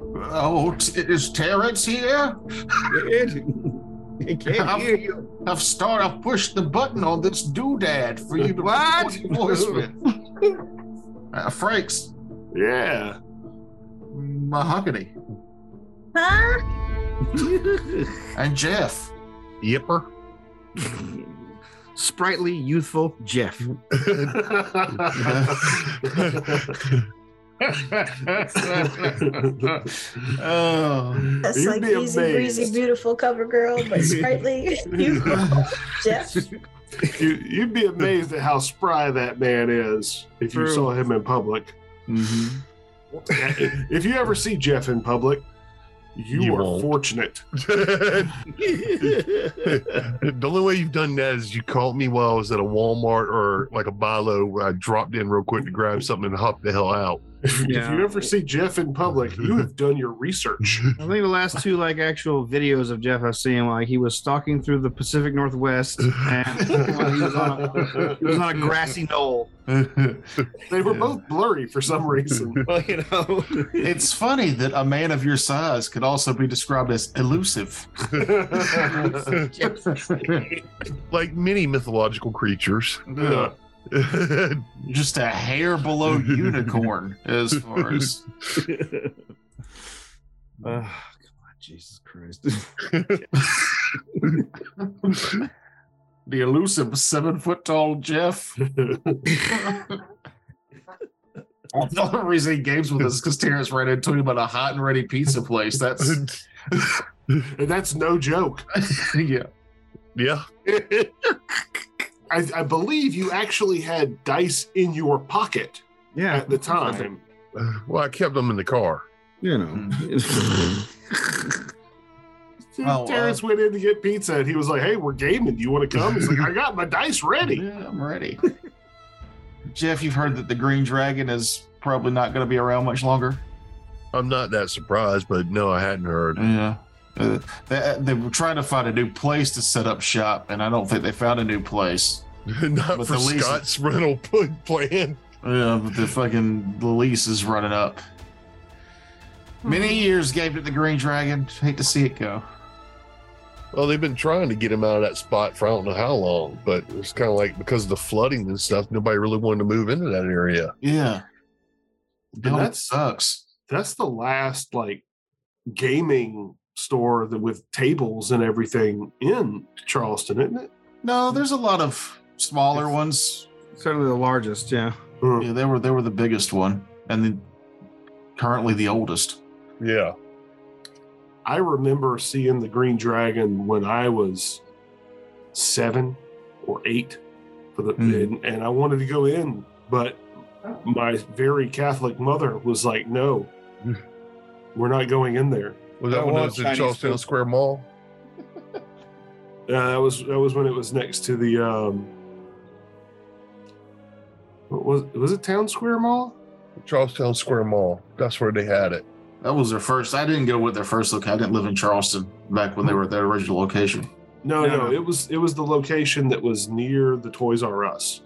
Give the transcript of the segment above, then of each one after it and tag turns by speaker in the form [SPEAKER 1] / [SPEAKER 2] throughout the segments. [SPEAKER 1] Oh, t- is Terence here?
[SPEAKER 2] Ed, I can't hear you.
[SPEAKER 1] I've started. I've pushed the button on this doodad for you to
[SPEAKER 2] What?
[SPEAKER 1] record your voice with. Uh, Frank's
[SPEAKER 2] Yeah.
[SPEAKER 1] mahogany
[SPEAKER 3] Huh?
[SPEAKER 1] and Jeff.
[SPEAKER 4] Yipper.
[SPEAKER 5] Sprightly, youthful Jeff.
[SPEAKER 1] Oh,
[SPEAKER 3] That's
[SPEAKER 2] You'd
[SPEAKER 3] like
[SPEAKER 2] be
[SPEAKER 3] easy breezy,
[SPEAKER 2] amazed.
[SPEAKER 3] beautiful cover girl, but sprightly. you, Jeff.
[SPEAKER 2] you, you'd be amazed at how spry that man is if you
[SPEAKER 5] True.
[SPEAKER 2] saw him in public. if you ever see Jeff in public, you,
[SPEAKER 4] You
[SPEAKER 2] are
[SPEAKER 4] won't.
[SPEAKER 2] fortunate.
[SPEAKER 4] the only way you've done that is you caught me while I was at a Walmart or like a Bilo where I dropped in real quick to grab something and hop the hell out.
[SPEAKER 2] If you ever see Jeff in public, you have done your research.
[SPEAKER 5] I think the last two like actual videos of Jeff I've seen, like he was stalking through the Pacific Northwest and he, was on a, he was on a grassy knoll.
[SPEAKER 2] They were both blurry for some reason.
[SPEAKER 6] Well, you know,
[SPEAKER 1] it's funny that a man of your size could also be described as elusive.
[SPEAKER 4] like many mythological creatures.
[SPEAKER 2] Yeah.
[SPEAKER 1] Uh, Just a hair below unicorn as far as
[SPEAKER 5] Oh, come on, Jesus Christ.
[SPEAKER 1] the elusive seven foot tall Jeff. The only reason he games with us because Terrence ran into him at a hot and ready pizza place. That's
[SPEAKER 2] And that's no joke.
[SPEAKER 1] yeah.
[SPEAKER 4] yeah.
[SPEAKER 2] I, I believe you actually had dice in your pocket
[SPEAKER 5] yeah,
[SPEAKER 2] at the time.
[SPEAKER 4] Well, I kept them in the car.
[SPEAKER 5] you know.
[SPEAKER 1] Oh, uh,
[SPEAKER 2] Terrence went in to get pizza and he was like, Hey, we're gaming. Do you want to come? He's like, I got my dice ready.
[SPEAKER 1] Yeah, I'm ready. Jeff, you've heard that the Green Dragon is probably not going to be around much longer.
[SPEAKER 4] I'm not that surprised, but no, I hadn't heard.
[SPEAKER 1] Yeah. Uh, they, they were trying to find a new place to set up shop, and I don't think they found a new place.
[SPEAKER 4] Not
[SPEAKER 1] But
[SPEAKER 4] for
[SPEAKER 1] the lease-
[SPEAKER 4] Scott's rental p- plan.
[SPEAKER 1] Yeah, but the fucking the lease is running up. Many
[SPEAKER 2] Hmm.
[SPEAKER 1] years gave it the Green Dragon. Hate to see it go.
[SPEAKER 4] Well, they've been trying to get him out of that spot for I don't know how long, but it's kind of like because of the flooding and stuff, nobody really wanted to move into that area.
[SPEAKER 1] Yeah. No, that
[SPEAKER 2] that's-
[SPEAKER 1] sucks.
[SPEAKER 2] That's the last like gaming store that with tables and everything in Charleston, isn't it?
[SPEAKER 1] No, there's a lot of smaller ones.
[SPEAKER 5] Certainly the largest, yeah.
[SPEAKER 2] Mm.
[SPEAKER 1] Yeah, they were they were the biggest one, and the, currently the oldest.
[SPEAKER 4] Yeah.
[SPEAKER 2] I remember seeing the Green Dragon when I was seven or eight, for the
[SPEAKER 1] Mm.
[SPEAKER 2] and, and I wanted to go in, but my very Catholic mother was like, "No, we're not going in there."
[SPEAKER 4] Was that
[SPEAKER 6] I
[SPEAKER 4] when it
[SPEAKER 6] want
[SPEAKER 4] was in
[SPEAKER 6] Chinese
[SPEAKER 4] Charlestown
[SPEAKER 6] food.
[SPEAKER 4] Square Mall?
[SPEAKER 2] Uh, that was that was when it was next to the um, what was was it Town Square Mall?
[SPEAKER 4] Charlestown Square Mall. That's where they had it.
[SPEAKER 1] That was their first. I didn't go with their first location. I didn't live in Charleston back when they were at their original location.
[SPEAKER 2] No,
[SPEAKER 5] No,
[SPEAKER 2] no,
[SPEAKER 5] no.
[SPEAKER 2] it was it was the location that was near the Toys R Us.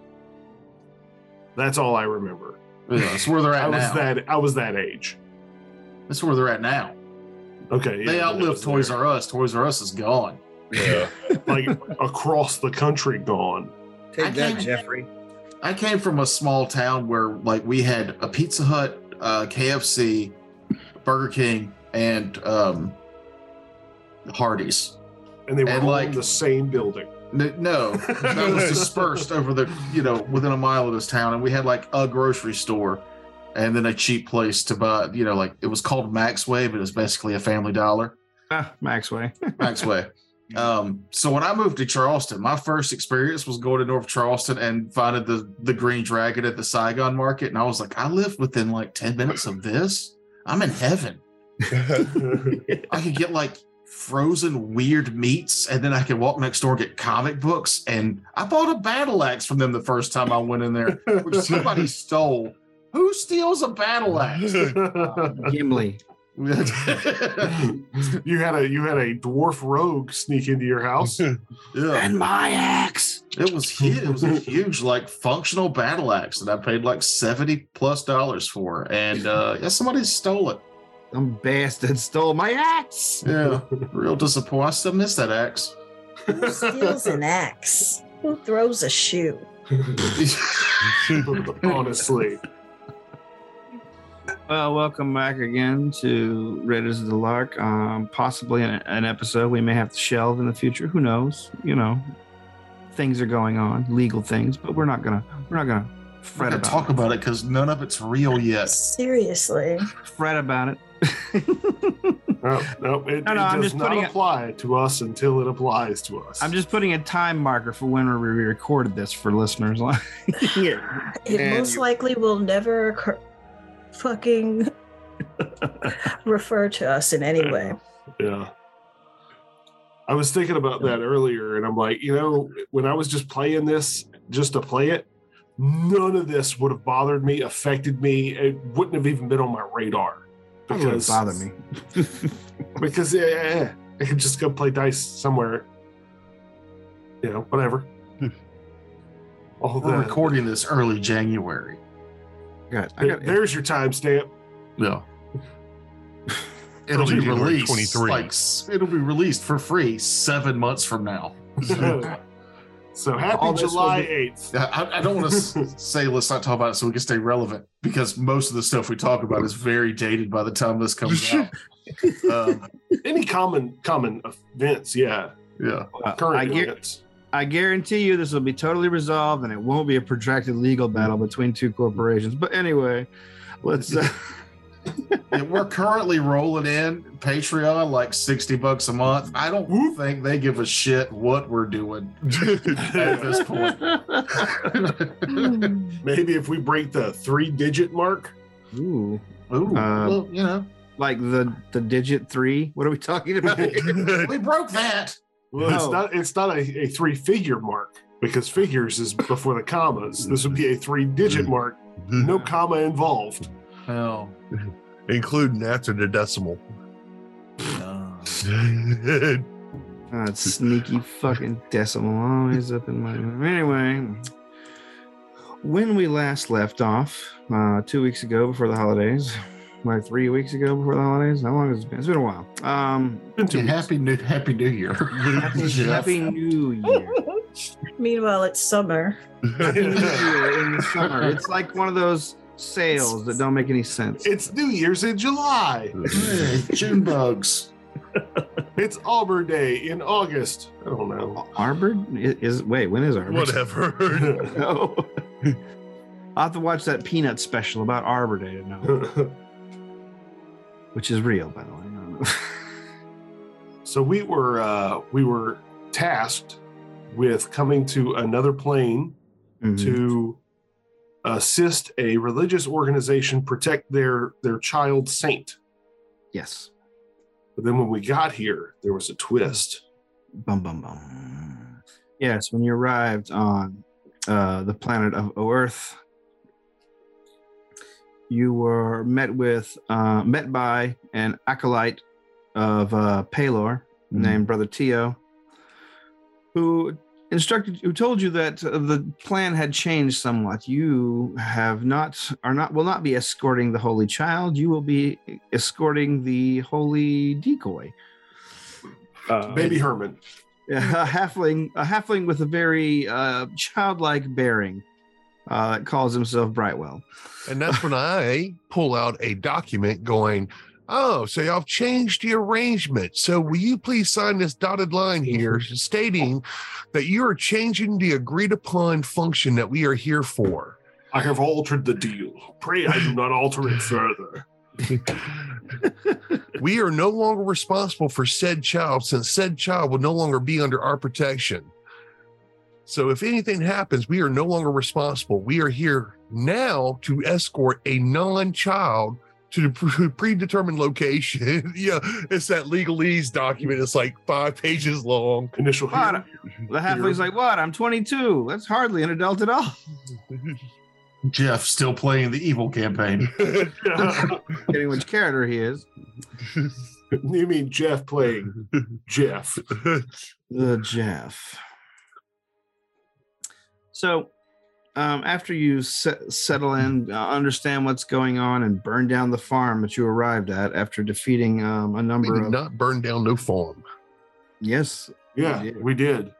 [SPEAKER 2] That's all I remember.
[SPEAKER 1] Yeah, that's where they're
[SPEAKER 2] I
[SPEAKER 1] at
[SPEAKER 2] was
[SPEAKER 1] now.
[SPEAKER 2] that I was that age.
[SPEAKER 1] That's where they're at now.
[SPEAKER 2] Okay,
[SPEAKER 1] they
[SPEAKER 2] yeah,
[SPEAKER 1] outlived Toys R Us. Toys R Us is gone.
[SPEAKER 4] Yeah.
[SPEAKER 2] like across the country gone.
[SPEAKER 1] I
[SPEAKER 6] take that,
[SPEAKER 1] can't-
[SPEAKER 6] Jeffrey.
[SPEAKER 1] I came from a small town where like we had a Pizza Hut, uh, KFC, Burger King, and um, Hardee's.
[SPEAKER 2] And they were
[SPEAKER 1] And,
[SPEAKER 2] all
[SPEAKER 1] like-
[SPEAKER 2] in the same building.
[SPEAKER 1] N- No, that was dispersed over the, you know, within a mile of this town. And we had like a grocery store and then a cheap place to buy, you know, like it was called Maxway, but it's basically a family dollar.
[SPEAKER 5] Ah, Maxway.
[SPEAKER 1] Maxway. Um, so when I moved to Charleston, my first experience was going to North Charleston and finding the, the Green Dragon at the Saigon market. And I was like, I live within like 10 minutes of this. I'm in heaven. I could get like frozen weird meats, and then I could walk next door and get comic books. And I bought a battle axe from them the first time I went in there, which somebody stole. Who steals a battle axe?
[SPEAKER 5] Gimli.
[SPEAKER 1] yeah.
[SPEAKER 2] you had a you had a dwarf rogue sneak into your house.
[SPEAKER 5] And my axe.
[SPEAKER 1] It was huge. It was a huge, like functional battle axe that I paid like 70 plus dollars for. And uh yeah, somebody stole it.
[SPEAKER 5] Some bastard stole my axe.
[SPEAKER 1] Yeah, real disappointed. I still miss that axe.
[SPEAKER 3] Who steals an axe? Who throws a shoe?
[SPEAKER 2] Honestly,
[SPEAKER 5] Well, welcome back again to Raiders of the Lark. Um, possibly an, an episode we may have to shelve in the future. Who knows? You know, things are going on, legal things, but we're not gonna we're not gonna
[SPEAKER 1] We're
[SPEAKER 5] fret
[SPEAKER 1] gonna
[SPEAKER 5] about
[SPEAKER 1] talk
[SPEAKER 5] it.
[SPEAKER 1] about it because none of it's real yet.
[SPEAKER 3] Seriously.
[SPEAKER 5] fret about it.
[SPEAKER 2] no,
[SPEAKER 5] No,
[SPEAKER 2] no, it,
[SPEAKER 5] no,
[SPEAKER 2] it
[SPEAKER 5] I'm
[SPEAKER 2] does
[SPEAKER 5] just
[SPEAKER 2] not
[SPEAKER 5] putting it-
[SPEAKER 2] apply to us until it applies to us.
[SPEAKER 5] I'm just putting a time marker for when we recorded this for listeners. yeah.
[SPEAKER 3] It
[SPEAKER 4] And
[SPEAKER 3] most
[SPEAKER 4] you-
[SPEAKER 3] likely will never occur- fucking refer to us in any way.
[SPEAKER 2] Yeah. I was thinking about that earlier, and I'm like, you know, when I was just playing this, just to play it, none of this would have bothered me, affected me. It wouldn't have even been on my radar
[SPEAKER 5] That wouldn't bother me.
[SPEAKER 2] because yeah, yeah, yeah, I could just go play dice somewhere, you know, whatever. All
[SPEAKER 1] We're
[SPEAKER 2] the
[SPEAKER 1] recording this early January.
[SPEAKER 5] I got, I
[SPEAKER 2] there-
[SPEAKER 5] got
[SPEAKER 2] There's your timestamp.
[SPEAKER 1] No. It'll
[SPEAKER 4] Early
[SPEAKER 1] be
[SPEAKER 4] January
[SPEAKER 1] released
[SPEAKER 4] 23.
[SPEAKER 1] like s- it'll be released for free seven months from now.
[SPEAKER 2] so happy
[SPEAKER 5] All this will
[SPEAKER 2] July
[SPEAKER 5] be-
[SPEAKER 2] eighth.
[SPEAKER 1] I- I, I don't want to say let's not talk about it so we can stay relevant because most of the stuff we talk about is very dated by the time this comes out. um,
[SPEAKER 2] Any common common events? Yeah,
[SPEAKER 1] yeah,
[SPEAKER 5] I
[SPEAKER 2] current
[SPEAKER 5] guar-
[SPEAKER 2] events.
[SPEAKER 5] I guarantee you this will be totally resolved and it won't be a protracted legal battle between two corporations. But anyway, let's. Uh,
[SPEAKER 1] Yeah, we're currently rolling in Patreon like sixty bucks a month. I don't
[SPEAKER 2] Whoop.
[SPEAKER 1] think they give a shit what we're doing at this point.
[SPEAKER 5] uh,
[SPEAKER 2] Maybe if we break the three digit mark,
[SPEAKER 5] Ooh.
[SPEAKER 1] Ooh,
[SPEAKER 5] Uh,
[SPEAKER 1] well, you know,
[SPEAKER 5] Like the, the digit three? What are we talking about? here?
[SPEAKER 1] we broke that.
[SPEAKER 2] well, it's
[SPEAKER 5] No.
[SPEAKER 2] not it's not a, a three figure mark because figures is before the commas. This would be a three digit mark, no comma involved.
[SPEAKER 1] Oh,
[SPEAKER 4] Including after the decimal.
[SPEAKER 1] no.
[SPEAKER 5] Ah, it's sneaky fucking decimal always up in my anyway when we last left off uh two weeks ago before the holidays like three weeks ago before the holidays how long has it been it's been a while um
[SPEAKER 1] Yeah, happy new Happy New Year.
[SPEAKER 5] happy,
[SPEAKER 1] Jeff.
[SPEAKER 5] happy new year
[SPEAKER 3] Meanwhile, it's summer.
[SPEAKER 5] happy new year in the summer it's like one of those sales that don't make any sense
[SPEAKER 2] It's New Year's in July.
[SPEAKER 1] Hey, June bugs.
[SPEAKER 2] It's Arbor Day in August. I don't know.
[SPEAKER 5] arbor is, is wait when is arbor
[SPEAKER 4] Whatever.
[SPEAKER 5] no i'll have to watch that peanut special about arbor day to know which is real, by the way. I don't know.
[SPEAKER 2] so we were uh, we were tasked with coming to another plane
[SPEAKER 5] Mm.
[SPEAKER 2] to assist a religious organization protect their their child saint.
[SPEAKER 5] yes,
[SPEAKER 2] But then when we got here, there was a twist.
[SPEAKER 5] bum bum bum. Yes, when you arrived on uh, the planet of Earth, you were met with uh, met by an acolyte of uh, Palor named Brother Tio, who instructed who told you that uh, the plan had changed somewhat you have not are not will not be escorting the holy child you will be escorting the holy decoy uh,
[SPEAKER 2] Baby Herman.
[SPEAKER 5] yeah, a halfling a halfling with a very uh, childlike bearing uh, that calls himself brightwell
[SPEAKER 4] And that's when I pull out a document going, Oh, so y'all changed the arrangement. So will you please sign this dotted line here stating that you are changing the agreed upon function that we are here for?
[SPEAKER 2] I have altered the deal. Pray I do not alter it further.
[SPEAKER 4] we are no longer responsible for said child since said child will no longer be under our protection. So if anything happens, we are no longer responsible. We are here now to escort a non-child to the pre- predetermined location. yeah, it's that legalese document. It's like five pages long.
[SPEAKER 2] Initial
[SPEAKER 5] What? the halfling's like what i'm 22 that's hardly an adult at all
[SPEAKER 1] Jeff still playing the evil campaign.
[SPEAKER 2] hearing.
[SPEAKER 5] getting which character he is
[SPEAKER 2] you mean Jeff playing Jeff?
[SPEAKER 5] the Jeff. So um, after you se- settle in, uh, understand what's going on, and burn down the farm that you arrived at after defeating um, a
[SPEAKER 4] We
[SPEAKER 5] number
[SPEAKER 4] did
[SPEAKER 5] of
[SPEAKER 4] not burn down no farm.
[SPEAKER 5] yes,
[SPEAKER 2] Yeah,
[SPEAKER 5] did.
[SPEAKER 2] we did.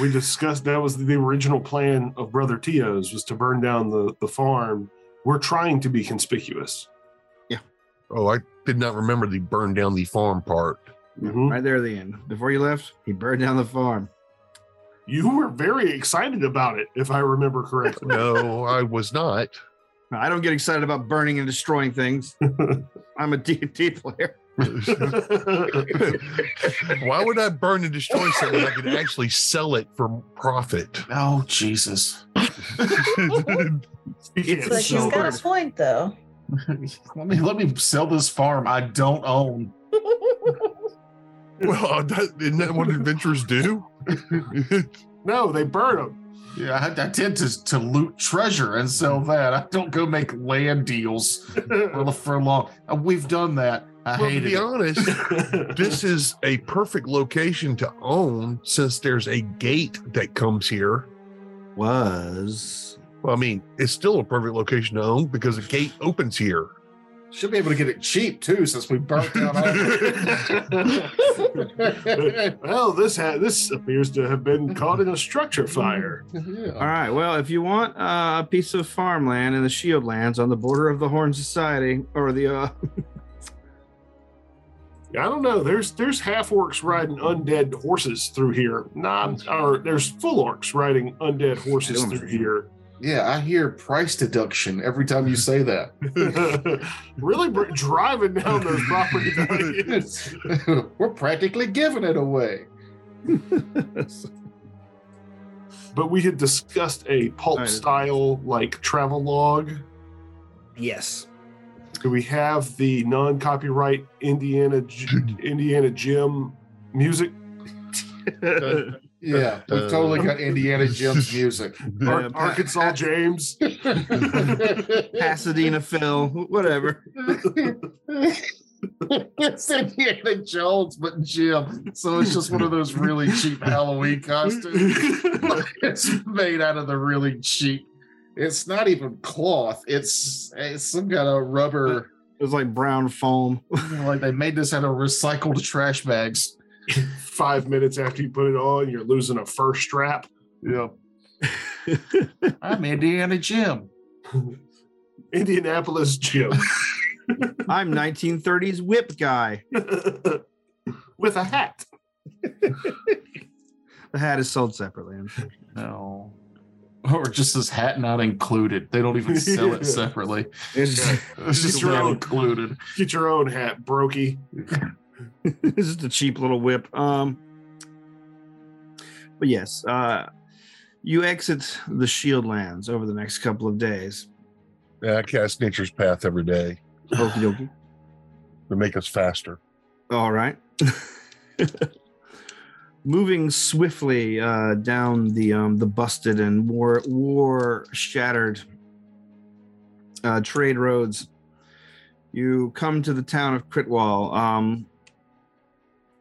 [SPEAKER 2] we discussed that was the original plan of Brother Tio's was to burn down the, the farm. We're trying to be conspicuous.
[SPEAKER 4] Oh, I did not remember the burn down the farm part.
[SPEAKER 2] Mhm.
[SPEAKER 5] right there at the end. Before you left, he burned down the farm.
[SPEAKER 2] You were very excited about it, if I remember correctly.
[SPEAKER 4] No, I was not.
[SPEAKER 5] Now, I don't get excited about burning and destroying things. I'm a D&D player.
[SPEAKER 4] Why would I burn and destroy something I could actually sell it for profit?
[SPEAKER 1] Oh Jesus!
[SPEAKER 3] It's like
[SPEAKER 2] so-
[SPEAKER 3] he's got a point though.
[SPEAKER 1] let me let me sell this farm I don't own.
[SPEAKER 4] well, uh, that, isn't that what adventurers do?
[SPEAKER 2] no, they burn them.
[SPEAKER 1] Yeah, I, I tend to to loot treasure and sell that. I don't go make land deals for, for long. Uh, We've done that. I
[SPEAKER 4] well, to
[SPEAKER 1] hated
[SPEAKER 4] be
[SPEAKER 1] it.
[SPEAKER 4] honest, this is a perfect location to own since there's a gate that comes here.
[SPEAKER 5] Was.
[SPEAKER 4] Well, I mean, it's still a perfect location to own because a gate opens here.
[SPEAKER 1] Should be able to get it cheap too, since we burnt down. all-
[SPEAKER 2] well, this ha- this appears to have been caught in a structure fire.
[SPEAKER 5] All
[SPEAKER 1] Yeah.
[SPEAKER 5] right. Well, if you want uh, a piece of farmland in the Shield Lands on the border of the Horn Society or the uh,
[SPEAKER 2] I don't know. There's there's half orcs riding undead horses through here. Nah, or there's full orcs riding undead horses through here.
[SPEAKER 1] yeah, I hear price deduction every time you say that.
[SPEAKER 2] really br- driving down those property values.
[SPEAKER 1] We're practically giving it away.
[SPEAKER 2] But we had discussed a pulp
[SPEAKER 5] Alright.
[SPEAKER 2] style like travel log.
[SPEAKER 5] yes,
[SPEAKER 2] Do we have the non-copyright Indiana J- Indiana Jim music?
[SPEAKER 5] uh,
[SPEAKER 1] Yeah, we've totally got Indiana Jim's music.
[SPEAKER 2] Ar-
[SPEAKER 5] Yeah, pa-
[SPEAKER 2] Arkansas
[SPEAKER 5] pa-
[SPEAKER 2] James.
[SPEAKER 5] Pasadena Phil, whatever.
[SPEAKER 1] it's Indiana Jones, but Jim. So it's just one of those really cheap Halloween costumes. it's made out of the really cheap. It's not even cloth. It's it's some kind of rubber.
[SPEAKER 5] It was like brown foam.
[SPEAKER 1] like they made this out of recycled trash bags.
[SPEAKER 2] Five minutes after you put it on, you're losing a fur strap.
[SPEAKER 1] Yeah. I'm Indiana Jim.
[SPEAKER 2] Indianapolis Jim
[SPEAKER 5] I'm 1930s whip guy.
[SPEAKER 2] with a hat.
[SPEAKER 5] The hat is sold separately. I'm sure.
[SPEAKER 1] No. Or just this hat not included. They don't even sell it separately.
[SPEAKER 5] It's
[SPEAKER 2] Yeah.
[SPEAKER 5] just,
[SPEAKER 1] It's just not included.
[SPEAKER 2] Get your own hat, Brokey.
[SPEAKER 5] it's just a cheap little whip. Um, but yes, uh, you exit the Shield Lands over the next couple of days.
[SPEAKER 4] Yeah, I cast nature's path every day
[SPEAKER 5] Okie dokie.
[SPEAKER 4] to make us faster.
[SPEAKER 5] All right. Moving swiftly uh, down the um, the busted and war war shattered uh, trade roads, you come to the town of Critwall. Um,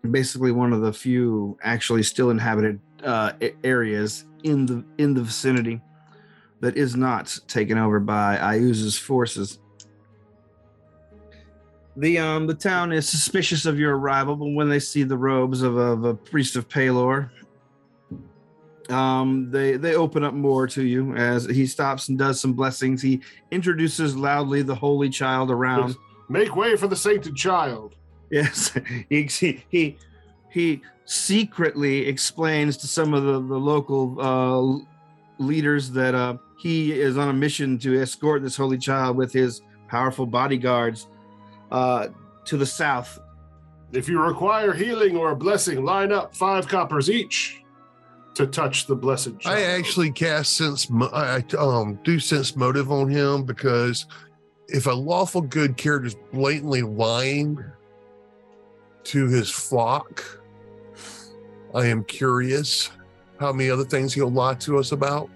[SPEAKER 5] basically, one of the few actually still inhabited uh, a- areas in the in the vicinity that is not taken over by Iuza's forces. The um the town is suspicious of your arrival, but when they see the robes of, of a priest of Palor, um they they open up more to you as he stops and does some blessings. He introduces loudly the holy child
[SPEAKER 4] Um,
[SPEAKER 5] around.
[SPEAKER 2] Make way for the sainted child.
[SPEAKER 5] Yes, he he he, he secretly explains to some of the, the local uh, leaders that uh, he is on a mission to escort this holy child with his powerful bodyguards uh, to the south.
[SPEAKER 2] If you require healing or a blessing, line up five coppers each to touch the blessed child.
[SPEAKER 4] I actually cast sense. mo- I I, um, do sense motive on him because if a lawful good character is blatantly lying to his flock, I am curious how many other things he'll lie to us about.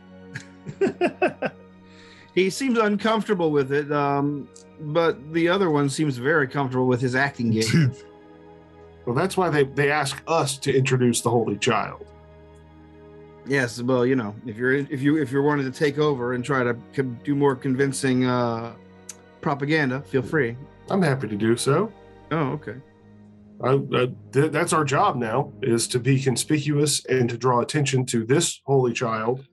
[SPEAKER 5] he seems uncomfortable with it, um, but the other one seems very comfortable with his acting game.
[SPEAKER 2] Well, that's why they, they ask us to introduce the Holy Child.
[SPEAKER 5] Yes, well, you know, if you're if you if you're wanting to take over and try to co- do more convincing uh, propaganda, feel free.
[SPEAKER 2] I'm happy to do so.
[SPEAKER 5] Oh, okay.
[SPEAKER 2] I, I, th- that's our job now is to be conspicuous and to draw attention to this holy child.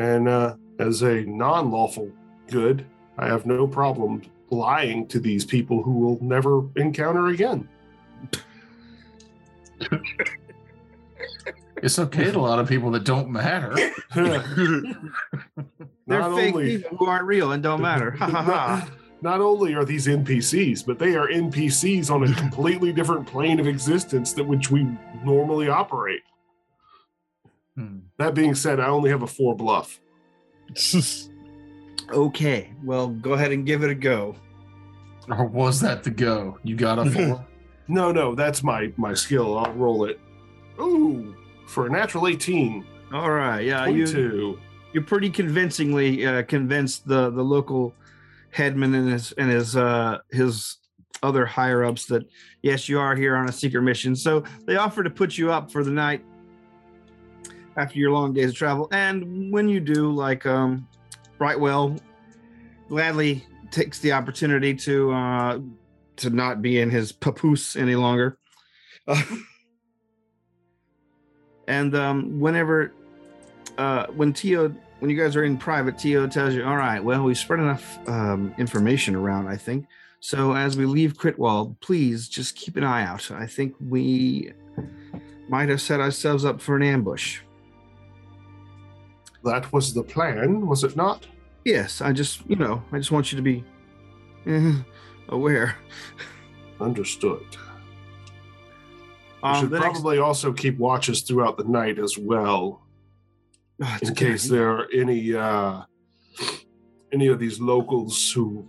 [SPEAKER 2] And uh, as a non-lawful good, I have no problem lying to these people who will never encounter again.
[SPEAKER 1] It's okay to a lot of people that don't matter.
[SPEAKER 2] Not
[SPEAKER 5] They're fake
[SPEAKER 2] only-
[SPEAKER 5] people who aren't real and don't matter. Ha ha ha.
[SPEAKER 2] not only are these NPCs, but they are NPCs on a completely different plane of existence that which we normally operate.
[SPEAKER 1] Hmm.
[SPEAKER 2] That being said, I only have a four bluff.
[SPEAKER 5] Okay, well, go ahead and give it a go.
[SPEAKER 1] Or was that the go? You got a four.
[SPEAKER 2] No, no, that's my my skill. I'll roll it. Ooh, for a natural 18,
[SPEAKER 5] All right, yeah, you
[SPEAKER 2] 22.
[SPEAKER 5] you pretty convincingly uh, convinced the the local headman and his and his uh, his other higher ups that yes, you are here on a secret mission. So they offer to put you up for the night after your long days of travel, and when you do, like um, Brightwell gladly takes the opportunity to uh, to not be in his papoose any longer. and um, whenever uh, when Tio, when you guys are in private, Tio tells you, "All right, well, we've spread enough um, information around, I think. So as we leave Critwald, please just keep an eye out. I think we might have set ourselves up for an ambush."
[SPEAKER 2] That was the plan, was it not?
[SPEAKER 5] Yes, I just, you know, I just want you to be eh, aware.
[SPEAKER 2] Understood. We
[SPEAKER 5] Um,
[SPEAKER 2] should
[SPEAKER 5] the next-
[SPEAKER 2] probably also keep watches throughout the night as well,
[SPEAKER 5] Oh, it's
[SPEAKER 2] in
[SPEAKER 5] okay.
[SPEAKER 2] case there are any uh, any of these locals who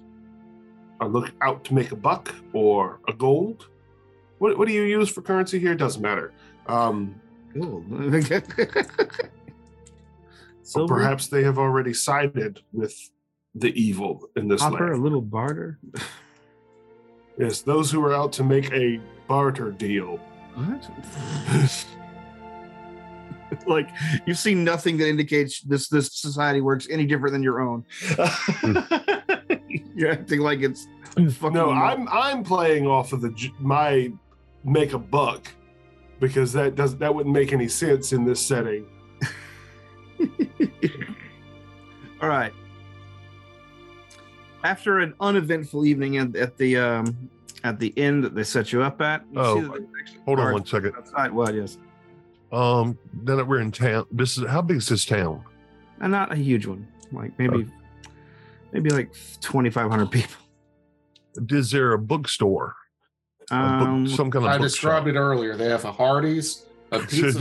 [SPEAKER 2] are look out to make a buck or a gold. What, what do you use for currency here? Doesn't matter. Um,
[SPEAKER 5] Cool.
[SPEAKER 2] or
[SPEAKER 5] Silver,
[SPEAKER 2] perhaps they have already sided with the evil in this
[SPEAKER 5] copper, a
[SPEAKER 2] land.
[SPEAKER 5] little barter.
[SPEAKER 2] Yes, those who are out to make a barter deal.
[SPEAKER 5] What? like you've seen nothing that indicates this this society works any different than your own. You're acting like it's fucking
[SPEAKER 2] No, I'm I'm playing off of the j- my make a buck because that does that wouldn't make any sense in this setting.
[SPEAKER 5] All right. After an uneventful evening at, at the um, at the inn that they set you up at, you
[SPEAKER 4] Oh,
[SPEAKER 5] see that there's actually
[SPEAKER 4] Hold on
[SPEAKER 5] guards
[SPEAKER 4] one second.
[SPEAKER 5] Outside, well, yes,
[SPEAKER 4] Um, now that we're in town, this is how big is this town?
[SPEAKER 5] and not a huge one, like maybe maybe like twenty five hundred people.
[SPEAKER 4] Is there a bookstore? A book-
[SPEAKER 5] Um,
[SPEAKER 4] some kind of
[SPEAKER 1] I described it earlier. They have a Hardee's, a Pizza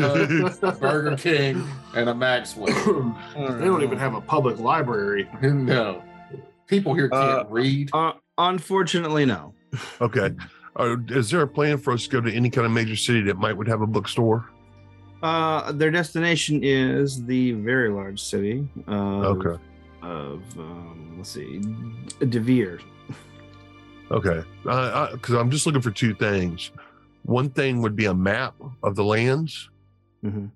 [SPEAKER 1] Hut, a Burger King, and a Maxwell.
[SPEAKER 2] they
[SPEAKER 5] all right.
[SPEAKER 2] don't even have a public library.
[SPEAKER 1] No. People here can't
[SPEAKER 5] Uh,
[SPEAKER 1] read.
[SPEAKER 5] Uh, unfortunately, no.
[SPEAKER 4] Okay. Uh, is there a plan for us to go to any kind of major city that might would have a bookstore?
[SPEAKER 5] Uh, their destination is the very large city. Of,
[SPEAKER 4] Okay.
[SPEAKER 5] Of um, let's see, Devere.
[SPEAKER 4] Okay. Because I'm just looking for two things. One thing would be a map of the lands, Mm-hmm.
[SPEAKER 5] Mhm.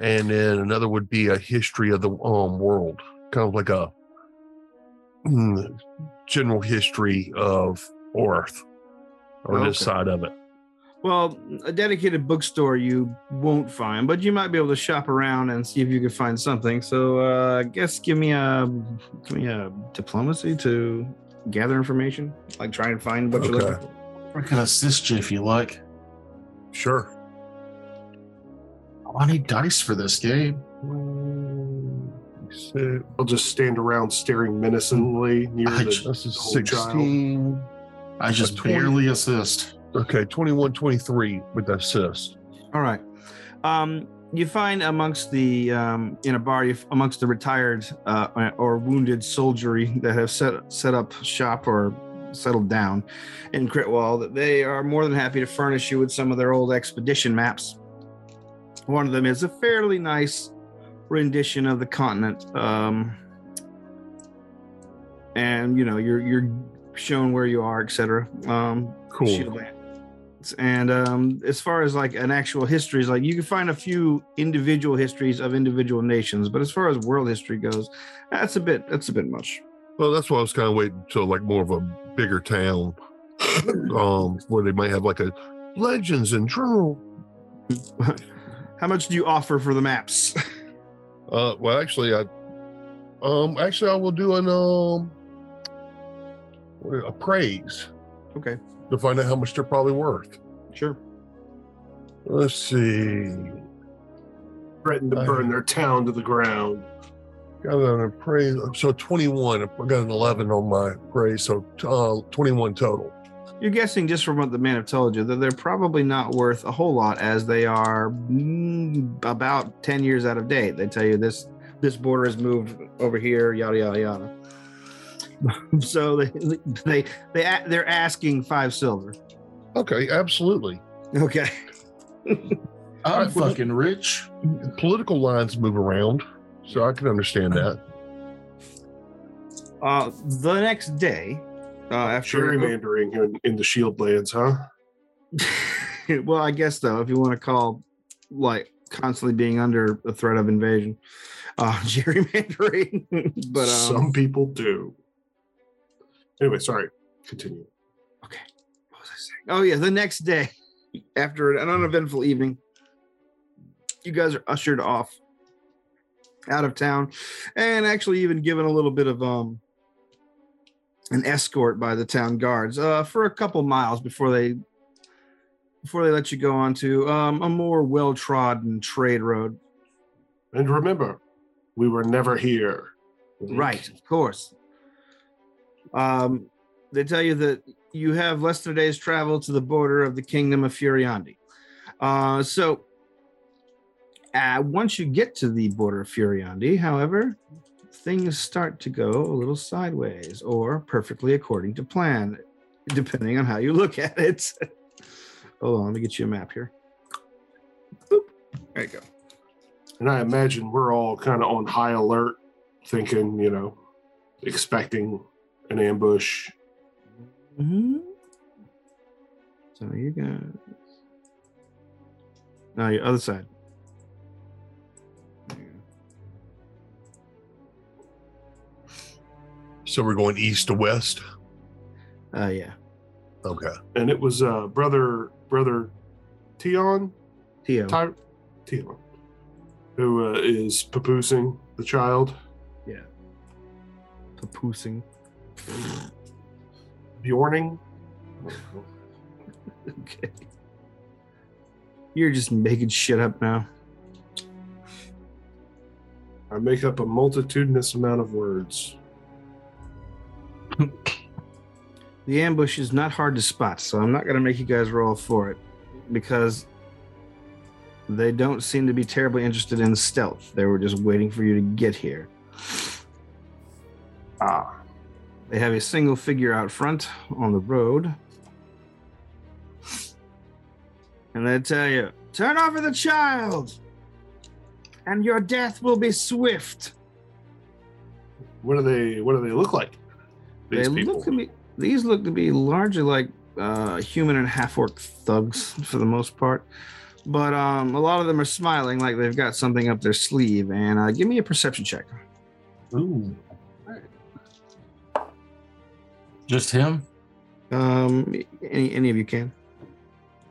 [SPEAKER 4] and then another would be a history of the um, world, kind of like a mm, general history of Earth or this
[SPEAKER 5] Okay.
[SPEAKER 4] side of it.
[SPEAKER 5] Well, a dedicated bookstore you won't find, but you might be able to shop around and see if you can find something. So, uh, I guess give me a give me a diplomacy to gather information, like try and find what you're
[SPEAKER 4] Okay.
[SPEAKER 5] looking for.
[SPEAKER 1] I can assist you if you like.
[SPEAKER 4] Sure.
[SPEAKER 1] Oh, I need dice for this game.
[SPEAKER 4] So
[SPEAKER 2] I'll just stand around staring menacingly near
[SPEAKER 1] I
[SPEAKER 2] the.
[SPEAKER 4] this is
[SPEAKER 2] Whole child.
[SPEAKER 4] 16.
[SPEAKER 1] I just
[SPEAKER 4] twenty.
[SPEAKER 1] barely assist.
[SPEAKER 4] Okay, 21 23 with the assist.
[SPEAKER 5] All right. Um, you find amongst the um, in a bar you, amongst the retired uh, or wounded soldiery that have set set up shop or settled down in Critwall that they are more than happy to furnish you with some of their old expedition maps. One of them is a fairly nice rendition of the continent, um, and you know you're you're shown where you are, etc. Um,
[SPEAKER 4] Cool.
[SPEAKER 5] Shield Land. and um, as far as like an actual histories, like you can find a few individual histories of individual nations, but as far as world history goes, that's a bit that's a bit much.
[SPEAKER 4] Well, that's why I was kind of waiting till like more of a bigger town, um, where they might have like a legends and journal.
[SPEAKER 5] How much do you offer for the maps?
[SPEAKER 4] Uh, well, actually, I, um, actually I will do an um, what- a praise
[SPEAKER 5] okay,
[SPEAKER 4] to find out how much they're probably worth.
[SPEAKER 5] sure.
[SPEAKER 4] Let's see.
[SPEAKER 2] threatened to burn their town to the ground.
[SPEAKER 4] Got an appraise. So 21. I got an 11 on my praise. So uh, 21 total.
[SPEAKER 5] You're guessing just from what the man have told you that they're probably not worth a whole lot, as they are mm, about ten years out of date. They tell you this this border has moved over here, yada yada yada. so they they they a- they're asking five silver.
[SPEAKER 4] Okay, absolutely.
[SPEAKER 5] Okay.
[SPEAKER 1] I'm
[SPEAKER 4] Alright, well,
[SPEAKER 1] fucking rich.
[SPEAKER 4] Political lines move around, so I can understand that.
[SPEAKER 5] Uh, the next day, uh, after
[SPEAKER 2] Gerrymandering in, in the Shield lands, huh?
[SPEAKER 5] well, I guess though, if you want to call like constantly being under the threat of invasion, uh, gerrymandering. but um,
[SPEAKER 2] some people do. Anyway, sorry. Continue.
[SPEAKER 5] what was I saying? Oh yeah, the next day after an uneventful evening, you guys are ushered off out of town, and actually even given a little bit of um an escort by the town guards uh, for a couple miles before they before they let you go on to um, a more well trodden trade road.
[SPEAKER 2] And remember, we were never here. Mm-hmm.
[SPEAKER 5] Right, of course. Um, they tell you that you have less than a day's travel to the border of the kingdom of Furiandi. Uh, so, uh, once you get to the border of Furiandi, however, things start to go a little sideways or perfectly according to plan, depending on how you look at it. Hold on, let me get you a map here. Boop. There you go.
[SPEAKER 2] And I imagine we're all kind of on high alert, thinking, you know, expecting an ambush.
[SPEAKER 5] hmm So you guys. No, your other side.
[SPEAKER 4] So we're going east to west.
[SPEAKER 5] Uh, yeah.
[SPEAKER 4] Okay.
[SPEAKER 2] And it was uh, brother brother Tion,
[SPEAKER 5] Tio.
[SPEAKER 2] Ty- Tion, who uh, is papoosing the child.
[SPEAKER 5] Papoosing.
[SPEAKER 2] Bjorning.
[SPEAKER 5] Okay. You're just making shit up now.
[SPEAKER 2] I make up a multitudinous amount of words.
[SPEAKER 5] The ambush is not hard to spot, so I'm not going to make you guys roll for it because they don't seem to be terribly interested in stealth. They were just waiting for you to get here.
[SPEAKER 2] Ah,
[SPEAKER 5] They have a single figure out front on the road. And they tell you, turn over the child, and your death will be swift.
[SPEAKER 2] what are they? What do they look like? These
[SPEAKER 5] they
[SPEAKER 2] people.
[SPEAKER 5] look to be these look to be largely like uh, human and half orc thugs for the most part. But um, a lot of them are smiling like they've got something up their sleeve. And uh, give me a perception check.
[SPEAKER 1] Ooh. Just him?
[SPEAKER 5] Um, any, any of you can.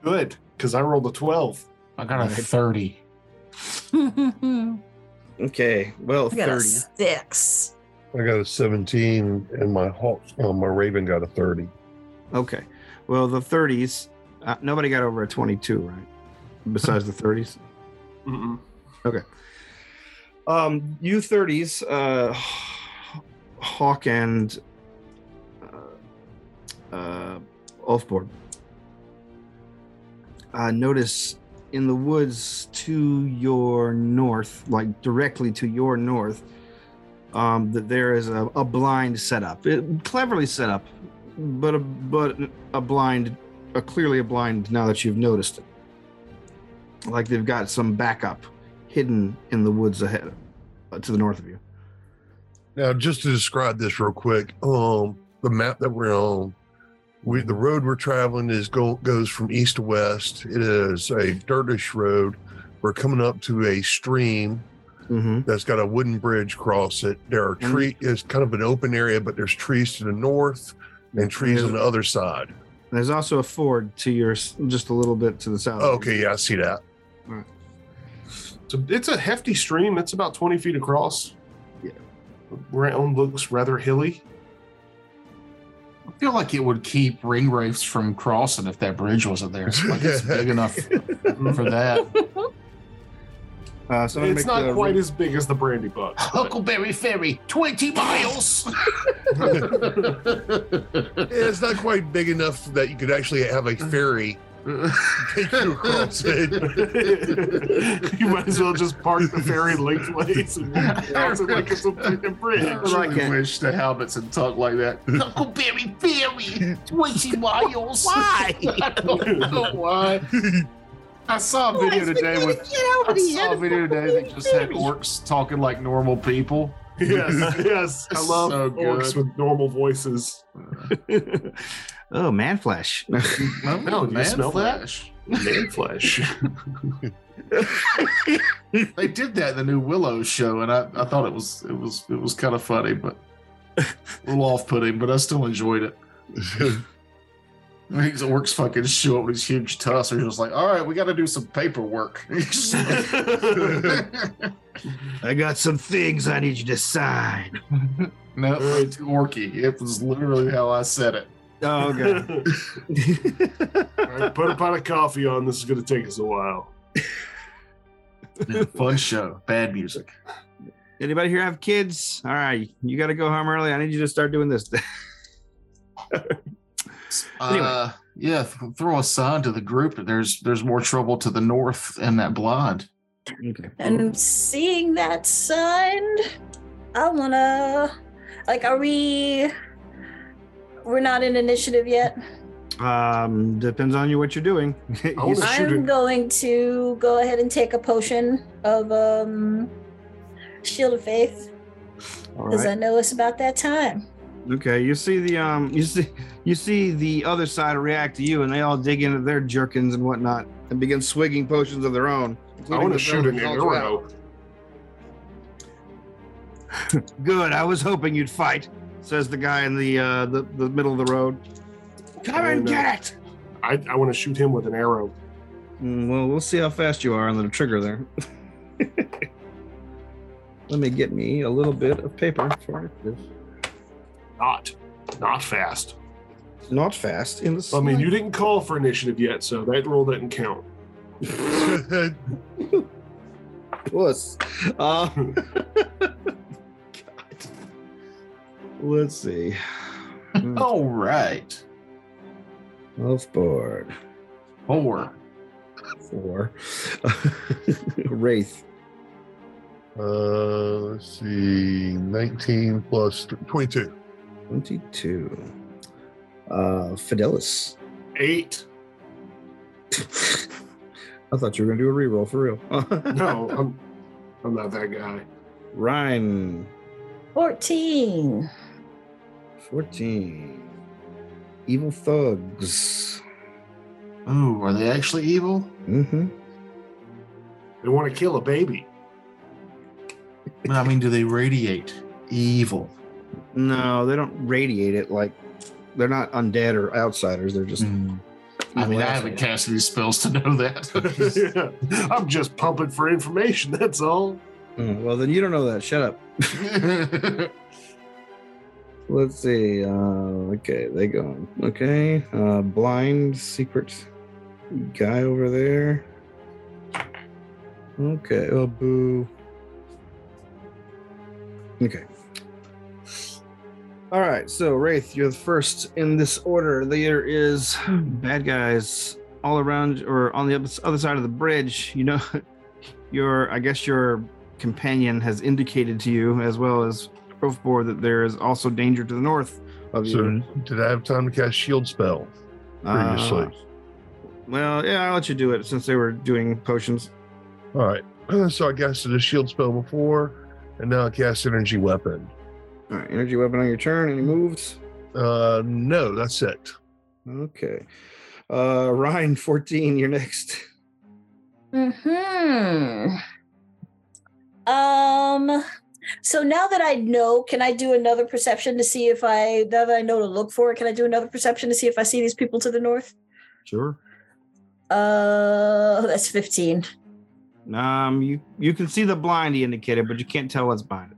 [SPEAKER 2] Good, because I rolled a 12.
[SPEAKER 1] I got a
[SPEAKER 5] Right.
[SPEAKER 1] 30.
[SPEAKER 5] Okay. Well,
[SPEAKER 3] I got a
[SPEAKER 5] 30.
[SPEAKER 3] six.
[SPEAKER 4] I got a 17, and my hawk, uh, my raven got a 30.
[SPEAKER 5] Okay. Well, the 30s, uh, nobody got over a 22, right? Besides the 30s.
[SPEAKER 2] Mm-mm.
[SPEAKER 5] Um, you 30s, uh, Hawk and uh, uh, Ulfborg uh, notice in the woods to your north, like directly to your north, um, that there is a, a blind set up, It- cleverly set up, but a, but a blind, a clearly a blind. Now that you've noticed it, like they've got some backup hidden in the woods ahead, uh, to the north of you.
[SPEAKER 4] Now, just to describe this real quick, um, the map that we're on We, the road we're traveling is go, goes from east to west. It is a dirtish road. We're coming up to a stream
[SPEAKER 5] Mm-hmm.
[SPEAKER 4] that's got a wooden bridge across it. There are
[SPEAKER 5] Mhm.
[SPEAKER 4] tree. It's kind of an open area, but there's trees to the north and trees on the other side.
[SPEAKER 5] There's also a ford to your s- just a little bit to the south.
[SPEAKER 4] okay, yeah, I see that.
[SPEAKER 2] So it's a hefty stream. It's about 20 feet across.
[SPEAKER 5] Yeah.
[SPEAKER 2] Ground looks rather hilly.
[SPEAKER 1] I feel like it would keep ring wraiths from crossing if that bridge wasn't there. Like it's big enough for that.
[SPEAKER 5] Uh, so
[SPEAKER 2] it's not quite as big as the Brandy Buck.
[SPEAKER 1] Huckleberry Ferry, 20 miles.
[SPEAKER 4] It's not quite big enough that you could actually have a ferry take you across it.
[SPEAKER 2] you might as well just park the ferry lengthways and cross it like it's a freaking
[SPEAKER 1] I
[SPEAKER 2] bridge.
[SPEAKER 1] really
[SPEAKER 5] Like it.
[SPEAKER 1] wish the helmets had talked like that. Huckleberry Ferry, 20 miles.
[SPEAKER 4] Why?
[SPEAKER 1] I don't know why. I saw a video today with I saw a video today that just had orcs talking like normal people.
[SPEAKER 2] Yes, yes. I
[SPEAKER 1] That's
[SPEAKER 2] love
[SPEAKER 1] so good.
[SPEAKER 2] orcs with normal voices.
[SPEAKER 5] oh man, flesh.
[SPEAKER 1] No,
[SPEAKER 2] No, do you smell that? Man flesh.
[SPEAKER 1] They did that in the new Willow show, and I, I thought it was it was it was kind of funny, but a little off putting, but I still enjoyed it. These orcs fucking show up with these huge tusks. They're just like, all right, we got to do some paperwork. Just like-
[SPEAKER 5] I got some things I need you to sign.
[SPEAKER 1] no,
[SPEAKER 2] Right.
[SPEAKER 1] it's orky. It was literally how I said it.
[SPEAKER 5] Oh, okay.
[SPEAKER 2] All right, put a pot of coffee on. This is going to take us a while.
[SPEAKER 1] Fun show, bad music.
[SPEAKER 5] Anybody here have kids? All right, you got to go home early. I need you to start doing this.
[SPEAKER 1] Uh, yeah, th- throw a sign to the group that there's there's more trouble to the north and that blind.
[SPEAKER 5] okay.
[SPEAKER 3] And seeing that sign, I wanna. Like, are we. We're not in initiative yet.
[SPEAKER 5] Um, depends on you what you're doing.
[SPEAKER 2] wanna
[SPEAKER 5] You-
[SPEAKER 2] Let's shoot
[SPEAKER 3] I'm
[SPEAKER 2] it.
[SPEAKER 3] going to go ahead and take a potion of um, Shield of Faith
[SPEAKER 5] all
[SPEAKER 3] because
[SPEAKER 5] right.
[SPEAKER 3] I know it's about that time.
[SPEAKER 5] Okay, you see the um, you see you see the other side react to you, and they all dig into their jerkins and whatnot, and begin swigging potions of their own.
[SPEAKER 2] I
[SPEAKER 5] including
[SPEAKER 2] want
[SPEAKER 5] the
[SPEAKER 2] to shoot an
[SPEAKER 5] velvet all throughout.
[SPEAKER 2] arrow.
[SPEAKER 5] Good. I was hoping you'd fight," says the guy in the uh, the, the middle of the road. Come
[SPEAKER 2] I
[SPEAKER 5] and uh,
[SPEAKER 2] know.
[SPEAKER 5] get it.
[SPEAKER 2] I, I want to shoot him with an arrow.
[SPEAKER 5] Mm, Well, we'll see how fast you are on the trigger there. Let me get me a little bit of paper for this.
[SPEAKER 2] Not, not fast.
[SPEAKER 5] Not fast in the.
[SPEAKER 2] I mean,
[SPEAKER 5] slide.
[SPEAKER 2] you didn't call for initiative yet, so that roll doesn't count.
[SPEAKER 5] Puss. Uh, God. Let's see. Mm,
[SPEAKER 1] All right,
[SPEAKER 5] Off board.
[SPEAKER 1] four.
[SPEAKER 5] Four. Wraith.
[SPEAKER 4] Uh, let's see, 19 plus th- 22.
[SPEAKER 5] 22. Uh, Fidelis.
[SPEAKER 2] Eight.
[SPEAKER 5] I thought you were going to do a reroll for real.
[SPEAKER 2] No, I'm, I'm not that guy.
[SPEAKER 5] Ryan.
[SPEAKER 3] 14.
[SPEAKER 5] 14. Evil Thugs.
[SPEAKER 1] Ooh, are they actually evil?
[SPEAKER 5] Mm-hmm.
[SPEAKER 2] They want to kill a baby.
[SPEAKER 1] But I mean, do they radiate evil?
[SPEAKER 5] No, they don't radiate it like they're not undead or outsiders. They're just.
[SPEAKER 1] Hmm. I mean, I haven't cast any spells to know that.
[SPEAKER 2] I'm just pumping for information. That's all.
[SPEAKER 5] Mm, well, then you don't know that. Shut up. Let's see. Uh, okay, they go. Okay, uh, blind secret guy over there. Okay. Oh, boo. Okay. All right. So, Wraith, you're the first in this order. There is bad guys all around, or on the oth- other side of the bridge. You know, your I guess your companion has indicated to you, as well as Profbor, that there is also danger to the north of you.
[SPEAKER 4] So, did I have time to cast shield spell
[SPEAKER 5] Uh,
[SPEAKER 4] previously?
[SPEAKER 5] well, yeah, I'll let you do it since they were doing potions.
[SPEAKER 4] All right. So I casted a shield spell before, and now I cast energy weapon.
[SPEAKER 5] All right, energy weapon on your turn. Any moves?
[SPEAKER 4] Uh, no, that's it.
[SPEAKER 5] Okay. Uh, Ryan, 14, you're next.
[SPEAKER 3] Hmm. Um. So now that I know, can I do another perception to see if I now that I know to look for it? Can I do another perception to see if I see these people to the north?
[SPEAKER 5] Sure.
[SPEAKER 3] Uh, that's fifteen.
[SPEAKER 5] Um, you you can see the blind he indicated, but you can't tell what's behind it.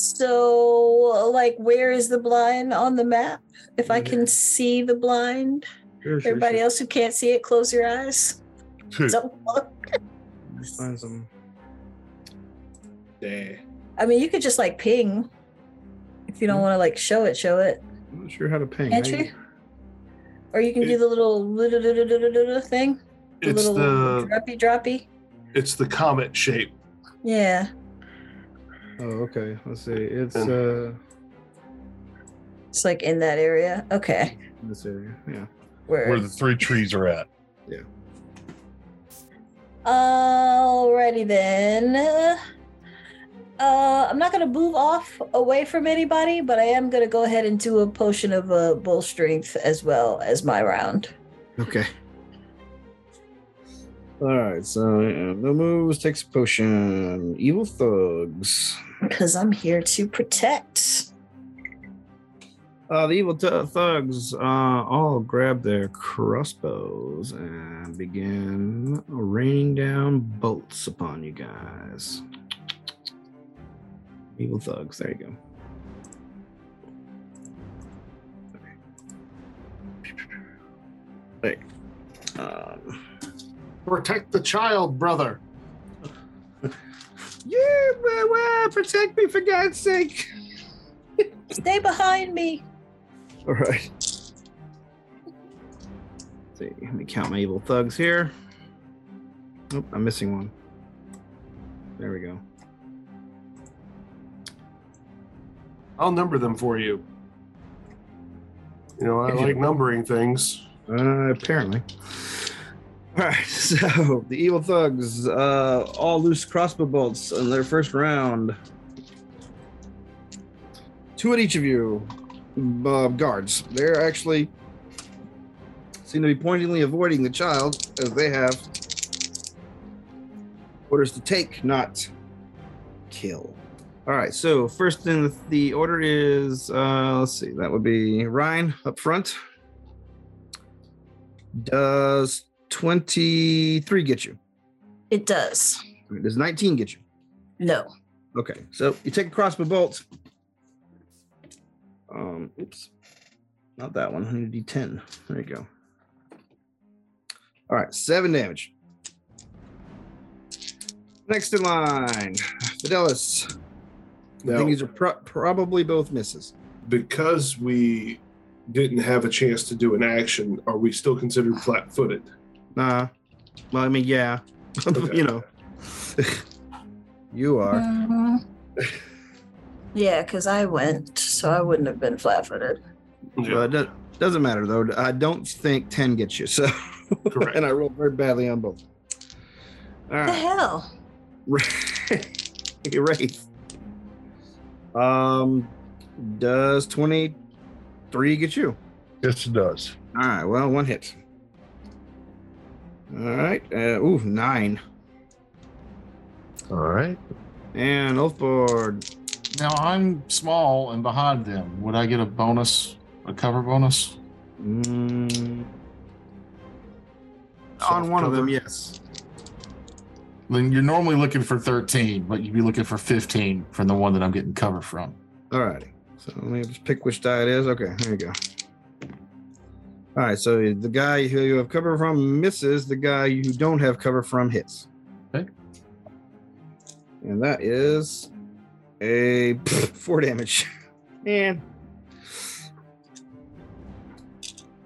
[SPEAKER 3] So, like, where is the blind on the map? If I can see the blind,
[SPEAKER 5] Sure, sure,
[SPEAKER 3] everybody
[SPEAKER 5] sure.
[SPEAKER 3] else who can't see it, close your eyes.
[SPEAKER 4] Two.
[SPEAKER 3] Don't look.
[SPEAKER 5] Let's Find some.
[SPEAKER 2] Day.
[SPEAKER 3] I mean, you could just like ping. If you
[SPEAKER 5] Mm-hmm.
[SPEAKER 3] don't want to like show it, show it.
[SPEAKER 5] I'm not sure how to ping.
[SPEAKER 3] Can't
[SPEAKER 5] How
[SPEAKER 3] you?
[SPEAKER 5] you-
[SPEAKER 3] Or you can do
[SPEAKER 2] It-
[SPEAKER 3] the little little thing. The
[SPEAKER 2] It's
[SPEAKER 3] little
[SPEAKER 2] the
[SPEAKER 3] droppy droppy.
[SPEAKER 2] it's the comet shape.
[SPEAKER 3] Yeah.
[SPEAKER 5] Oh, okay. Let's see. It's
[SPEAKER 2] And-
[SPEAKER 5] uh
[SPEAKER 3] It's like in that area. Okay.
[SPEAKER 5] this area. Yeah.
[SPEAKER 3] Where?
[SPEAKER 4] Where the three trees are at.
[SPEAKER 3] Alrighty then. Uh, I'm not gonna move off away from anybody, but I am gonna go ahead and do a potion of uh, bull strength as well as my round.
[SPEAKER 5] Okay. All right. So yeah, no moves. Takes a potion. Evil thugs.
[SPEAKER 3] Because I'm here to protect.
[SPEAKER 5] Uh, the evil thu- thugs uh, all grab their crossbows and begin raining down bolts upon you guys. Evil thugs, there you go. Wait. Um,
[SPEAKER 2] Protect the child, brother.
[SPEAKER 5] yeah, well, well, protect me for God's sake.
[SPEAKER 3] Stay behind me.
[SPEAKER 5] All right. see, let me count my evil thugs here. Nope, I'm missing one. There we go.
[SPEAKER 2] I'll number them for you. You know, I like numbering things.
[SPEAKER 5] Uh, apparently. All right, so the evil thugs uh, all loose crossbow bolts in their first round. Two at each of you, uh, guards. They're actually seem to be pointedly avoiding the child as they have orders to take, not kill. All right, so first in the, the order is uh, let's see, that would be Ryan up front. Does 23 get you?
[SPEAKER 3] It does.
[SPEAKER 5] All right, Does 19 get you?
[SPEAKER 3] No.
[SPEAKER 5] Okay, so you take a crossbow bolt. Um, oops, not that one. I need a D10. There you go. All right, seven damage. Next in line, Fidelis. I
[SPEAKER 2] Now,
[SPEAKER 5] think these are pro- probably both misses.
[SPEAKER 2] because we didn't have a chance to do an action, are we still considered flat-footed?
[SPEAKER 5] Nah. Well, I mean, yeah.
[SPEAKER 2] Okay.
[SPEAKER 5] you know. you are.
[SPEAKER 3] Mhm. yeah, because I went, so I wouldn't have been flat-footed.
[SPEAKER 5] Well, it does, doesn't matter though. I don't think ten gets you. So,
[SPEAKER 2] Correct.
[SPEAKER 5] and I rolled very badly on both.
[SPEAKER 3] The
[SPEAKER 5] All right,
[SPEAKER 3] hell?
[SPEAKER 5] Wraith. Um, does twenty-three get you?
[SPEAKER 4] Yes, it does.
[SPEAKER 5] All right. Well, one hit. All right. Uh, ooh, nine.
[SPEAKER 4] All right.
[SPEAKER 5] And Ulfborg.
[SPEAKER 1] Now I'm small and behind them. Would I get a bonus, a cover bonus?
[SPEAKER 5] Mm,
[SPEAKER 2] Soft
[SPEAKER 5] on one of
[SPEAKER 2] cover.
[SPEAKER 5] them, yes.
[SPEAKER 1] Then you're normally looking for 13, but you'd be looking for 15 from the one that I'm getting cover from.
[SPEAKER 5] Alrighty. So let me just pick which die it is. Okay, here we go. Alright, so the guy who you have cover from misses, the guy you don't have cover from hits.
[SPEAKER 1] Okay.
[SPEAKER 5] And that is a four damage. And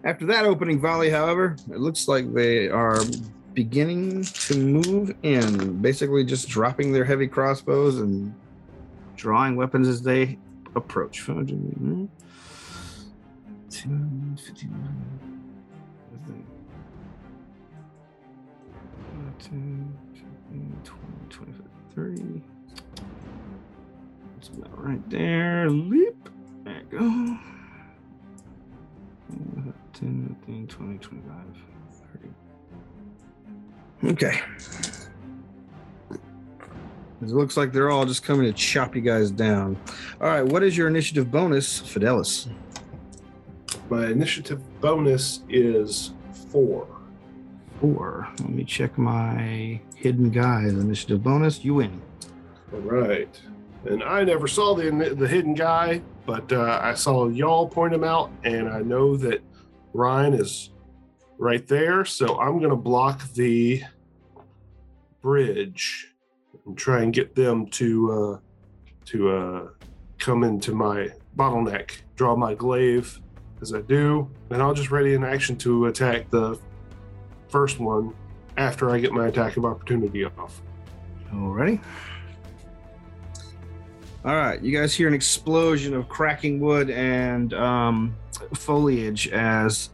[SPEAKER 5] after that opening volley, however, it looks like they are beginning to move in, basically just dropping their heavy crossbows and drawing weapons as they approach. 15, 15, 10, 15, 20, 25, 30. It's about right there. Leap. There you go. 15, 20, 25, 30. Okay. It looks like they're all just coming to chop you guys down. All right, what is your initiative bonus, Fidelis?
[SPEAKER 2] My initiative bonus is four.
[SPEAKER 5] Four. Let me check my hidden guys initiative bonus. You win.
[SPEAKER 2] All right. And I never saw the the hidden guy, but uh, I saw y'all point him out, and I know that Ryan is right there, so I'm gonna block the bridge and try and get them to uh, to uh, come into my bottleneck, draw my glaive as I do, and I'll just ready in action to attack the first one after I get my attack of opportunity off.
[SPEAKER 5] Alrighty. All right, you guys hear an explosion of cracking wood and um, foliage as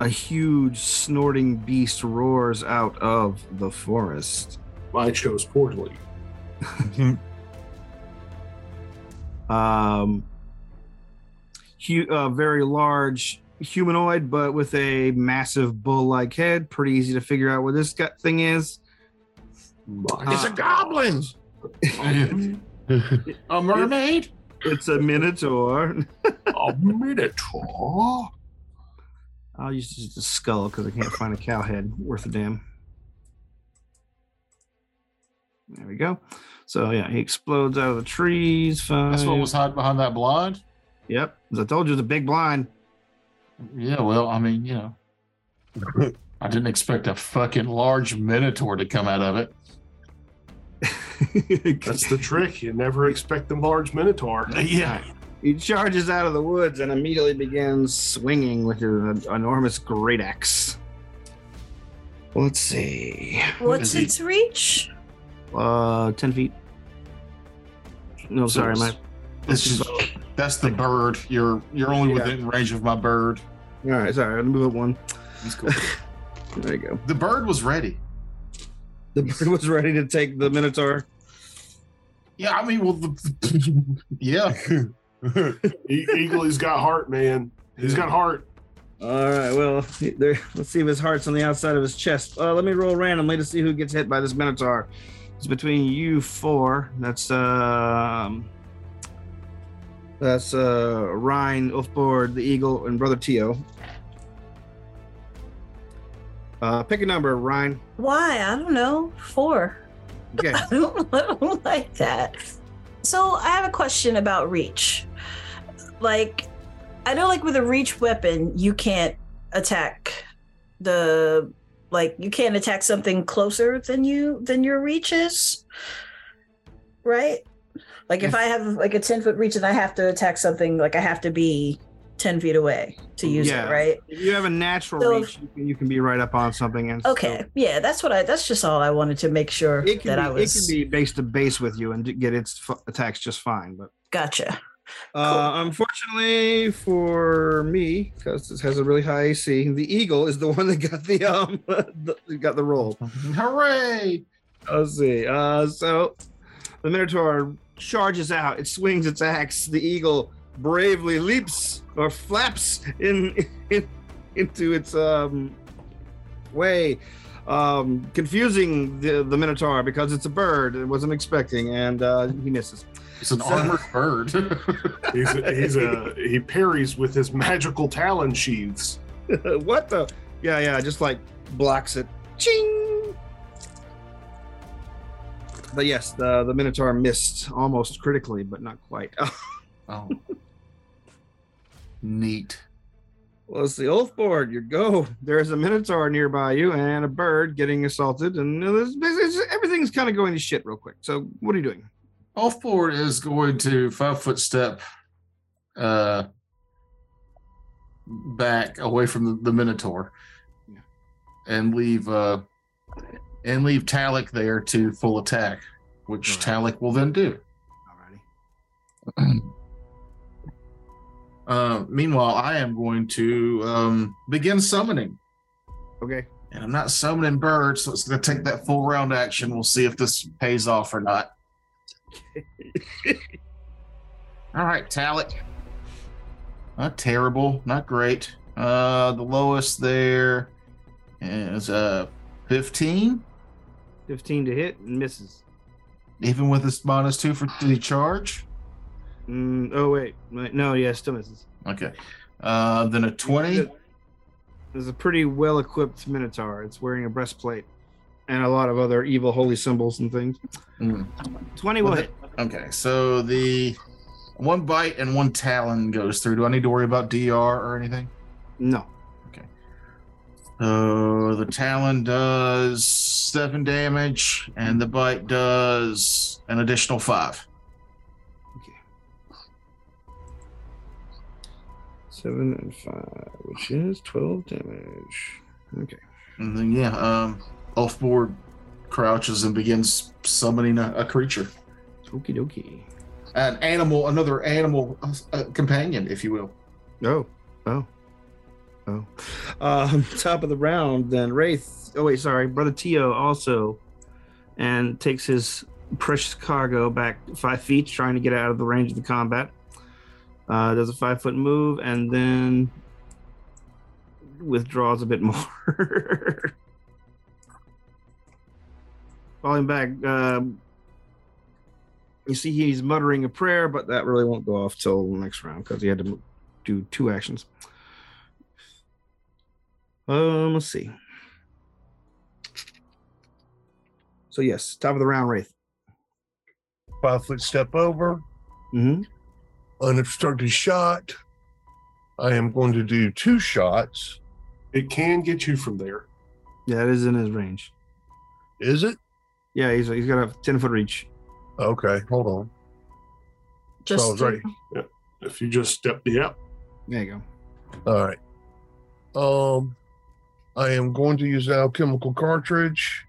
[SPEAKER 5] a huge snorting beast roars out of the forest.
[SPEAKER 2] I chose poorly.
[SPEAKER 5] um, hu- uh, very large humanoid, but with a massive bull-like head. Pretty easy to figure out what this gut thing is.
[SPEAKER 4] it's a goblin.
[SPEAKER 1] a mermaid?
[SPEAKER 5] It's a minotaur.
[SPEAKER 2] a minotaur.
[SPEAKER 5] I'll use just a skull because I can't find a cow head worth a damn. There we go. So yeah, he explodes out of the trees. Five.
[SPEAKER 1] That's what was hiding behind that blind?
[SPEAKER 5] Yep, as I told you, the big blind.
[SPEAKER 1] Yeah, well, I mean, you know. I didn't expect a fucking large minotaur to come out of it.
[SPEAKER 2] That's the trick. You never expect the large minotaur.
[SPEAKER 1] Uh,
[SPEAKER 2] E-,
[SPEAKER 1] Yeah.
[SPEAKER 5] He charges out of the woods and immediately begins swinging with an enormous great axe. Let's see.
[SPEAKER 3] What's
[SPEAKER 1] is he?
[SPEAKER 3] its reach?
[SPEAKER 5] Uh, ten feet. No,
[SPEAKER 1] So
[SPEAKER 5] sorry, my.
[SPEAKER 1] it's- This is that's the bird. You're you're only
[SPEAKER 5] Yeah.
[SPEAKER 1] within range of my bird.
[SPEAKER 5] All right, sorry. I'll move up one.
[SPEAKER 1] That's cool.
[SPEAKER 5] There you go.
[SPEAKER 1] the bird was ready.
[SPEAKER 5] The bird was ready to take the minotaur.
[SPEAKER 1] Yeah, I mean, well, the, yeah.
[SPEAKER 2] E- Eagle, he's got heart, man. He's got heart.
[SPEAKER 5] All right. Well, he- there, let's see if his heart's on the outside of his chest. Uh, let me roll randomly to see who gets hit by this minotaur. It's between you four. That's um, that's uh, Ryan, Ulfborg, the Eagle, and Brother Tio. Uh, pick a number, Ryan.
[SPEAKER 3] Why? I don't know. Four.
[SPEAKER 5] Okay.
[SPEAKER 3] I don't, I don't like that. So I have a question about reach. Like, I know, like with a reach weapon, you can't attack the like you can't attack something closer than you than your reach is, right? Like if I have like a ten foot reach and I have to attack something, like I have to be ten feet away to use
[SPEAKER 5] Yeah.
[SPEAKER 3] it, right?
[SPEAKER 5] If you have a natural
[SPEAKER 3] So-
[SPEAKER 5] reach, you can, you can be right up on something. And
[SPEAKER 3] Okay, yeah, that's what I. That's just all I wanted to make sure
[SPEAKER 5] so it can
[SPEAKER 3] that
[SPEAKER 5] be,
[SPEAKER 3] I was.
[SPEAKER 5] it can be base to base with you and get its f- attacks just fine. But
[SPEAKER 3] Gotcha.
[SPEAKER 5] Uh, unfortunately for me, because this has a really high AC, the eagle is the one that got the um the, got the roll.
[SPEAKER 1] Hooray!
[SPEAKER 5] Let's see. Uh, so the minotaur charges out. It swings its axe. The eagle bravely leaps or flaps in, in into its um way, um confusing the the minotaur because it's a bird. It wasn't expecting, and uh, he misses.
[SPEAKER 1] It's an armored bird.
[SPEAKER 2] He's he's a he parries with his magical talon sheaths.
[SPEAKER 5] Uh, what the? Yeah, yeah, just like blocks it. Ching! But yes, the, the Minotaur missed almost critically, but not quite.
[SPEAKER 1] oh, neat.
[SPEAKER 5] Let's see, Ulfborg, you go. There's a Minotaur nearby you and a bird getting assaulted, and there's, there's- everything's kind of going to shit real quick. So, what are you doing?
[SPEAKER 1] Offboard is going to five foot step uh back away from the, the Minotaur
[SPEAKER 5] Yeah.
[SPEAKER 1] and leave uh and leave Talik there to full attack, which Talik will then do.
[SPEAKER 5] Alrighty.
[SPEAKER 1] Uh, meanwhile, I am going to um, begin summoning.
[SPEAKER 5] Okay.
[SPEAKER 1] And I'm not summoning birds, so it's going to take that full round action. We'll see if this pays off or not. All right, Talik. Not terrible, not great. Uh, the lowest there is uh 15,
[SPEAKER 5] 15 to hit and misses.
[SPEAKER 1] even with his minus two for the charge.
[SPEAKER 5] Mm, oh, wait. wait. No, yeah, still misses.
[SPEAKER 1] Okay. Uh, then a 20.
[SPEAKER 5] There's a pretty well equipped Minotaur. It's wearing a breastplate and a lot of other evil holy symbols and things.
[SPEAKER 1] Mm,
[SPEAKER 5] 20 will
[SPEAKER 1] Well,
[SPEAKER 5] hit.
[SPEAKER 1] Okay, so the one bite and one talon goes through. Do I need to worry about DR or anything?
[SPEAKER 5] No.
[SPEAKER 1] So the talon does seven damage, and the bite does an additional five.
[SPEAKER 5] Okay. Seven and five, which is 12 damage. Okay.
[SPEAKER 1] And then yeah, um, Ulfborg crouches and begins summoning a, a creature,
[SPEAKER 5] Okie dokie.
[SPEAKER 1] an animal, another animal uh, uh, companion, if you will.
[SPEAKER 5] Oh, oh, oh. Um, top of the round, then Wraith. Oh wait, sorry, brother Tio also, and takes his precious cargo back five feet, trying to get out of the range of the combat. Uh, does a five foot move and then withdraws a bit more. Falling back, um, you see he's muttering a prayer, but that really won't go off till next round because he had to move do two actions. Um, let's see. So yes, top of the round, Wraith.
[SPEAKER 4] Five foot step over,
[SPEAKER 5] Mm-hmm.
[SPEAKER 4] unobstructed shot. I am going to do two shots.
[SPEAKER 2] It can get you from there.
[SPEAKER 5] Yeah, it is in his range.
[SPEAKER 4] Is it?
[SPEAKER 5] Yeah, he's he's got a ten foot reach.
[SPEAKER 4] Okay, hold on.
[SPEAKER 3] Just
[SPEAKER 4] so I was right.
[SPEAKER 2] If you just step, yeah.
[SPEAKER 5] There you go.
[SPEAKER 4] All right. Um, I am going to use an alchemical cartridge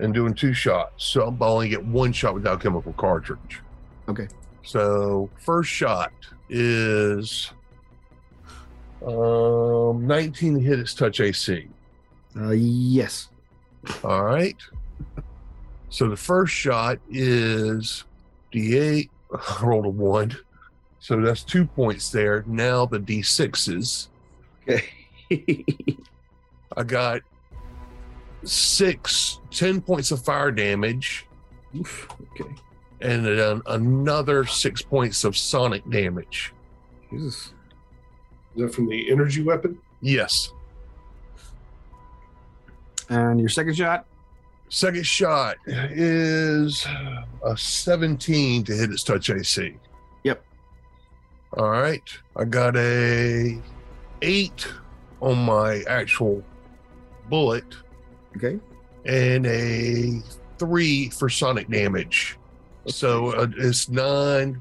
[SPEAKER 4] and doing two shots. So I'm only get one shot with alchemical cartridge.
[SPEAKER 5] Okay.
[SPEAKER 4] So first shot is um 19 to hit its touch AC.
[SPEAKER 5] Uh, yes.
[SPEAKER 4] All right. So the first shot is D8. I rolled a one. So that's two points there. Now the D6s.
[SPEAKER 5] Okay.
[SPEAKER 4] I got six, 10 points of fire damage
[SPEAKER 5] Oof, okay.
[SPEAKER 4] and then another six points of sonic damage.
[SPEAKER 5] Jesus.
[SPEAKER 2] Is that from the energy weapon?
[SPEAKER 4] Yes.
[SPEAKER 5] And your second shot.
[SPEAKER 4] Second shot is a 17 to hit its touch AC.
[SPEAKER 5] Yep.
[SPEAKER 4] All right. I got a eight on my actual bullet
[SPEAKER 5] Okay.
[SPEAKER 4] and a three for sonic damage. So uh, it's nine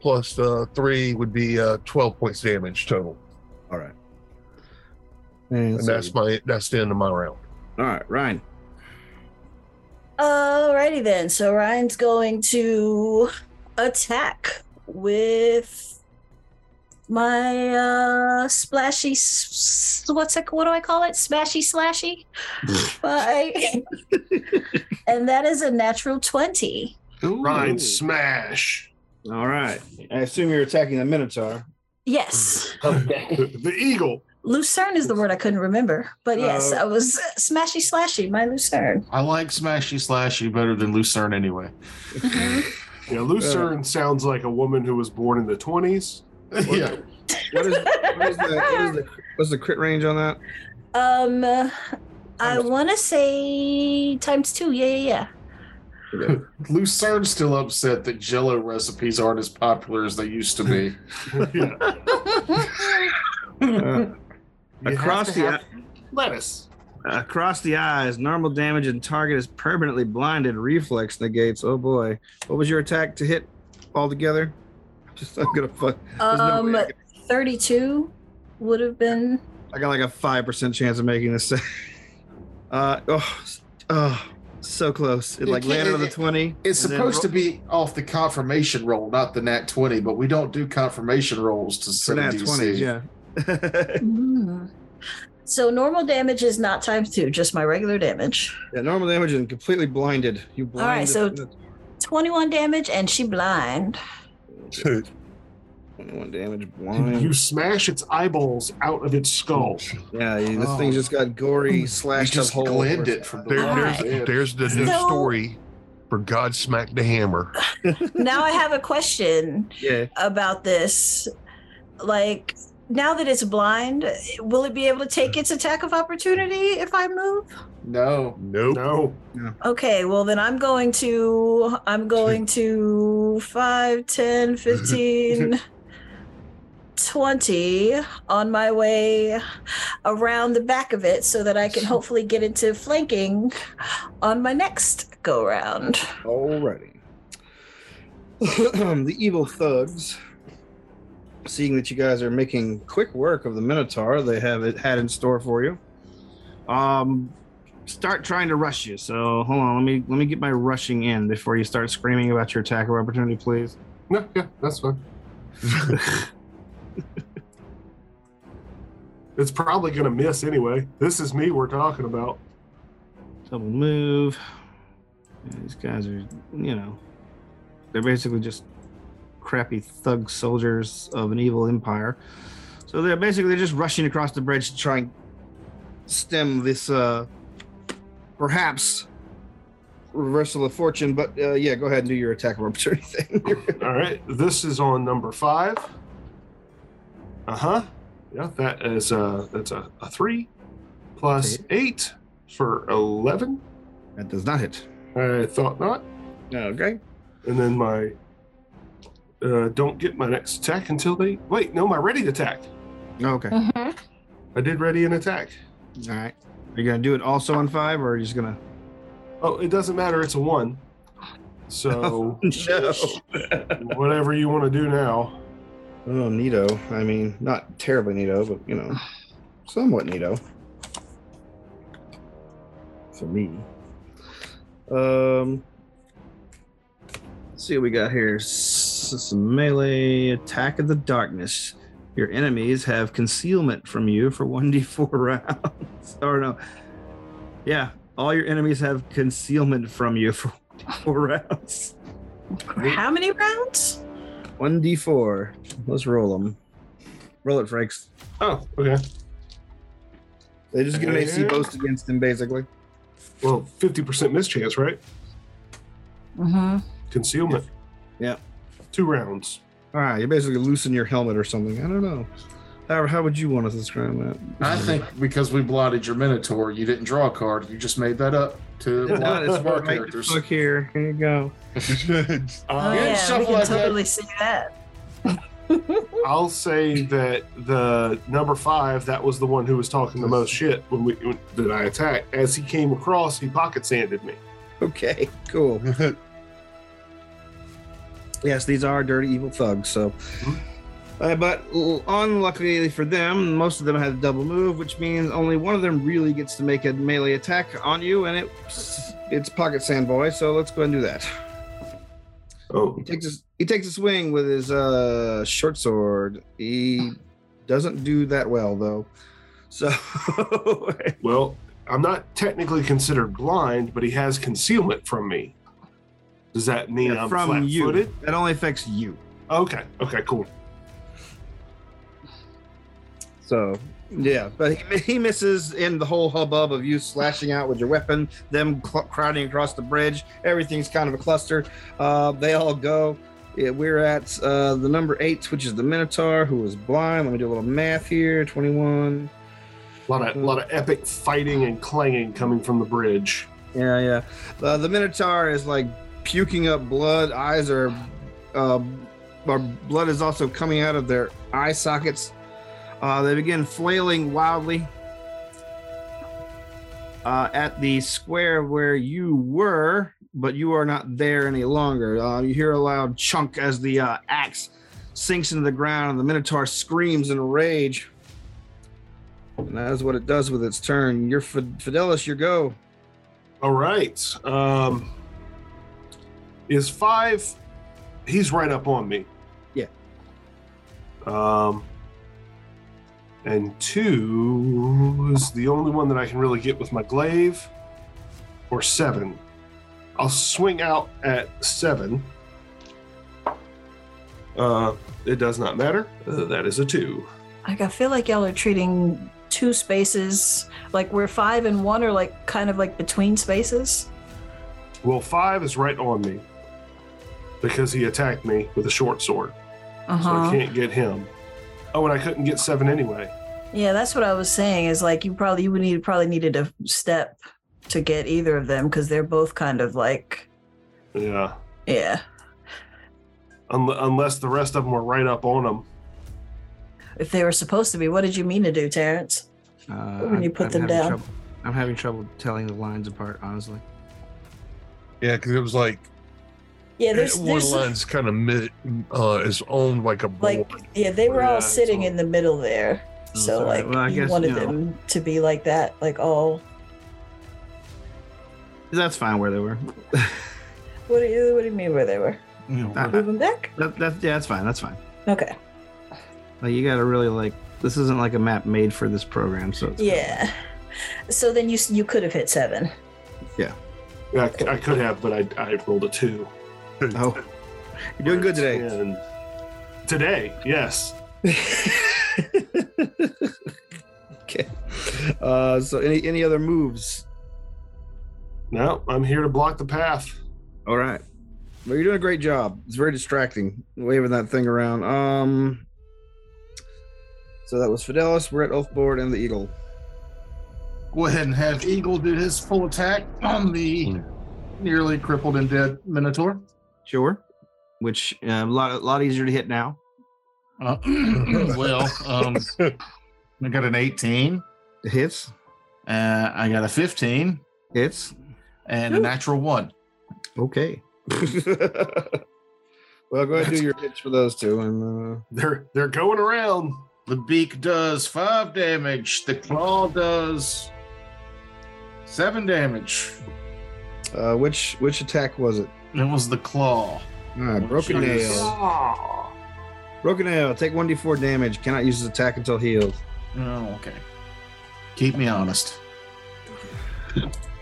[SPEAKER 4] plus uh, three would be uh, twelve points damage total,
[SPEAKER 5] All right. And,
[SPEAKER 4] and
[SPEAKER 5] so-
[SPEAKER 4] that's my that's the end of my round.
[SPEAKER 5] all right, Ryan.
[SPEAKER 3] Alrighty then. So Ryan's going to attack with my uh splashy s- s- what's it what do I call it? Smashy slashy. Bye. and that is a natural 20.
[SPEAKER 2] Ryan, smash
[SPEAKER 5] All right. I assume you're attacking the Minotaur.
[SPEAKER 3] Yes.
[SPEAKER 2] the, the eagle.
[SPEAKER 3] Lucerne is the word I couldn't remember. But yes,
[SPEAKER 5] Uh,
[SPEAKER 3] I was smashy slashy, my Lucerne.
[SPEAKER 1] I like Smashy Slashy better than Lucerne anyway.
[SPEAKER 2] Yeah, Lucerne sounds like a woman who was born in the 20s.
[SPEAKER 1] yeah.
[SPEAKER 5] What is, what is the, what is the, what's the crit range on that?
[SPEAKER 3] Um I wanna say times two, yeah, yeah, yeah.
[SPEAKER 1] Lucerne's still upset that Jello recipes aren't as popular as they used to be.
[SPEAKER 2] yeah.
[SPEAKER 5] Uh,
[SPEAKER 2] You
[SPEAKER 5] Across
[SPEAKER 2] have to
[SPEAKER 5] the
[SPEAKER 2] have lettuce.
[SPEAKER 5] Across the eyes, normal damage and target is permanently blinded. Reflex negates. Oh boy, what was your attack to hit altogether? Just I'm gonna fuck. there's no
[SPEAKER 3] Um
[SPEAKER 5] way I, got,
[SPEAKER 3] 32 would have been
[SPEAKER 5] I got like a five percent chance of making this. save. uh oh, s- oh, so close. It
[SPEAKER 1] It
[SPEAKER 5] like
[SPEAKER 1] can't-
[SPEAKER 5] landed on the
[SPEAKER 1] it-
[SPEAKER 5] twenty.
[SPEAKER 1] It's
[SPEAKER 5] and then
[SPEAKER 1] supposed to
[SPEAKER 5] ro-
[SPEAKER 1] be off the confirmation roll, not the nat 20, but we don't do confirmation rolls to
[SPEAKER 5] it's an at
[SPEAKER 1] 7
[SPEAKER 5] twenty. Yeah. yeah.
[SPEAKER 3] Mm. So normal damage is not times two, just my regular damage.
[SPEAKER 5] Normal damage and completely blinded. You blind.
[SPEAKER 3] right, so- 21 damage and she blind.
[SPEAKER 4] So
[SPEAKER 5] 21 damage blind.
[SPEAKER 2] You smash its eyeballs out of its skull.
[SPEAKER 5] yeah, you- this
[SPEAKER 1] Oh.
[SPEAKER 5] thing just got gory,
[SPEAKER 1] You
[SPEAKER 5] slashed
[SPEAKER 1] just
[SPEAKER 5] up whole.
[SPEAKER 1] glimmed it from the
[SPEAKER 4] There-
[SPEAKER 1] left.
[SPEAKER 2] there's-
[SPEAKER 4] There's the new
[SPEAKER 3] So-
[SPEAKER 4] story for God smacked the hammer.
[SPEAKER 3] now I have a question
[SPEAKER 5] Yeah.
[SPEAKER 3] about this. Like, now that it's blind, will it be able to take its attack of opportunity if I move?
[SPEAKER 1] No.
[SPEAKER 4] Nope.
[SPEAKER 2] No.
[SPEAKER 3] Okay, well then I'm going to I'm going to 5 10 15 20 on my way around the back of it so that I can hopefully get into flanking on my next go round.
[SPEAKER 5] Alrighty. the evil thugs, seeing that you guys are making quick work of the Minotaur they have it had in store for you, um, start trying to rush you. So hold on, let me let me get my rushing in before you start screaming about your attack of opportunity, please.
[SPEAKER 2] No, yeah, that's fine. It's probably going to miss anyway. This is me we're talking about.
[SPEAKER 5] Double move. Yeah, these guys are, you know, they're basically just crappy thug soldiers of an evil empire. So they're basically just rushing across the bridge to try and stem this, uh, perhaps reversal of fortune. But uh, yeah, go ahead and do your attack of opportunity thing.
[SPEAKER 2] All right. This is on number five. Uh huh. Yeah, that is a, that's a, a three plus eight for 11.
[SPEAKER 5] that does not hit.
[SPEAKER 2] I thought not.
[SPEAKER 5] Okay.
[SPEAKER 2] And then my uh, don't get my next attack until they wait. No, my ready attack.
[SPEAKER 5] Okay. All
[SPEAKER 2] I did ready an attack.
[SPEAKER 5] right. Are you gonna do it also on five, or are you just gonna?
[SPEAKER 2] Oh, it doesn't matter. It's a one. So
[SPEAKER 5] no.
[SPEAKER 2] whatever you want to do now.
[SPEAKER 5] Oh, neato. I mean, not terribly neato, but you know, somewhat neato. For me. Um. Let's see what we got here. S- Some melee attack of the darkness. Your enemies have concealment from you for one d4 rounds. or no. Yeah, all your enemies have concealment from you for four rounds.
[SPEAKER 3] How many rounds?
[SPEAKER 5] One d4. Let's roll them. Roll it, Franks.
[SPEAKER 2] Oh, okay.
[SPEAKER 5] They just get an AC
[SPEAKER 2] Yeah.
[SPEAKER 5] boost against him, basically.
[SPEAKER 2] Well, fifty percent mischance, right?
[SPEAKER 3] Mm-hmm.
[SPEAKER 2] Concealment.
[SPEAKER 5] Yeah.
[SPEAKER 2] Two rounds.
[SPEAKER 5] All right, you basically loosen your helmet or something. I don't know. How, how would you want us to describe that?
[SPEAKER 1] I think because we blotted your Minotaur, you didn't draw a card. You just made that up to
[SPEAKER 5] No,
[SPEAKER 1] blot
[SPEAKER 5] it's
[SPEAKER 1] one of our
[SPEAKER 5] right the
[SPEAKER 1] characters.
[SPEAKER 5] fuck here. Here you go.
[SPEAKER 2] Uh,
[SPEAKER 3] Oh,
[SPEAKER 1] yeah,
[SPEAKER 3] yeah,
[SPEAKER 1] stuff
[SPEAKER 3] we can
[SPEAKER 1] like that.
[SPEAKER 3] totally see that.
[SPEAKER 2] I'll say that the number five, that was the one who was talking the most shit when we when, that I attacked. As he came across, he pocket sanded me.
[SPEAKER 5] Okay, cool. yes, these are dirty, evil thugs. So,
[SPEAKER 1] Hmm?
[SPEAKER 5] uh, but l- unluckily for them, most of them have double move, which means only one of them really gets to make a melee attack on you, and it's it's pocket sandboy. So let's go ahead and do that.
[SPEAKER 2] Oh,
[SPEAKER 5] He takes a, he takes a swing with his uh short sword. He doesn't do that well though. So
[SPEAKER 2] well, I'm not technically considered blind, but he has concealment from me. Does that mean I'm
[SPEAKER 5] from you,
[SPEAKER 2] flat-footed?
[SPEAKER 5] that only affects you.
[SPEAKER 2] Okay. Okay. Cool.
[SPEAKER 5] So yeah, but he, he misses in the whole hubbub of you slashing out with your weapon, them cl- crowding across the bridge. Everything's kind of a cluster. Uh, they all go. Yeah, we're at uh, the number eight, which is the Minotaur, who is blind. Let me do a little math here. Twenty-one.
[SPEAKER 2] A lot of a lot of epic fighting and clanging coming from the bridge.
[SPEAKER 5] Yeah, yeah. Uh, the Minotaur is like puking up blood. Eyes are, uh, or blood is also coming out of their eye sockets. Uh, they begin flailing wildly uh, at the square where you were, but you are not there any longer. Uh, you hear a loud chunk as the uh, axe sinks into the ground, and the Minotaur screams in rage. And that is what it does with its turn. You're Fid- Fidelis, your go.
[SPEAKER 2] All right. Um, is five? He's right up on me.
[SPEAKER 5] Yeah.
[SPEAKER 2] Um, and two is the only one that I can really get with my glaive, or seven. I'll swing out at seven. Uh, it does not matter. Uh, that is a two.
[SPEAKER 3] Like I feel like y'all are treating two spaces like we're five and one are like kind of like between spaces.
[SPEAKER 2] Well, five is right on me because he attacked me with a short sword,
[SPEAKER 3] Uh
[SPEAKER 2] so I
[SPEAKER 3] huh.
[SPEAKER 2] can't get him. Oh, and I couldn't get seven anyway.
[SPEAKER 3] Yeah, that's what I was saying. Is like you probably you would need probably needed a step to get either of them because they're both kind of like
[SPEAKER 2] Yeah,
[SPEAKER 3] yeah.
[SPEAKER 2] Un- unless the rest of them were right up on him.
[SPEAKER 3] If they were supposed to be, what did you mean to do, Terrence?
[SPEAKER 5] Uh,
[SPEAKER 3] When you put them
[SPEAKER 5] having
[SPEAKER 3] down.
[SPEAKER 5] trouble- I'm having trouble telling the lines apart, honestly.
[SPEAKER 4] Yeah, because it was like eh,
[SPEAKER 3] Yeah, there's,
[SPEAKER 4] one
[SPEAKER 3] there's
[SPEAKER 4] line's kind of mid, uh, is owned like a board.
[SPEAKER 3] like yeah, they were
[SPEAKER 2] Yeah,
[SPEAKER 3] all
[SPEAKER 2] it's
[SPEAKER 3] sitting
[SPEAKER 2] all-
[SPEAKER 3] in the middle there.
[SPEAKER 5] Oh,
[SPEAKER 3] So
[SPEAKER 5] sorry.
[SPEAKER 3] like
[SPEAKER 5] Well, I
[SPEAKER 3] you
[SPEAKER 5] guess,
[SPEAKER 3] wanted
[SPEAKER 5] you know.
[SPEAKER 3] them to be like that, like all
[SPEAKER 5] That's fine where they were.
[SPEAKER 3] what do you what do you mean where they were?
[SPEAKER 1] You know,
[SPEAKER 5] Uh,
[SPEAKER 3] Move them back?
[SPEAKER 5] That, that, yeah, that's fine. That's fine.
[SPEAKER 3] Okay.
[SPEAKER 5] Like you gotta really like. This isn't like a map made for this program, so it's
[SPEAKER 3] Yeah. So then you s- you could have hit seven.
[SPEAKER 2] Yeah, I c- I, could have, but I, I rolled a two.
[SPEAKER 5] Oh, you're doing good today.
[SPEAKER 2] And today, yes.
[SPEAKER 5] okay. Uh, so any any other moves?
[SPEAKER 2] No, I'm here to block the path.
[SPEAKER 5] All right. Well, you're doing a great job. It's very distracting waving that thing around. Um. So that was Fidelis. We're at Ulfborg and the Eagle.
[SPEAKER 1] Go ahead and have Eagle do his full attack on the nearly crippled and dead Minotaur.
[SPEAKER 5] Sure. Which uh, a lot a lot easier to hit now.
[SPEAKER 1] Uh, well, um, I got an 18,
[SPEAKER 5] Hits.
[SPEAKER 1] uh, I got a 15,
[SPEAKER 5] Hits.
[SPEAKER 1] and a
[SPEAKER 3] Ooh.
[SPEAKER 1] natural one.
[SPEAKER 5] Okay. well, go ahead and do your hits for those two, and uh,
[SPEAKER 2] They're they're going around.
[SPEAKER 1] The beak does five damage. The claw does seven damage.
[SPEAKER 5] Uh, which which attack was it?
[SPEAKER 1] It was the claw.
[SPEAKER 5] Ah, broken
[SPEAKER 1] Jeez.
[SPEAKER 5] nail. Broken nail. Take one d four damage. Cannot use his attack until healed.
[SPEAKER 1] Oh, okay. Keep me honest.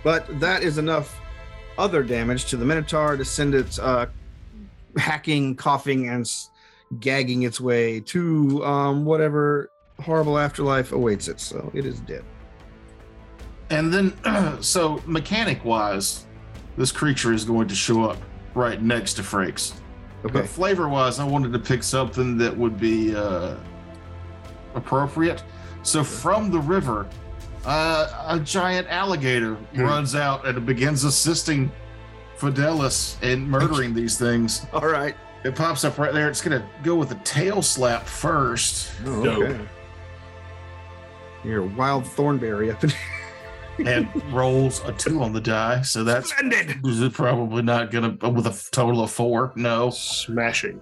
[SPEAKER 5] But that is enough other damage to the Minotaur to send it uh, hacking, coughing, and s- gagging its way to um, whatever horrible afterlife awaits it. So it is dead.
[SPEAKER 1] And then, so mechanic wise, this creature is going to show up right next to Frakes.
[SPEAKER 5] Okay.
[SPEAKER 1] But flavor wise, I wanted to pick something that would be uh, appropriate. So from the river, uh, a giant alligator runs out and begins assisting Fidelis in murdering these things.
[SPEAKER 5] All right.
[SPEAKER 1] It pops up right there. It's going to go with a tail slap first.
[SPEAKER 5] Oh,
[SPEAKER 2] Dope.
[SPEAKER 5] okay. Your wild thornberry up in
[SPEAKER 1] and rolls a two on the die. So that's
[SPEAKER 5] Splendid.
[SPEAKER 1] probably not gonna with a total of four. No.
[SPEAKER 2] Smashing.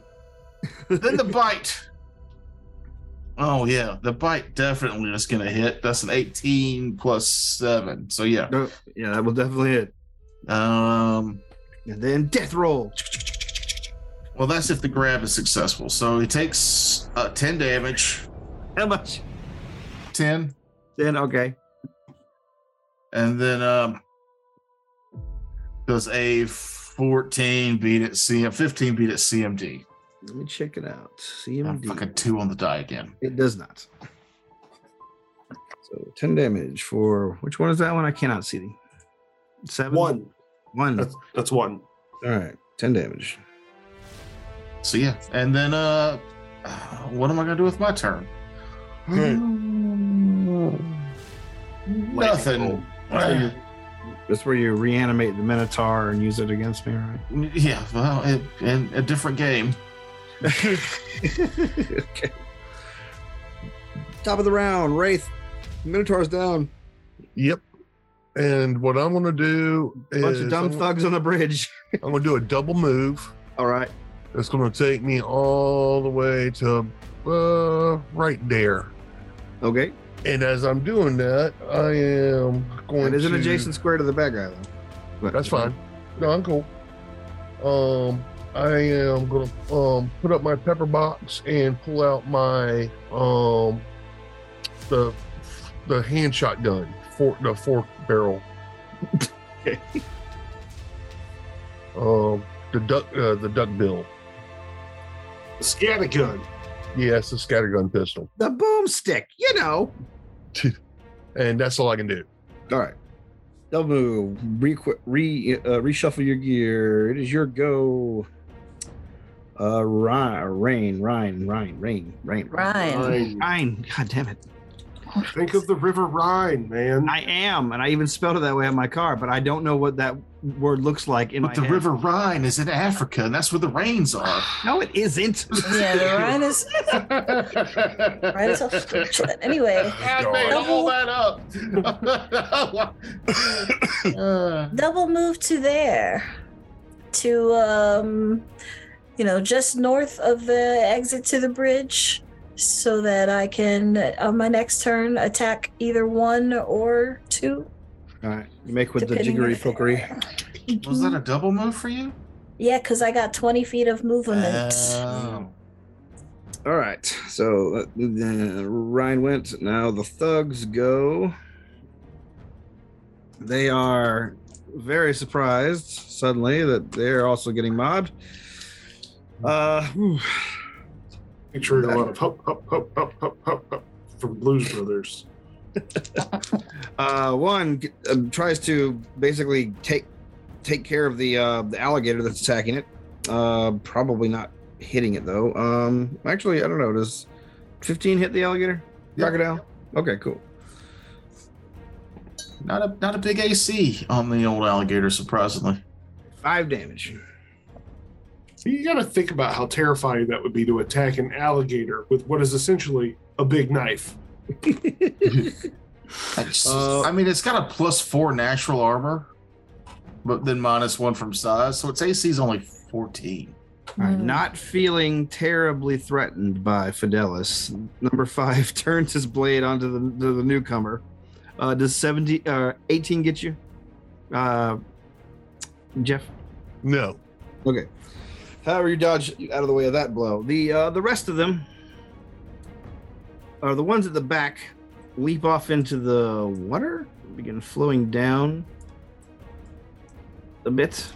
[SPEAKER 1] then the bite. Oh yeah, the bite definitely is gonna hit. That's an eighteen plus seven. So yeah.
[SPEAKER 5] No, yeah, that will definitely hit.
[SPEAKER 1] Um.
[SPEAKER 5] And then death roll.
[SPEAKER 1] Well, that's if the grab is successful. So he takes uh, ten damage.
[SPEAKER 5] How much?
[SPEAKER 1] Ten.
[SPEAKER 5] Then okay.
[SPEAKER 1] And then um does a fourteen beat at CM fifteen beat at CMD.
[SPEAKER 5] Let me check it out.
[SPEAKER 1] I'm
[SPEAKER 5] CMD.
[SPEAKER 1] fucking two on the die again.
[SPEAKER 5] It does not. So ten damage for which one is that one? I cannot see. Seven.
[SPEAKER 2] One.
[SPEAKER 5] One.
[SPEAKER 2] That's that's one.
[SPEAKER 5] All right. Ten damage.
[SPEAKER 1] So yeah, and then uh, what am I gonna do with my turn? Nothing. Uh,
[SPEAKER 5] That's where you reanimate the Minotaur and use it against me, right?
[SPEAKER 1] yeah, well, it, in a different game.
[SPEAKER 5] okay. Top of the round, Wraith. Minotaur's down.
[SPEAKER 4] Yep. And what I'm going to do is
[SPEAKER 5] Bunch of dumb
[SPEAKER 4] I'm,
[SPEAKER 5] thugs on the bridge.
[SPEAKER 4] I'm going to do a double move.
[SPEAKER 5] All right.
[SPEAKER 4] It's going to take me all the way to uh, right there.
[SPEAKER 5] Okay.
[SPEAKER 4] And as I'm doing that, I am going
[SPEAKER 5] It is an
[SPEAKER 4] to.
[SPEAKER 5] adjacent square to the bad guy, though. But-
[SPEAKER 4] That's fine. No, I'm cool. Um, I am gonna um put up my pepper box and pull out my um the the hand shotgun for the fork barrel.
[SPEAKER 5] Okay.
[SPEAKER 4] Um, the duck uh, the duck bill.
[SPEAKER 2] The scattergun.
[SPEAKER 4] Yes, the scattergun pistol.
[SPEAKER 5] The boomstick, you know.
[SPEAKER 4] And that's all I can do.
[SPEAKER 5] All right. Delmu, re, re uh, reshuffle your gear. It is your go. Uh, Ryan, Rain, Ryan, Ryan, Rain, Rain,
[SPEAKER 3] Ryan.
[SPEAKER 2] Rhine.
[SPEAKER 5] Ryan. God damn it!
[SPEAKER 2] Think of the River Rhine, man.
[SPEAKER 5] I am, and I even spelled it that way on my car, but I don't know what that word looks like in my
[SPEAKER 1] But the
[SPEAKER 5] head.
[SPEAKER 1] River Rhine is in Africa, and that's where the rains are.
[SPEAKER 5] No, it isn't.
[SPEAKER 3] Yeah, the Rhine is Rhine
[SPEAKER 1] Right,
[SPEAKER 3] is all flatulent. Anyway,
[SPEAKER 1] I made all that up. Uh,
[SPEAKER 3] double move to there, to um, you know, just north of the exit to the bridge, so that I can on my next turn attack either one or two.
[SPEAKER 5] All right, you make with the
[SPEAKER 3] depending
[SPEAKER 5] jiggery
[SPEAKER 3] if-
[SPEAKER 5] pokery.
[SPEAKER 1] was that a double move for you?
[SPEAKER 3] Yeah, because I got 20 feet of movement.
[SPEAKER 1] Oh.
[SPEAKER 5] All right, so uh, the- Ryan went. Now the thugs go. They are very surprised suddenly that they're also getting mobbed. Uh, whew.
[SPEAKER 2] Picturing a lot of hop, hop, hop, hop, hop, hop, hop from Blues Brothers.
[SPEAKER 5] uh, one g- um, tries to basically take take care of the uh, the alligator that's attacking it. Uh, probably not hitting it though. Um, actually, I don't know. Does fifteen hit the alligator?
[SPEAKER 1] Yep.
[SPEAKER 5] Crocodile. Okay, cool.
[SPEAKER 1] Not a not a big AC on the old alligator, surprisingly.
[SPEAKER 5] Five damage.
[SPEAKER 2] You got to think about how terrifying that would be to attack an alligator with what is essentially a big knife.
[SPEAKER 1] It's-
[SPEAKER 5] Uh,
[SPEAKER 1] I mean, it's got a plus four natural armor, but then minus one from size, so its AC is only fourteen.
[SPEAKER 5] Alright, Not feeling terribly threatened by Fidelis, number five turns his blade onto the, to the newcomer. Uh, does 70, uh, 18 get you? Uh, Jeff?
[SPEAKER 4] No.
[SPEAKER 5] Okay. However, you dodge out of the way of that blow. The uh, the rest of them are the ones at the back leap off into the water, begin flowing down a bit,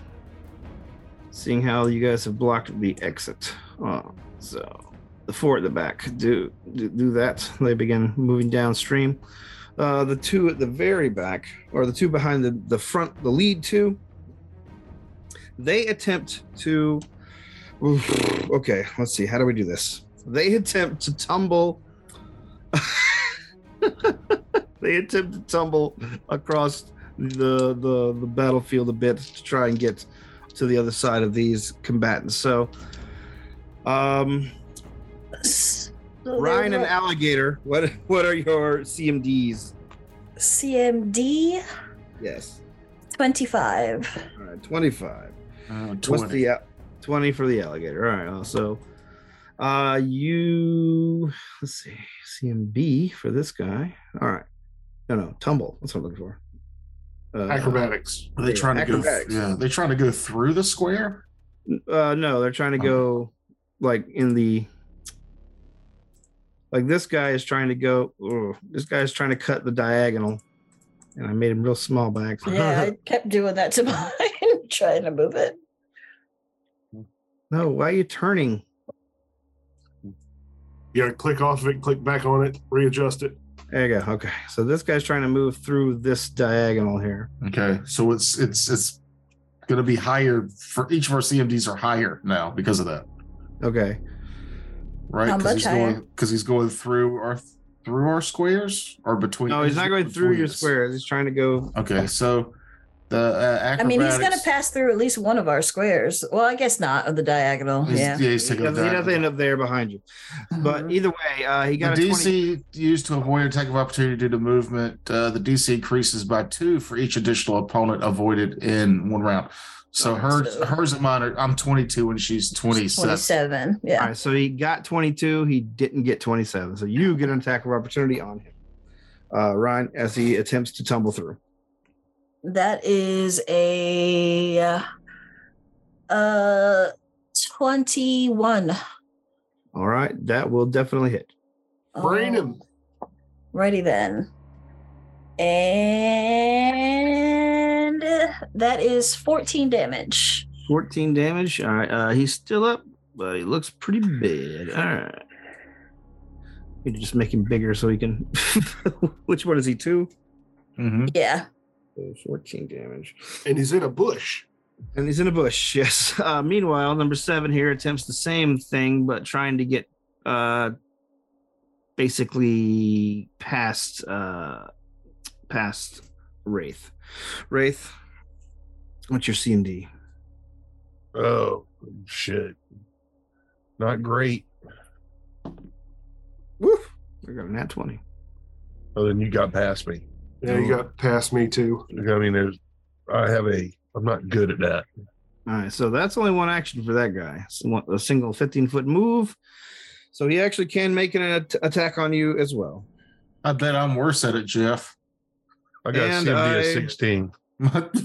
[SPEAKER 5] seeing how you guys have blocked the exit. Oh, so the four at the back do do, do that. They begin moving downstream. Uh, the two at the very back, or the two behind the, the front, the lead two, they attempt to Oof, okay let's see how do we do this they attempt to tumble they attempt to tumble across the, the the battlefield a bit to try and get to the other side of these combatants so um
[SPEAKER 3] So they're
[SPEAKER 5] ryan and
[SPEAKER 3] what,
[SPEAKER 5] alligator what what are your cmds
[SPEAKER 3] CMD
[SPEAKER 5] yes
[SPEAKER 3] 25.
[SPEAKER 5] all right 25
[SPEAKER 1] Uh,
[SPEAKER 5] What's the al- twenty for the alligator? All right. uh, So, uh, you let's see, CMB for this guy. All right. No, no, tumble. That's what I'm looking for. Uh,
[SPEAKER 2] Acrobatics.
[SPEAKER 1] Are they trying to
[SPEAKER 5] Acrobatics.
[SPEAKER 1] go? Yeah, they're trying to go through the square.
[SPEAKER 5] Uh, no, they're trying to
[SPEAKER 1] Okay.
[SPEAKER 5] go like in the like this guy is trying to go. Oh, this guy is trying to cut the diagonal, and I made him real small by accident.
[SPEAKER 3] Yeah, I kept doing that to mine, trying to move it.
[SPEAKER 5] no, why are you turning?
[SPEAKER 2] You got to click off of it, click back on it, readjust it.
[SPEAKER 5] There you go. Okay, so this guy's trying to move through this diagonal here.
[SPEAKER 1] Okay, so it's it's it's gonna be higher for each of our CMDs are higher now because of that,
[SPEAKER 5] Okay.
[SPEAKER 1] right?
[SPEAKER 3] How much
[SPEAKER 1] he's
[SPEAKER 3] higher?
[SPEAKER 1] going because he's going through our through our squares or between.
[SPEAKER 5] No, he's not going through
[SPEAKER 1] between
[SPEAKER 5] your
[SPEAKER 1] us.
[SPEAKER 5] squares. He's trying to go.
[SPEAKER 1] Okay, so the uh, acrobatics.
[SPEAKER 3] I mean, he's going to pass through at least one of our squares. Well, I guess not of the diagonal.
[SPEAKER 1] He's,
[SPEAKER 3] yeah.
[SPEAKER 1] he's
[SPEAKER 5] He
[SPEAKER 1] taking a
[SPEAKER 5] doesn't, he doesn't
[SPEAKER 1] diagonal.
[SPEAKER 5] end up there behind you. But either way, uh, he got
[SPEAKER 1] the
[SPEAKER 5] a
[SPEAKER 1] DC used to avoid attack of opportunity due to movement. Uh, the DC increases by two for each additional opponent avoided in one round. So
[SPEAKER 3] Okay,
[SPEAKER 1] hers,
[SPEAKER 3] so-
[SPEAKER 1] hers and mine are. I'm 22 and she's 27.
[SPEAKER 3] 27.
[SPEAKER 5] All
[SPEAKER 3] Yeah.
[SPEAKER 5] right, so he got 22. He didn't get 27. So you get an attack of opportunity on him, uh, Ryan, as he attempts to tumble through.
[SPEAKER 3] That is a uh, uh 21.
[SPEAKER 5] All right, that will definitely hit.
[SPEAKER 2] Brain
[SPEAKER 3] Oh,
[SPEAKER 2] him.
[SPEAKER 3] Righty then. And that is 14 damage.
[SPEAKER 5] 14 damage. All right, uh, he's still up, but he looks pretty big. All right. We can just make him bigger so he can. Which one is he? Two?
[SPEAKER 1] Mm-hmm.
[SPEAKER 3] Yeah.
[SPEAKER 5] So 14 damage.
[SPEAKER 2] and he's in a bush.
[SPEAKER 5] And he's in a bush, yes. Uh, meanwhile, number seven here attempts the same thing, but trying to get uh, basically past uh, past Wraith. Wraith, what's your CMD?
[SPEAKER 4] Oh shit. Not great.
[SPEAKER 5] Woof. We're going at 20.
[SPEAKER 4] Oh, then you got past me.
[SPEAKER 2] Yeah, you got past me too.
[SPEAKER 4] I mean, there's I have a I'm not good at that.
[SPEAKER 5] All right, so that's only one action for that guy. So one- a single 15 foot move. So he actually can make an at- attack on you as well.
[SPEAKER 1] I bet I'm worse at it, Jeff.
[SPEAKER 4] I got
[SPEAKER 5] And
[SPEAKER 4] CMD at
[SPEAKER 5] I-
[SPEAKER 4] 16.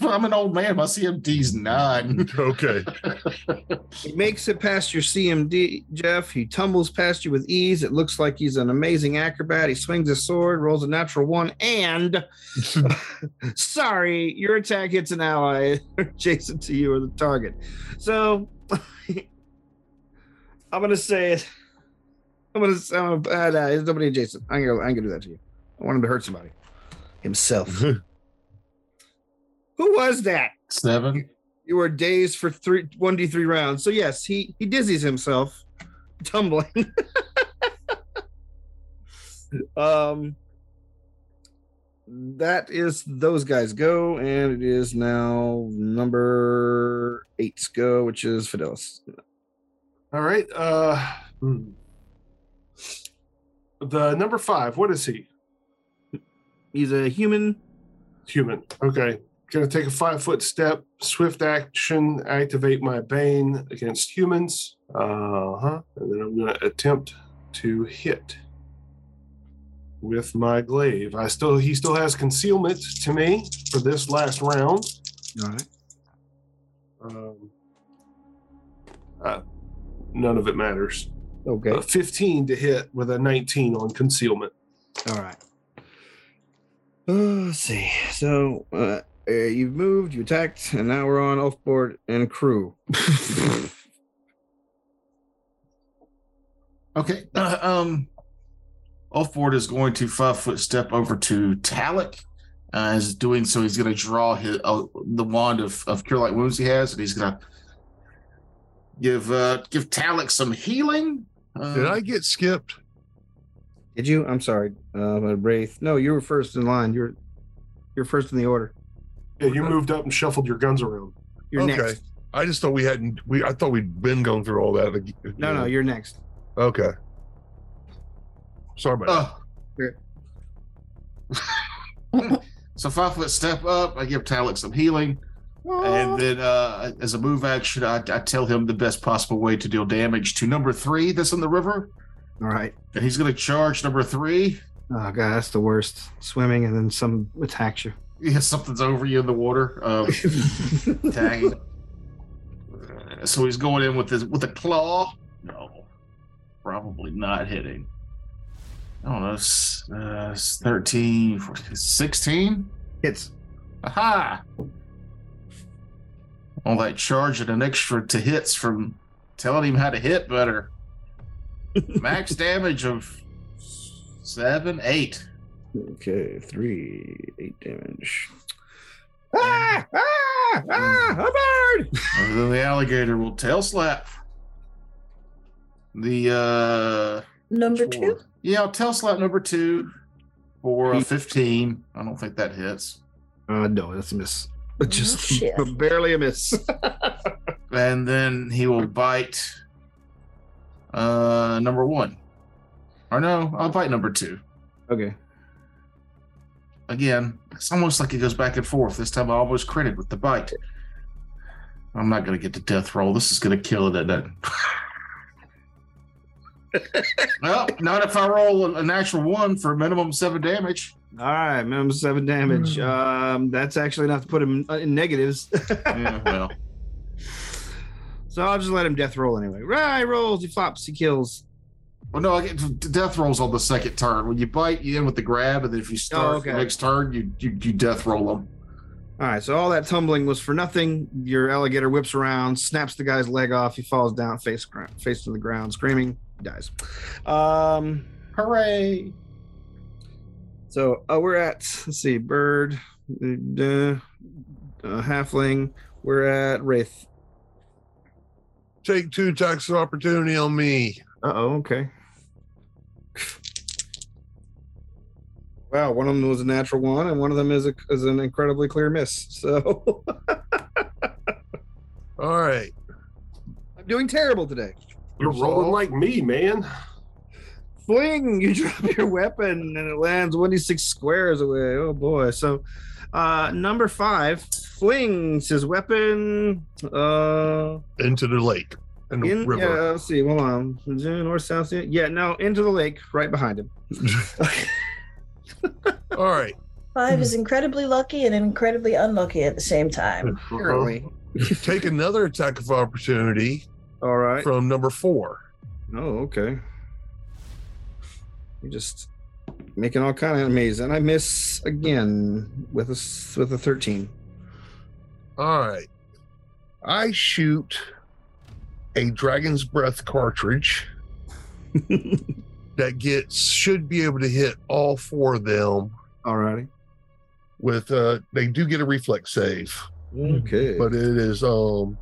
[SPEAKER 1] I'm an old man. My CMD's nine.
[SPEAKER 4] Okay.
[SPEAKER 5] He makes it past your CMD, Jeff. He tumbles past you with ease. It looks like he's an amazing acrobat. He swings his sword, rolls a natural one, and sorry, your attack hits an ally adjacent to you or the target. So I'm gonna say it. I'm gonna. I'm gonna uh, nah, it's nobody adjacent. I'm gonna. I'm gonna do that to you. I want him to hurt somebody himself. Who was that?
[SPEAKER 1] Seven.
[SPEAKER 5] you are dazed for three one d three rounds. So yes, he he dizzies himself, tumbling. um, that is those guys go, and it is now number eight's go, which is Fidelis.
[SPEAKER 2] All right. Uh, hmm. The number five, what is he?
[SPEAKER 5] He's a human.
[SPEAKER 2] Human. Okay. Gonna take a five foot step, swift action, activate my Bane against humans. Uh huh. And then I'm gonna attempt to hit with my glaive. I still, he still has concealment to me for this last round.
[SPEAKER 5] All right.
[SPEAKER 2] Um, uh, none of it matters.
[SPEAKER 5] Okay.
[SPEAKER 2] A 15 to hit with a 19 on concealment.
[SPEAKER 5] All right. Uh, let's see. So uh, uh, you've moved, you attacked, and now we're on offboard and crew.
[SPEAKER 1] Okay. Uh, um, Offboard is going to five foot step over to Talik. Uh, is doing so. He's going to draw his uh, the wand of, of cure light wounds he has, and he's going to give uh, give Talik some healing. Uh,
[SPEAKER 4] Did I get skipped?
[SPEAKER 5] Did you? I'm sorry, uh, Wraith. No, you were first in line. You're you're first in the order.
[SPEAKER 2] Yeah, you moved up and shuffled your guns around.
[SPEAKER 5] You're
[SPEAKER 4] Okay.
[SPEAKER 5] next.
[SPEAKER 4] I just thought we hadn't we I thought we'd been going through all that. ag-
[SPEAKER 5] No, no, you're next.
[SPEAKER 4] Okay. Sorry about that.
[SPEAKER 1] Uh, so five foot step up. I give Talik some healing, and then uh, as a move action, I, I tell him the best possible way to deal damage to number three that's in the river,
[SPEAKER 5] All right.
[SPEAKER 1] and he's going to charge number three.
[SPEAKER 5] Oh god, that's the worst. Swimming and then some attacks you.
[SPEAKER 1] Yeah, something's over you in the water. Um, dang. So he's going in with his with a claw. No, probably not hitting. I don't know, s- uh, s- 13, 14, 16?
[SPEAKER 5] Hits.
[SPEAKER 1] Aha! All that charge and an extra to hits from telling him how to hit better. Max damage of seven, eight.
[SPEAKER 5] Okay, three, eight damage. Ah! Ah! Ah! A bird!
[SPEAKER 1] And then the alligator will tail slap. The uh
[SPEAKER 3] Number
[SPEAKER 1] for-
[SPEAKER 3] two.
[SPEAKER 1] Yeah, I'll tail slap number two for a fifteen. I don't think that hits.
[SPEAKER 5] Uh, no, that's a miss.
[SPEAKER 3] Oh,
[SPEAKER 5] Just
[SPEAKER 3] shit.
[SPEAKER 5] barely a miss.
[SPEAKER 1] And then he will bite uh number one. Or no, I'll bite number two.
[SPEAKER 5] okay.
[SPEAKER 1] Again, it's almost like it goes back and forth. This time I almost critted with the bite. I'm not gonna get the death roll. This is gonna kill it at that. well, not if I roll a natural one for a minimum seven damage.
[SPEAKER 5] All right, minimum seven damage.
[SPEAKER 4] Hmm.
[SPEAKER 5] Um, that's actually enough to put him in negatives.
[SPEAKER 1] yeah, well,
[SPEAKER 5] So I'll just let him death roll anyway. Right, he rolls, he flops, he kills.
[SPEAKER 1] well, no, I get death rolls on the second turn. When you bite, you end with the grab, and then if you start
[SPEAKER 5] okay.
[SPEAKER 1] the next turn, you, you you death roll them.
[SPEAKER 5] Oh, All right, so all that tumbling was for nothing. Your alligator whips around, snaps the guy's leg off. He falls down, face gr- face to the ground, screaming, dies. Um,
[SPEAKER 1] Hooray!
[SPEAKER 5] so uh, we're at let's see, bird, uh, uh, halfling. We're at wraith.
[SPEAKER 4] Take two attacks of opportunity on me.
[SPEAKER 5] Uh oh, okay. Wow, one of them was a natural one, and one of them is a, is an incredibly clear miss. So
[SPEAKER 4] All right.
[SPEAKER 5] I'm doing terrible today.
[SPEAKER 2] You're rolling like me, man.
[SPEAKER 5] fling you drop your weapon and it lands 26 squares away oh boy so uh number five flings his weapon uh
[SPEAKER 4] Into the lake and the
[SPEAKER 5] in yeah
[SPEAKER 4] river.
[SPEAKER 5] let's see hold on north south yeah, yeah no into the lake right behind him
[SPEAKER 4] All right.
[SPEAKER 3] Five is incredibly lucky and incredibly unlucky at the same time.
[SPEAKER 5] apparently
[SPEAKER 4] Take another attack of opportunity
[SPEAKER 5] all right
[SPEAKER 4] from number four.
[SPEAKER 5] oh okay you're just making all kind of enemies and i miss again with a s- with a 13
[SPEAKER 4] All right. I shoot a dragon's breath cartridge that gets should be able to hit all four of them
[SPEAKER 5] Alrighty.
[SPEAKER 4] with uh they do get a reflex save,
[SPEAKER 5] okay
[SPEAKER 4] but it is um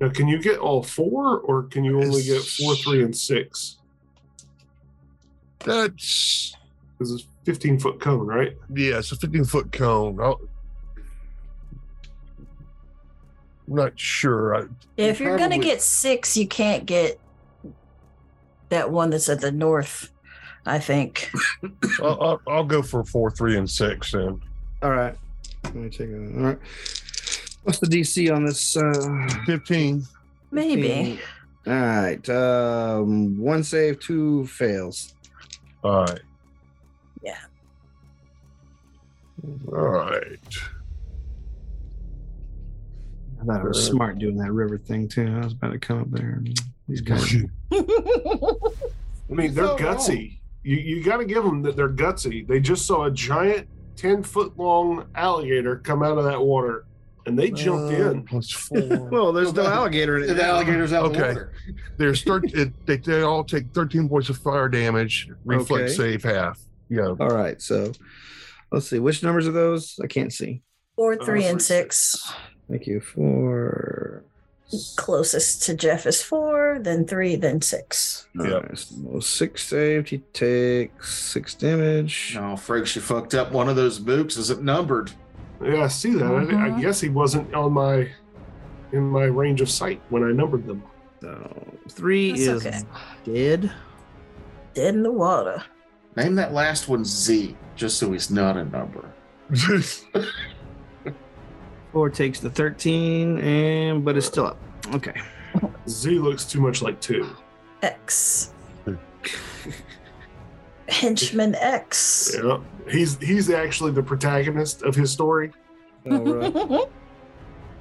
[SPEAKER 2] Now, can you get all four, or can you only get four, three, and six?
[SPEAKER 4] that's
[SPEAKER 2] Because it's 15 foot cone, right?
[SPEAKER 4] yeah, it's a 15 foot cone. I'll, I'm not sure. I,
[SPEAKER 3] If you're gonna
[SPEAKER 1] Probably-
[SPEAKER 3] get six, you can't get that one that's at the north. I think.
[SPEAKER 4] I'll, I'll, I'll go for four, three, and six. And
[SPEAKER 5] All right. Let me check it out. All right. What's the DC on this? Uh,
[SPEAKER 4] 15.
[SPEAKER 3] Maybe.
[SPEAKER 5] All right. Um, one save, two fails.
[SPEAKER 4] All right.
[SPEAKER 3] Yeah.
[SPEAKER 4] All right.
[SPEAKER 5] I thought I was smart doing that river thing too. I was about to come up there. And these guys.
[SPEAKER 2] I mean, they're
[SPEAKER 1] So
[SPEAKER 2] gutsy. You you got to give them that they're gutsy. They just saw a giant, 10 foot long alligator come out of that water, and they jumped
[SPEAKER 4] Uh,
[SPEAKER 2] in.
[SPEAKER 4] Plus four.
[SPEAKER 5] well, there's no alligator in it.
[SPEAKER 1] The alligator's out
[SPEAKER 4] Okay.
[SPEAKER 1] of water.
[SPEAKER 4] There's thir- it, they, they all take 13 points of fire damage, reflex save half. Yeah.
[SPEAKER 5] All right. So let's see. Which numbers are those? I can't see.
[SPEAKER 3] Four, three,
[SPEAKER 2] Uh,
[SPEAKER 3] and six.
[SPEAKER 5] Thank you. Four.
[SPEAKER 3] Closest to Jeff is four, then three, then six.
[SPEAKER 5] All
[SPEAKER 4] Yep.
[SPEAKER 5] right, so six saved. He takes six damage.
[SPEAKER 1] No, Frakes, you fucked up. One of those mooks isn't numbered.
[SPEAKER 2] Yeah, I see that. I- I,
[SPEAKER 3] Mhm.
[SPEAKER 2] guess he wasn't on my in my range of sight when I numbered them.
[SPEAKER 5] So three
[SPEAKER 3] That's
[SPEAKER 5] is
[SPEAKER 3] okay.
[SPEAKER 5] dead.
[SPEAKER 3] Dead in the water.
[SPEAKER 1] Name that last one Z, just so he's not a number.
[SPEAKER 5] Four takes the 13, and but it's still up. Okay.
[SPEAKER 2] Z looks too much like two.
[SPEAKER 3] X. Henchman X.
[SPEAKER 2] Yeah, he's he's actually the protagonist of his story.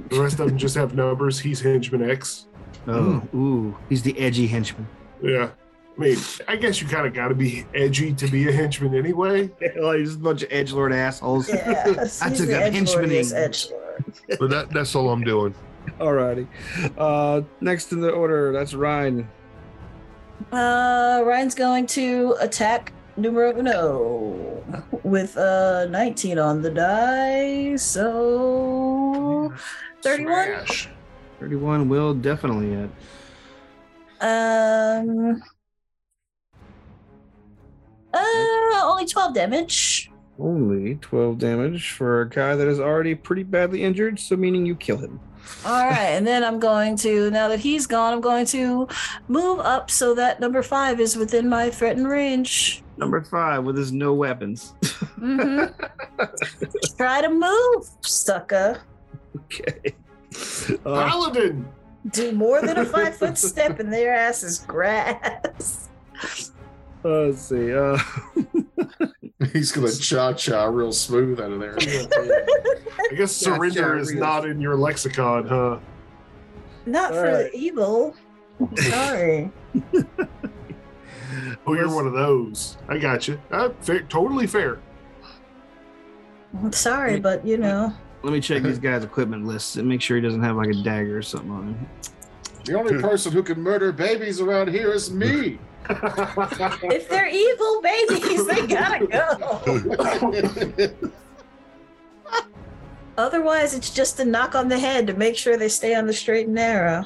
[SPEAKER 2] The rest of them just have numbers. He's henchman X.
[SPEAKER 5] oh,
[SPEAKER 3] Hmm.
[SPEAKER 5] ooh, he's the edgy henchman.
[SPEAKER 2] Yeah, I mean, I guess you kind of got to be edgy to be a henchman anyway.
[SPEAKER 5] he's a bunch of edge lord assholes.
[SPEAKER 3] Yeah,
[SPEAKER 5] I
[SPEAKER 3] he's
[SPEAKER 5] took
[SPEAKER 3] the edgelord,
[SPEAKER 5] up henchman
[SPEAKER 3] he's
[SPEAKER 5] name.
[SPEAKER 3] edgelord.
[SPEAKER 4] but that, that's all I'm doing.
[SPEAKER 5] Alrighty. Uh, next in the order, that's Ryan.
[SPEAKER 3] Uh, Ryan's going to attack numero uno with uh 19 on the die. So 31?
[SPEAKER 2] Smash.
[SPEAKER 5] 31 will definitely hit.
[SPEAKER 3] um uh only 12 damage.
[SPEAKER 5] Only 12 damage for a guy that is already pretty badly injured, so meaning you kill him.
[SPEAKER 3] All right, and then I'm going to now that he's gone, I'm going to move up so that number five is within my threatened range.
[SPEAKER 5] Number five with his no weapons.
[SPEAKER 3] Mhm. Try to move, sucker.
[SPEAKER 5] okay. Uh,
[SPEAKER 2] Paladin.
[SPEAKER 3] Do more than a five foot step, and their ass is grass.
[SPEAKER 5] uh, let's see. Uh,
[SPEAKER 1] He's gonna cha cha real smooth out of there.
[SPEAKER 2] I guess
[SPEAKER 5] Yeah,
[SPEAKER 2] surrender is
[SPEAKER 5] Jairus.
[SPEAKER 2] not in your lexicon, huh?
[SPEAKER 3] Not for
[SPEAKER 5] All
[SPEAKER 3] the evil. Sorry.
[SPEAKER 2] Oh, you're one of those. I got you. Uh, fair, totally fair.
[SPEAKER 3] I'm sorry, but you know.
[SPEAKER 5] Let me check these guys' equipment lists and make sure he doesn't have like a dagger or something on him.
[SPEAKER 1] The only person who can murder babies around here is me.
[SPEAKER 3] If they're evil babies, they gotta go. Otherwise, it's just a knock on the head to make sure they stay on the straight and narrow.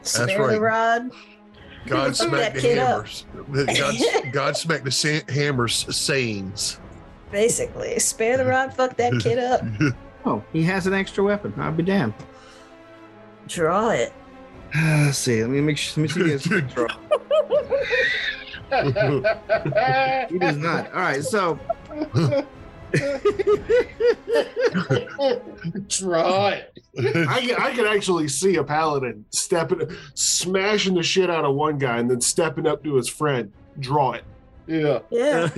[SPEAKER 3] Spare
[SPEAKER 4] right.
[SPEAKER 3] the rod.
[SPEAKER 4] God
[SPEAKER 3] that
[SPEAKER 4] smack the
[SPEAKER 3] kid up.
[SPEAKER 4] hammers. God, God smack the sa- hammers sayings.
[SPEAKER 3] Basically, spare the rod. Fuck that kid up.
[SPEAKER 5] Oh, he has an extra weapon. I'll be damned.
[SPEAKER 3] Draw it.
[SPEAKER 5] Let's see. Let me make sure. Let me see his draw. He does not. All right. So
[SPEAKER 1] Draw it.
[SPEAKER 2] I can, I can actually see a paladin stepping, smashing the shit out of one guy, and then stepping up to his friend, draw it.
[SPEAKER 1] Yeah.
[SPEAKER 3] Yeah,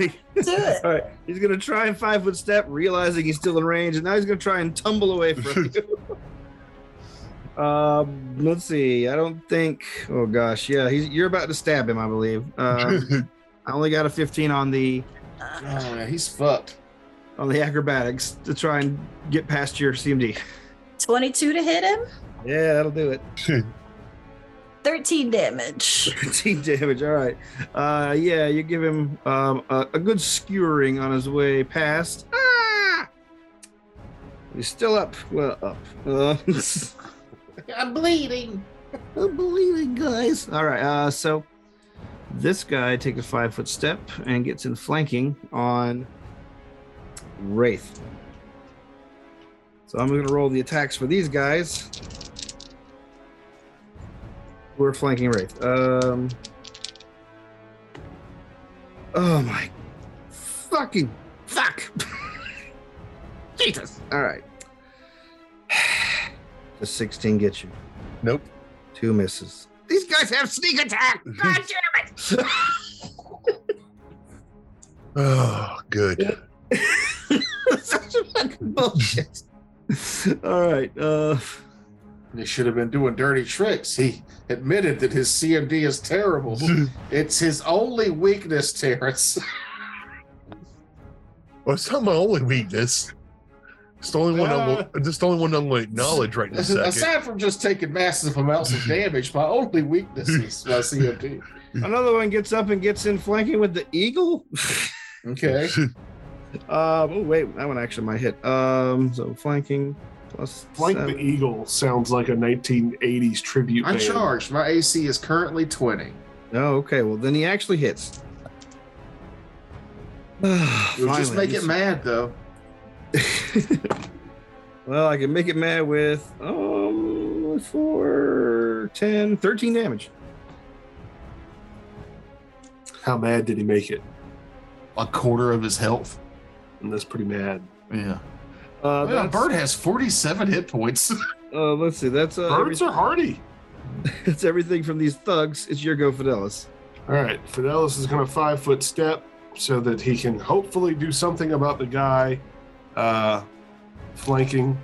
[SPEAKER 3] do it.
[SPEAKER 5] All right. He's gonna try and five foot step, realizing he's still in range, and now he's gonna try and tumble away from you. um, let's see. I don't think. Oh gosh, yeah. He's you're about to stab him, I believe. Um, I only got a 15 on the
[SPEAKER 1] Oh, yeah, he's fucked.
[SPEAKER 5] on the acrobatics to try and get past your CMD.
[SPEAKER 3] 22 to hit him.
[SPEAKER 5] Yeah, that'll do it.
[SPEAKER 3] 13 damage.
[SPEAKER 5] 13 damage. All right. Uh, yeah, you give him um, a, a good skewering on his way past. Ah! He's still up. Well, up. Uh,
[SPEAKER 1] I'm bleeding.
[SPEAKER 5] I'm bleeding, guys. All right. Uh, so this guy takes a five foot step and gets in flanking on Wraith. So I'm going to roll the attacks for these guys. We're flanking Wraith. Um, oh my fucking fuck. Jesus. All right. The 16 gets you.
[SPEAKER 4] Nope.
[SPEAKER 5] Two misses. These guys have sneak attack. God damn
[SPEAKER 4] Oh, good.
[SPEAKER 5] it! Such a fucking bullshit. All right. Uh,
[SPEAKER 1] He should have been doing dirty tricks. He admitted that his CMD is terrible. it's his only weakness, Terrence.
[SPEAKER 4] Well, it's not my only weakness. It's the only one. I'm,
[SPEAKER 1] Uh,
[SPEAKER 4] it's the only one I'm going to acknowledge right this second.
[SPEAKER 1] Aside from just taking massive amounts of damage, my only weakness is my CMD.
[SPEAKER 2] Hmm.
[SPEAKER 5] another one gets up and gets in flanking with the eagle.
[SPEAKER 1] Okay.
[SPEAKER 5] Um, oh wait, that one actually might hit. Um, so flanking plus
[SPEAKER 2] Flank
[SPEAKER 5] seven.
[SPEAKER 2] the Eagle sounds like a 1980s tribute.
[SPEAKER 1] I'm
[SPEAKER 2] band.
[SPEAKER 1] charged. My AC is currently 20.
[SPEAKER 5] Oh, okay. Well, then he actually hits.
[SPEAKER 1] You'll
[SPEAKER 5] Finally,
[SPEAKER 1] just make it mad, though.
[SPEAKER 5] well, I can make it mad with um four, 10, 13 damage.
[SPEAKER 2] How mad did he make it?
[SPEAKER 1] A quarter of his health.
[SPEAKER 2] And that's pretty mad.
[SPEAKER 1] Yeah.
[SPEAKER 5] Uh,
[SPEAKER 1] yeah
[SPEAKER 5] that's-
[SPEAKER 1] Bird has 47 hit points.
[SPEAKER 5] Uh, let's see. That's uh, every-
[SPEAKER 2] Birds are hardy.
[SPEAKER 5] that's everything from these thugs. It's your go, Fidelis.
[SPEAKER 2] All right, Fidelis is going to five foot step so that he can hopefully do something about the guy uh, flanking.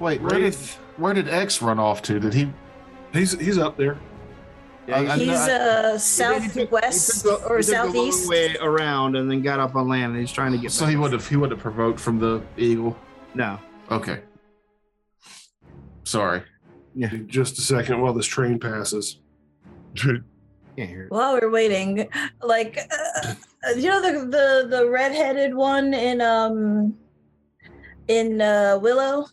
[SPEAKER 1] Wait, where did,
[SPEAKER 2] Wraith,
[SPEAKER 1] where did X run off to? Did he?
[SPEAKER 2] he's he's up there.
[SPEAKER 1] I- I-
[SPEAKER 3] He's uh, southwest or southeast.
[SPEAKER 5] way around and then got up on land. And he's trying to get.
[SPEAKER 1] So
[SPEAKER 5] back.
[SPEAKER 1] he would have he would have provoked from the eagle.
[SPEAKER 5] No.
[SPEAKER 1] Okay. Sorry.
[SPEAKER 2] Just a second while this train passes.
[SPEAKER 5] Can't hear. it.
[SPEAKER 3] While we're waiting, like uh, you know the the the redheaded one in um in uh, Willow.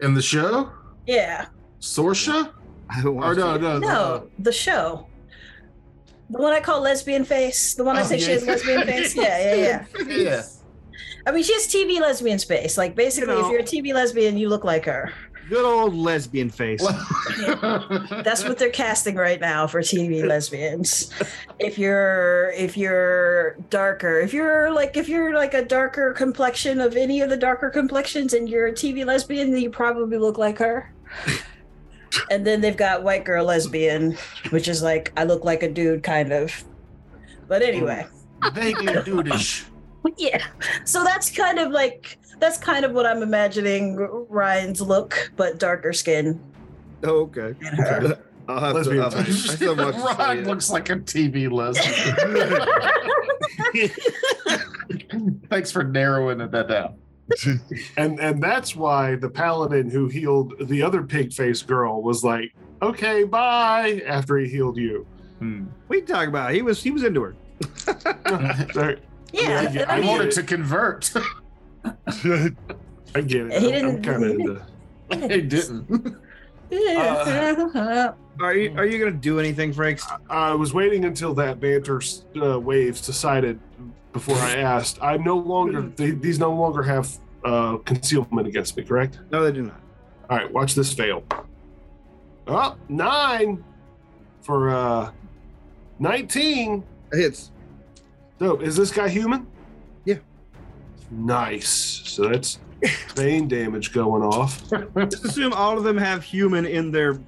[SPEAKER 1] In the show,
[SPEAKER 3] Yeah,
[SPEAKER 1] Sorsha?
[SPEAKER 5] I don't
[SPEAKER 1] Or
[SPEAKER 5] want
[SPEAKER 1] Oh, no,
[SPEAKER 5] to.
[SPEAKER 1] no,
[SPEAKER 3] no, the show. The one I call lesbian face. The one I
[SPEAKER 1] Oh,
[SPEAKER 3] say she
[SPEAKER 1] yeah.
[SPEAKER 3] has lesbian face. Yeah, yeah, yeah.
[SPEAKER 1] no. Yeah.
[SPEAKER 3] I mean, she has TV lesbian space. Like basically,
[SPEAKER 5] You know.
[SPEAKER 3] if you're a TV lesbian, you look like her.
[SPEAKER 5] Good old lesbian face.
[SPEAKER 3] That's what they're casting right now for TV lesbians. If you're if you're darker, if you're like if you're like a darker complexion of any of the darker complexions and you're a TV lesbian, then you probably look like her. And then they've got white girl lesbian, which is like I look like a dude kind of. But anyway,
[SPEAKER 1] vaguely dudish.
[SPEAKER 3] yeah. So that's kind of like that's kind of what I'm imagining Ryan's look, but darker skin.
[SPEAKER 5] Oh, okay.
[SPEAKER 3] And her.
[SPEAKER 5] I'll have
[SPEAKER 2] Lesbian
[SPEAKER 5] to. I'll, I
[SPEAKER 2] face.
[SPEAKER 5] still watch.
[SPEAKER 1] Rod looks like a TV lesbian. Thanks for narrowing it that down.
[SPEAKER 2] And and that's why the paladin who healed the other pig faced girl was like, okay, bye, after he healed you.
[SPEAKER 1] Hmm.
[SPEAKER 5] We talk about it. he was he was into her.
[SPEAKER 2] So,
[SPEAKER 3] Yeah,
[SPEAKER 2] Yeah,
[SPEAKER 3] and I
[SPEAKER 1] I
[SPEAKER 2] mean-
[SPEAKER 1] wanted to convert.
[SPEAKER 2] I get it.
[SPEAKER 3] He
[SPEAKER 2] I'm- I'm
[SPEAKER 3] didn't-
[SPEAKER 2] kind of into
[SPEAKER 1] it didn't.
[SPEAKER 3] Yeah.
[SPEAKER 5] Are you are you gonna do anything, Franks?
[SPEAKER 2] I was waiting until that banter uh, wave subsided before I asked. I no longer
[SPEAKER 3] Hmm.
[SPEAKER 2] they, these no longer have uh, concealment against me, correct?
[SPEAKER 5] No, they do not.
[SPEAKER 2] All right, watch this fail. Oh, nine for uh, nineteen.
[SPEAKER 5] Hits.
[SPEAKER 2] Dope. Is this guy human?
[SPEAKER 5] Yeah.
[SPEAKER 2] Nice. So that's vein damage going off.
[SPEAKER 5] Just assume all of them have human in their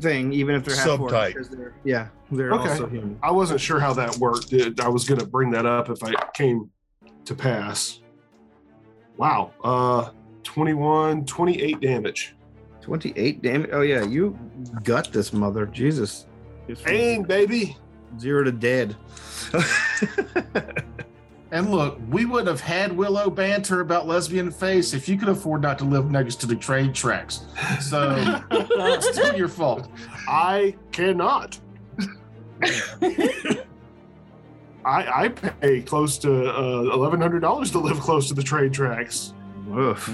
[SPEAKER 5] thing, even if they're half orc,
[SPEAKER 4] Subtype.
[SPEAKER 5] because they're- Yeah, they're
[SPEAKER 2] Okay.
[SPEAKER 5] also human.
[SPEAKER 2] I wasn't sure how that worked. It- I was going to bring that up if I came to pass. Wow. Uh 21, 28 damage.
[SPEAKER 5] Twenty-eight damage. Oh yeah, you gut this mother. Jesus. It's from
[SPEAKER 2] Aim, baby.
[SPEAKER 5] Zero to dead.
[SPEAKER 1] And look, we would have had Willow banter about lesbian face if you could afford not to live next to the train tracks. So it's still your fault.
[SPEAKER 2] I cannot. I I pay close to uh, $1100 to live close to the train tracks.
[SPEAKER 5] Oof.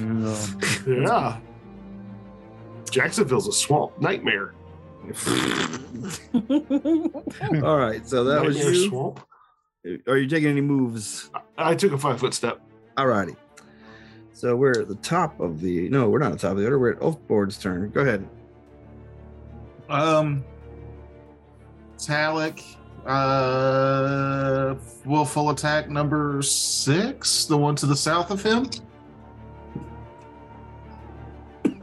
[SPEAKER 2] Yeah. Jacksonville's a swamp nightmare.
[SPEAKER 5] All right, so that was
[SPEAKER 2] Nightmare
[SPEAKER 5] you.
[SPEAKER 2] swamp.
[SPEAKER 5] Are you taking any moves?
[SPEAKER 2] I took a five foot step.
[SPEAKER 5] All righty. So we're at the top of the. No, we're not at the top of the order. We're at Ulfborg's turn. Go ahead.
[SPEAKER 1] Um, Talik, uh, willful attack number six, the one to the south of him.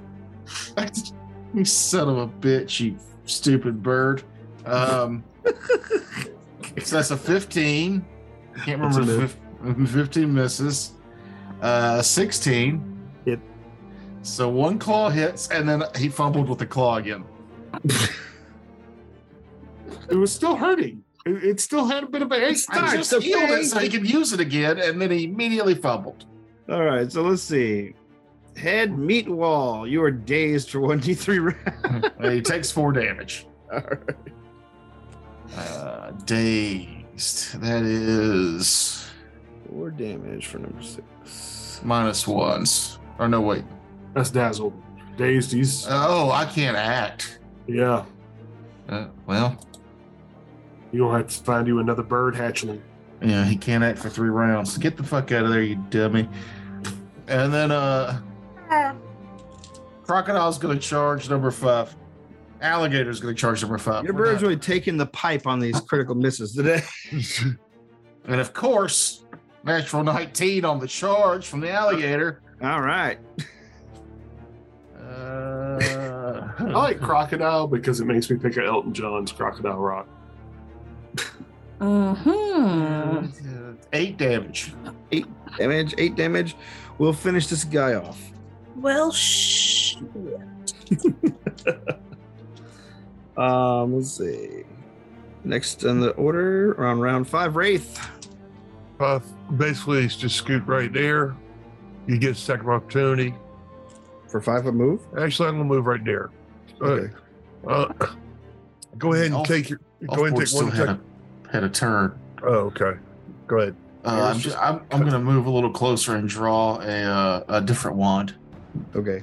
[SPEAKER 1] you son of a bitch, you stupid bird. Um, so that's a 15. I can't
[SPEAKER 5] That's a
[SPEAKER 1] remember. if fif- 15 misses. Uh, 16.
[SPEAKER 5] Hit.
[SPEAKER 1] So one claw hits, and then he fumbled with the claw again.
[SPEAKER 2] It was still hurting. It, it still had a bit of a.
[SPEAKER 1] I just healed it so he could use it again, and then he immediately fumbled.
[SPEAKER 5] All right, so let's see. Head meat wall. You are dazed for one d three rounds.
[SPEAKER 1] And he takes four damage.
[SPEAKER 5] All right.
[SPEAKER 1] Uh, dazed. That is
[SPEAKER 5] Four damage for number six.
[SPEAKER 1] minus ones. Or no, wait.
[SPEAKER 2] That's dazzled. Dazed. He's
[SPEAKER 5] Uh,
[SPEAKER 1] Oh, I can't act.
[SPEAKER 2] yeah.
[SPEAKER 1] Uh, well,
[SPEAKER 2] You gonna have to find you another bird hatchling.
[SPEAKER 1] yeah, he can't act for three rounds. Get the fuck out of there, you dummy. And then, uh, crocodile's gonna charge number five. Alligator's gonna charge number five.
[SPEAKER 5] Your
[SPEAKER 1] We're
[SPEAKER 5] bird's
[SPEAKER 1] done.
[SPEAKER 5] really taking the pipe on these critical misses today.
[SPEAKER 1] and of course, natural 19 on the charge from the alligator.
[SPEAKER 5] All right.
[SPEAKER 1] Uh,
[SPEAKER 2] I like crocodile because it makes me pick up Elton John's Crocodile Rock.
[SPEAKER 1] Uh-huh.
[SPEAKER 3] hmm
[SPEAKER 1] oh, eight damage.
[SPEAKER 5] Damage, eight damage. We'll finish this guy off.
[SPEAKER 3] Well, shh.
[SPEAKER 5] Um, let's see. Next in the order, on round five, Wraith.
[SPEAKER 4] Uh, basically, it's just scoot right there. You get second opportunity.
[SPEAKER 5] For five foot move.
[SPEAKER 4] Actually, I'm gonna move right there. Uh,
[SPEAKER 5] Okay.
[SPEAKER 4] Uh, go ahead and
[SPEAKER 1] Off-
[SPEAKER 4] take your. Go ahead and
[SPEAKER 1] Offboard
[SPEAKER 4] take one
[SPEAKER 1] still had
[SPEAKER 4] attack.
[SPEAKER 1] a, had a turn.
[SPEAKER 4] Oh, okay. Go ahead.
[SPEAKER 1] Uh, I'm, just, I'm, I'm going to move a little closer and draw a, uh, a different wand.
[SPEAKER 5] Okay.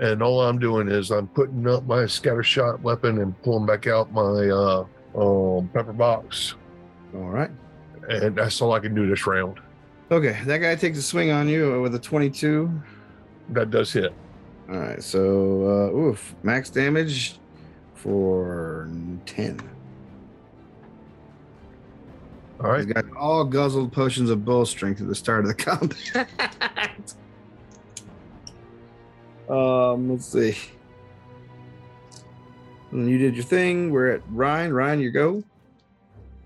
[SPEAKER 4] And all I'm doing is I'm putting up my scatter shot weapon and pulling back out my uh, um, pepper box,
[SPEAKER 5] All right.
[SPEAKER 4] and that's all I can do this round.
[SPEAKER 5] Okay. That guy takes a swing on you with a 22.
[SPEAKER 4] That does hit.
[SPEAKER 5] All right. So, uh, oof. Max damage for 10.
[SPEAKER 4] All right.
[SPEAKER 5] He's got all guzzled potions of bow strength at the start of the combat. um, let's see. And you did your thing. We're at Ryan. Ryan, you go.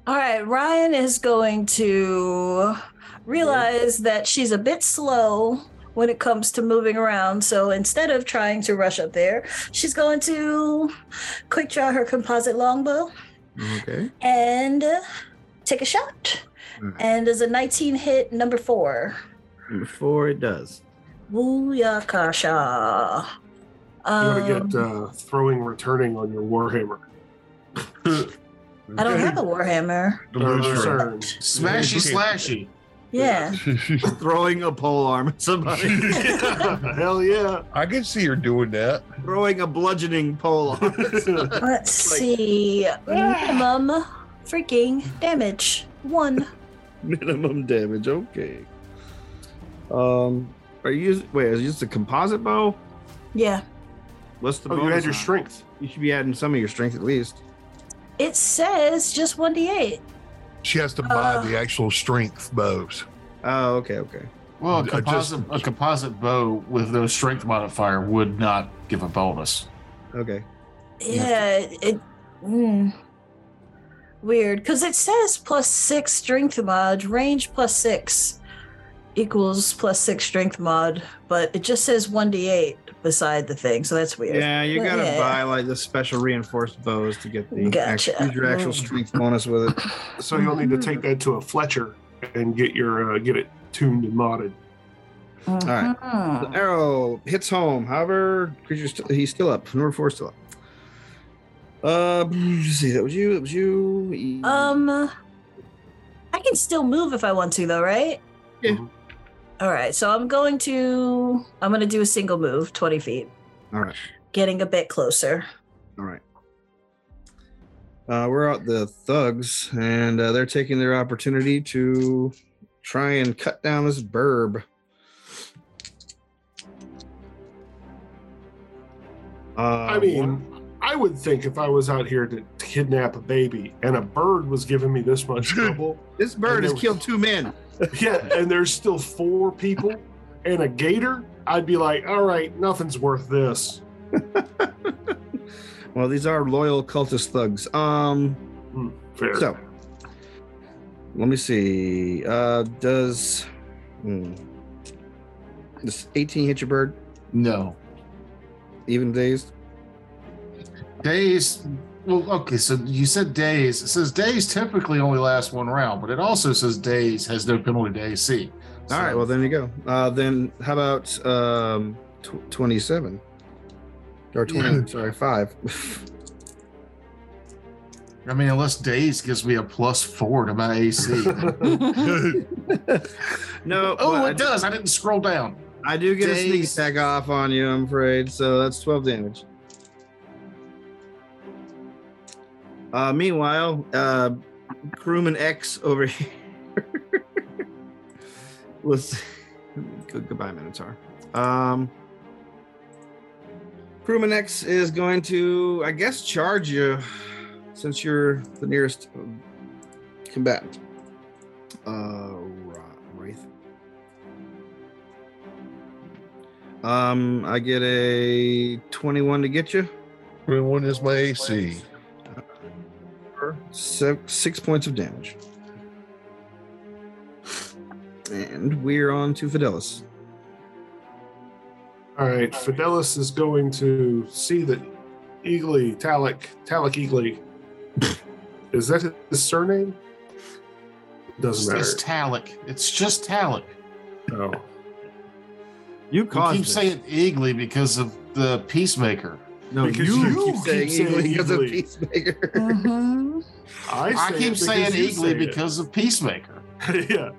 [SPEAKER 3] All right, Ryan is going to realize that she's a bit slow when it comes to moving around. So instead of trying to rush up there, she's going to quick draw her composite longbow
[SPEAKER 5] Okay.
[SPEAKER 3] and uh, take a shot.
[SPEAKER 2] Hmm.
[SPEAKER 5] All right.
[SPEAKER 3] And does a 19 hit number four?
[SPEAKER 5] Before it does.
[SPEAKER 3] Booyakasha.
[SPEAKER 2] You
[SPEAKER 3] Um,
[SPEAKER 2] want to get uh, throwing returning on your warhammer.
[SPEAKER 3] I don't have a warhammer.
[SPEAKER 2] Uh,
[SPEAKER 1] Sure.
[SPEAKER 2] concern.
[SPEAKER 1] Smashy slashy.
[SPEAKER 3] Yeah.
[SPEAKER 5] Throwing a pole arm at somebody.
[SPEAKER 2] Hell yeah!
[SPEAKER 4] I can see her doing that.
[SPEAKER 5] Throwing a bludgeoning pole arm.
[SPEAKER 3] Let's see. Minimum freaking damage. One.
[SPEAKER 5] Minimum damage. Okay. Um, are you using, wait? Is it just a composite bow?
[SPEAKER 3] Yeah.
[SPEAKER 5] What's the?
[SPEAKER 2] Oh, you
[SPEAKER 5] bonus
[SPEAKER 2] had your
[SPEAKER 5] on it?
[SPEAKER 2] strength.
[SPEAKER 5] You should be adding some of your strength at least.
[SPEAKER 3] It says just 1d8.
[SPEAKER 4] She has to buy
[SPEAKER 3] Uh.
[SPEAKER 4] the actual strength bows.
[SPEAKER 5] Oh, okay, okay.
[SPEAKER 1] Well,
[SPEAKER 4] I
[SPEAKER 1] a
[SPEAKER 4] just-
[SPEAKER 1] composite, a composite bow with no strength modifier would not give a bonus.
[SPEAKER 5] Okay.
[SPEAKER 3] Yeah. It. it mm. Weird. Because it says plus six strength mod, range plus six equals plus six strength mod, but it just says 1d8 beside the thing. So that's weird.
[SPEAKER 5] Yeah, you
[SPEAKER 3] Well,
[SPEAKER 5] gotta
[SPEAKER 3] yeah.
[SPEAKER 5] buy like the special reinforced bows to get the
[SPEAKER 3] Gotcha.
[SPEAKER 5] act- your actual strength bonus with it.
[SPEAKER 2] So you'll need to take that to a Fletcher and get your uh, get it tuned and modded.
[SPEAKER 5] right.
[SPEAKER 3] Mhm.
[SPEAKER 5] The arrow hits home. However, creature's st- he's still up. Number four's still up. Uh, let's see. That was you. That was you. E-
[SPEAKER 3] Um, I can still move if I want to, though, right?
[SPEAKER 5] Yeah.
[SPEAKER 2] Mhm.
[SPEAKER 3] All right, so I'm going to I'm going to do a single move, twenty feet,
[SPEAKER 5] All right.
[SPEAKER 3] getting a bit closer.
[SPEAKER 5] All right. Uh, we're out the thugs, and uh, they're taking their opportunity to try and cut down this burb. Uh,
[SPEAKER 2] I mean, I would think if I was out here to kidnap a baby and a bird was giving me this much trouble,
[SPEAKER 5] this bird
[SPEAKER 2] and
[SPEAKER 5] has
[SPEAKER 2] there-
[SPEAKER 5] killed two men.
[SPEAKER 2] yeah, and there's still four people and a gator, I'd be like, all right, nothing's worth this.
[SPEAKER 5] Well, these are loyal cultist thugs. Um,
[SPEAKER 2] Fair.
[SPEAKER 5] So, let me see. Uh, does hmm, does 18 hit your bird?
[SPEAKER 1] No.
[SPEAKER 5] Even dazed?
[SPEAKER 1] Days. Well, okay, so you said days. It says days typically only lasts one round, but it also says days has no penalty to AC.
[SPEAKER 5] All right. Well, there you go. Uh, then how about um, tw- 27 or 20? sorry, five.
[SPEAKER 1] I mean, unless days gives me a plus four to my AC.
[SPEAKER 3] Oh,
[SPEAKER 5] no.
[SPEAKER 1] oh,
[SPEAKER 5] but I
[SPEAKER 1] it
[SPEAKER 5] do-
[SPEAKER 1] does. I didn't scroll down.
[SPEAKER 5] I do get a sneak
[SPEAKER 1] Days.
[SPEAKER 5] attack off on you, I'm afraid. So that's 12 damage. Uh, meanwhile, uh, crewman X over here was good, goodbye, Minotaur. Um, crewman X is going to, I guess, charge you since you're the nearest um, combatant. Uh, Ra- Wraith. Um, I get a 21 to get you.
[SPEAKER 4] Everyone is my AC.
[SPEAKER 5] Se- six points of damage. And we're on to Fidelis.
[SPEAKER 2] All right, Fidelis is going to see that Eagly, Talik, Talik Eagly. is that his surname?
[SPEAKER 1] It's
[SPEAKER 2] Doesn't
[SPEAKER 1] just Talic. It's just Talic.
[SPEAKER 2] matter. Oh.
[SPEAKER 5] You
[SPEAKER 1] I
[SPEAKER 5] caused
[SPEAKER 1] keep
[SPEAKER 5] this.
[SPEAKER 1] saying Eagly because of the Peacemaker.
[SPEAKER 5] no,
[SPEAKER 2] because
[SPEAKER 5] you,
[SPEAKER 2] you
[SPEAKER 5] keep
[SPEAKER 2] keep
[SPEAKER 5] saying
[SPEAKER 2] saying
[SPEAKER 5] Eagly because of
[SPEAKER 2] Eagly.
[SPEAKER 5] Peacemaker.
[SPEAKER 3] Mhm.
[SPEAKER 2] I,
[SPEAKER 1] I
[SPEAKER 2] say it
[SPEAKER 1] keep
[SPEAKER 2] because
[SPEAKER 1] saying
[SPEAKER 2] you say
[SPEAKER 1] Eagly
[SPEAKER 2] it.
[SPEAKER 1] because of Peacemaker.
[SPEAKER 2] yeah.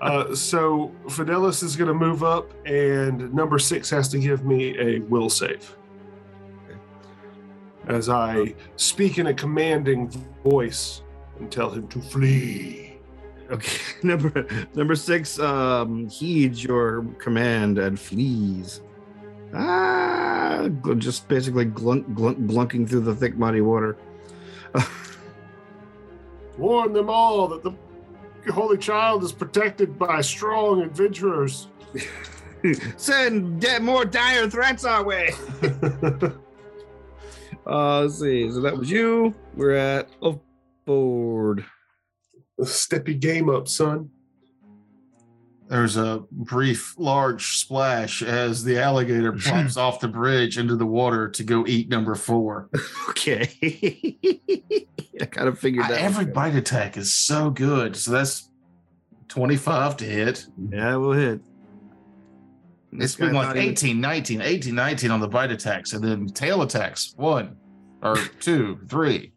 [SPEAKER 2] Uh, so Fidelis is going to move up, and number six has to give me a will save. As I speak in a commanding voice and tell him to flee.
[SPEAKER 5] okay, number number six. Um, heeds your command and flees. Ah, gl- just basically glunk, glunk, glunking through the thick muddy water.
[SPEAKER 2] Warn them all that the Holy Child is protected by strong adventurers.
[SPEAKER 5] Send de- more dire threats our way. Uh, let's see. So that was you. We're at oh, off board.
[SPEAKER 2] Step your game up, son.
[SPEAKER 1] There's a brief, large splash as the alligator plops off the bridge into the water to go eat number four.
[SPEAKER 5] Okay. I kind of figured
[SPEAKER 1] I-
[SPEAKER 5] that.
[SPEAKER 1] every bite attack is so good. So that's 25 to hit.
[SPEAKER 5] Yeah, we'll hit.
[SPEAKER 1] It's been like 18, 19, 18, 19 on the bite attacks, and then tail attacks one or two, three.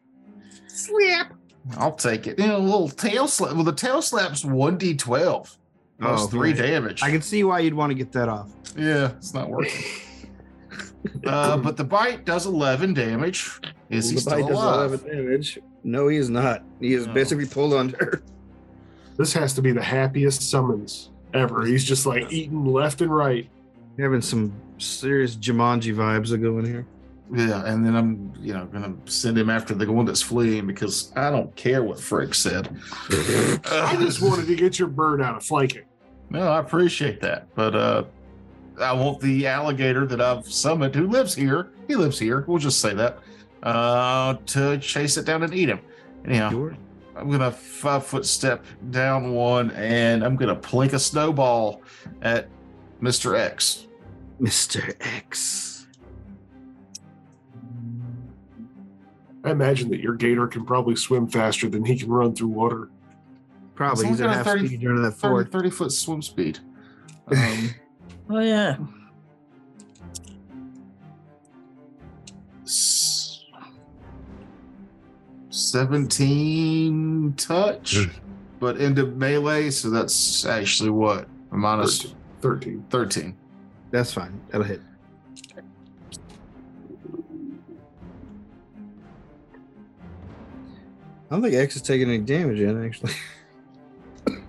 [SPEAKER 5] Slap.
[SPEAKER 1] I'll take it. You know, a little tail slap. Well, the tail slap's 1d12 plus
[SPEAKER 5] Oh,
[SPEAKER 1] three
[SPEAKER 5] boy.
[SPEAKER 1] damage.
[SPEAKER 5] I can see why you'd want to get that off.
[SPEAKER 1] yeah, it's not working. uh, but the bite does 11 damage. Is he
[SPEAKER 5] The bite
[SPEAKER 1] still
[SPEAKER 5] does
[SPEAKER 1] alive?
[SPEAKER 5] 11 damage. No, he is not. He is
[SPEAKER 1] No.
[SPEAKER 5] basically pulled under.
[SPEAKER 2] This has to be the happiest summons ever. He's just like eating left and right.
[SPEAKER 5] You're having some serious Jumanji vibes that go in here.
[SPEAKER 1] Yeah, and then I'm, you know, gonna send him after the one that's fleeing because I don't care what Frick said.
[SPEAKER 2] I just wanted to get your bird out of flanking.
[SPEAKER 1] No, I appreciate that, but uh, I want the alligator that I've summoned, who lives here. He lives here. We'll just say that. Uh, to chase it down and eat him. Anyhow,
[SPEAKER 5] Sure.
[SPEAKER 1] I'm gonna five foot step down one, and I'm gonna plink a snowball at Mister X.
[SPEAKER 5] Mr. X.
[SPEAKER 2] I imagine that your gator can probably swim faster than he can run through water.
[SPEAKER 5] Probably.
[SPEAKER 1] Someone
[SPEAKER 5] He's at
[SPEAKER 1] got a
[SPEAKER 5] half
[SPEAKER 1] 30
[SPEAKER 5] speed during that
[SPEAKER 1] 30,
[SPEAKER 5] fort.
[SPEAKER 1] 30 foot swim speed. Um,
[SPEAKER 3] Oh yeah.
[SPEAKER 1] s- 17 touch,
[SPEAKER 4] Ugh.
[SPEAKER 1] but into melee, so that's actually what? A minus
[SPEAKER 2] 13.
[SPEAKER 1] 13.
[SPEAKER 5] That's fine. That'll hit. I don't think X is taking any damage yet, actually.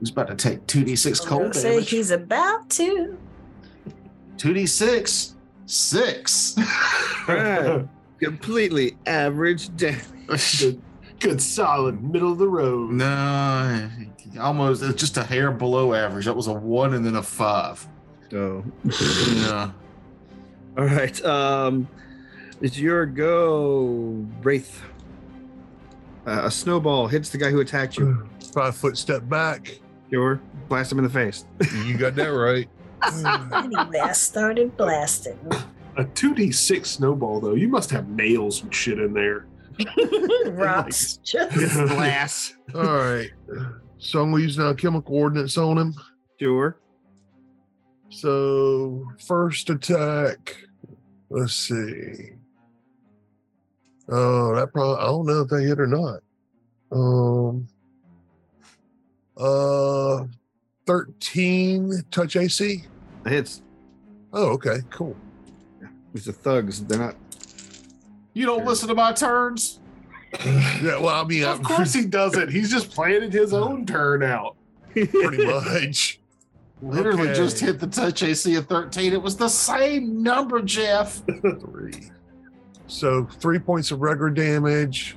[SPEAKER 1] He's about to take 2d6
[SPEAKER 3] I
[SPEAKER 1] cold
[SPEAKER 3] would say
[SPEAKER 1] damage.
[SPEAKER 3] he's about to.
[SPEAKER 1] 2d6, 6.
[SPEAKER 5] Right. Completely average damage.
[SPEAKER 2] good, good solid middle of the road.
[SPEAKER 1] no, almost it's just a hair below average. That was a 1 and then a 5.
[SPEAKER 5] Oh.
[SPEAKER 1] Yeah.
[SPEAKER 5] All right. Um, it's your go, Wraith. Uh, a snowball hits the guy who attacked
[SPEAKER 4] Uh.
[SPEAKER 5] you.
[SPEAKER 4] Five foot step back.
[SPEAKER 5] Sure. Blast him in the face.
[SPEAKER 4] You got that right.
[SPEAKER 3] Anyway, I started blasting.
[SPEAKER 2] A 2d6 snowball, though, you must have nails and shit in there.
[SPEAKER 3] Rocks. Just
[SPEAKER 5] Blast.
[SPEAKER 4] All right. So I'm gonna use now chemical ordinance on him.
[SPEAKER 5] Sure.
[SPEAKER 4] So first attack. Let's see. Oh, that probably I don't know if they hit or not. Um uh 13 touch AC.
[SPEAKER 5] That hits.
[SPEAKER 4] Oh, okay, cool.
[SPEAKER 5] It's the thugs. They're not.
[SPEAKER 1] You don't listen to my turns?
[SPEAKER 4] Yeah, well, I mean,
[SPEAKER 2] Of
[SPEAKER 4] I'm
[SPEAKER 2] course he doesn't. He's just planning his own turn out.
[SPEAKER 4] pretty much.
[SPEAKER 1] Literally
[SPEAKER 4] Okay.
[SPEAKER 1] just hit the touch AC of 13. It was the same number, Jeff.
[SPEAKER 4] three. So three points of regular damage,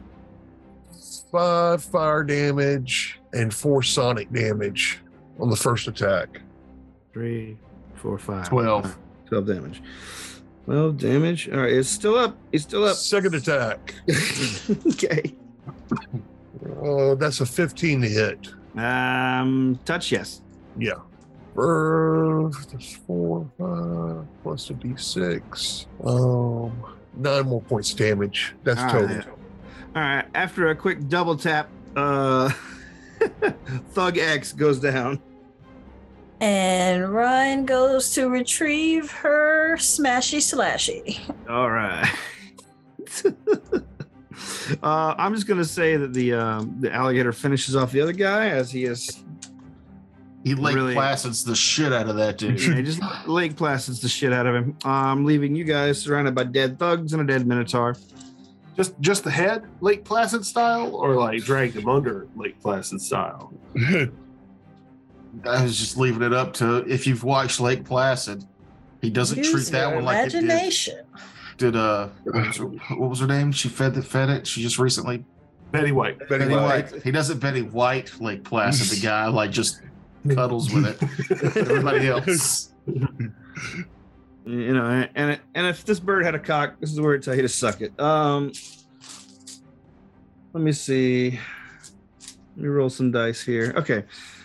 [SPEAKER 4] five fire damage, and four sonic damage on the first attack.
[SPEAKER 5] Three, four, five.
[SPEAKER 1] 12.
[SPEAKER 5] 12 damage. 12 damage. All right. It's still up. It's still up.
[SPEAKER 4] Second attack.
[SPEAKER 5] okay.
[SPEAKER 4] Oh, that's a 15 to hit.
[SPEAKER 5] Um, touch, yes.
[SPEAKER 4] Yeah. Uh, That's four, five, plus a d6. Um, nine more points of damage. That's
[SPEAKER 5] All
[SPEAKER 4] total.
[SPEAKER 5] right. All right. After a quick double tap, uh, Thug X goes down.
[SPEAKER 3] and Ryan goes to retrieve her smashy slashy.
[SPEAKER 5] All right. uh, I'm just gonna say that the um, the alligator finishes off the other guy as he is.
[SPEAKER 1] He Lake
[SPEAKER 5] Really?
[SPEAKER 1] Placid's the shit out of that dude.
[SPEAKER 5] he just Lake Placid's the shit out of him. Um, leaving you guys surrounded by dead thugs and a dead minotaur.
[SPEAKER 2] Just just the head, Lake Placid style, or like dragged him under Lake Placid style.
[SPEAKER 1] I was just leaving it up to if you've watched Lake Placid, he doesn't treat
[SPEAKER 3] Use
[SPEAKER 1] that
[SPEAKER 3] your
[SPEAKER 1] one like it did,
[SPEAKER 3] imagination.
[SPEAKER 1] did uh what was her- what was her name? She fed the fed it. She just recently
[SPEAKER 2] Betty White.
[SPEAKER 4] Betty
[SPEAKER 1] Betty
[SPEAKER 4] White.
[SPEAKER 1] White. He doesn't Betty White Lake Placid. The guy like just cuddles with it. Everybody else.
[SPEAKER 5] You know, and it, and if this bird had a cock, this is where it'd tell you to suck it. Um, let me see. Let me roll some dice here. Okay,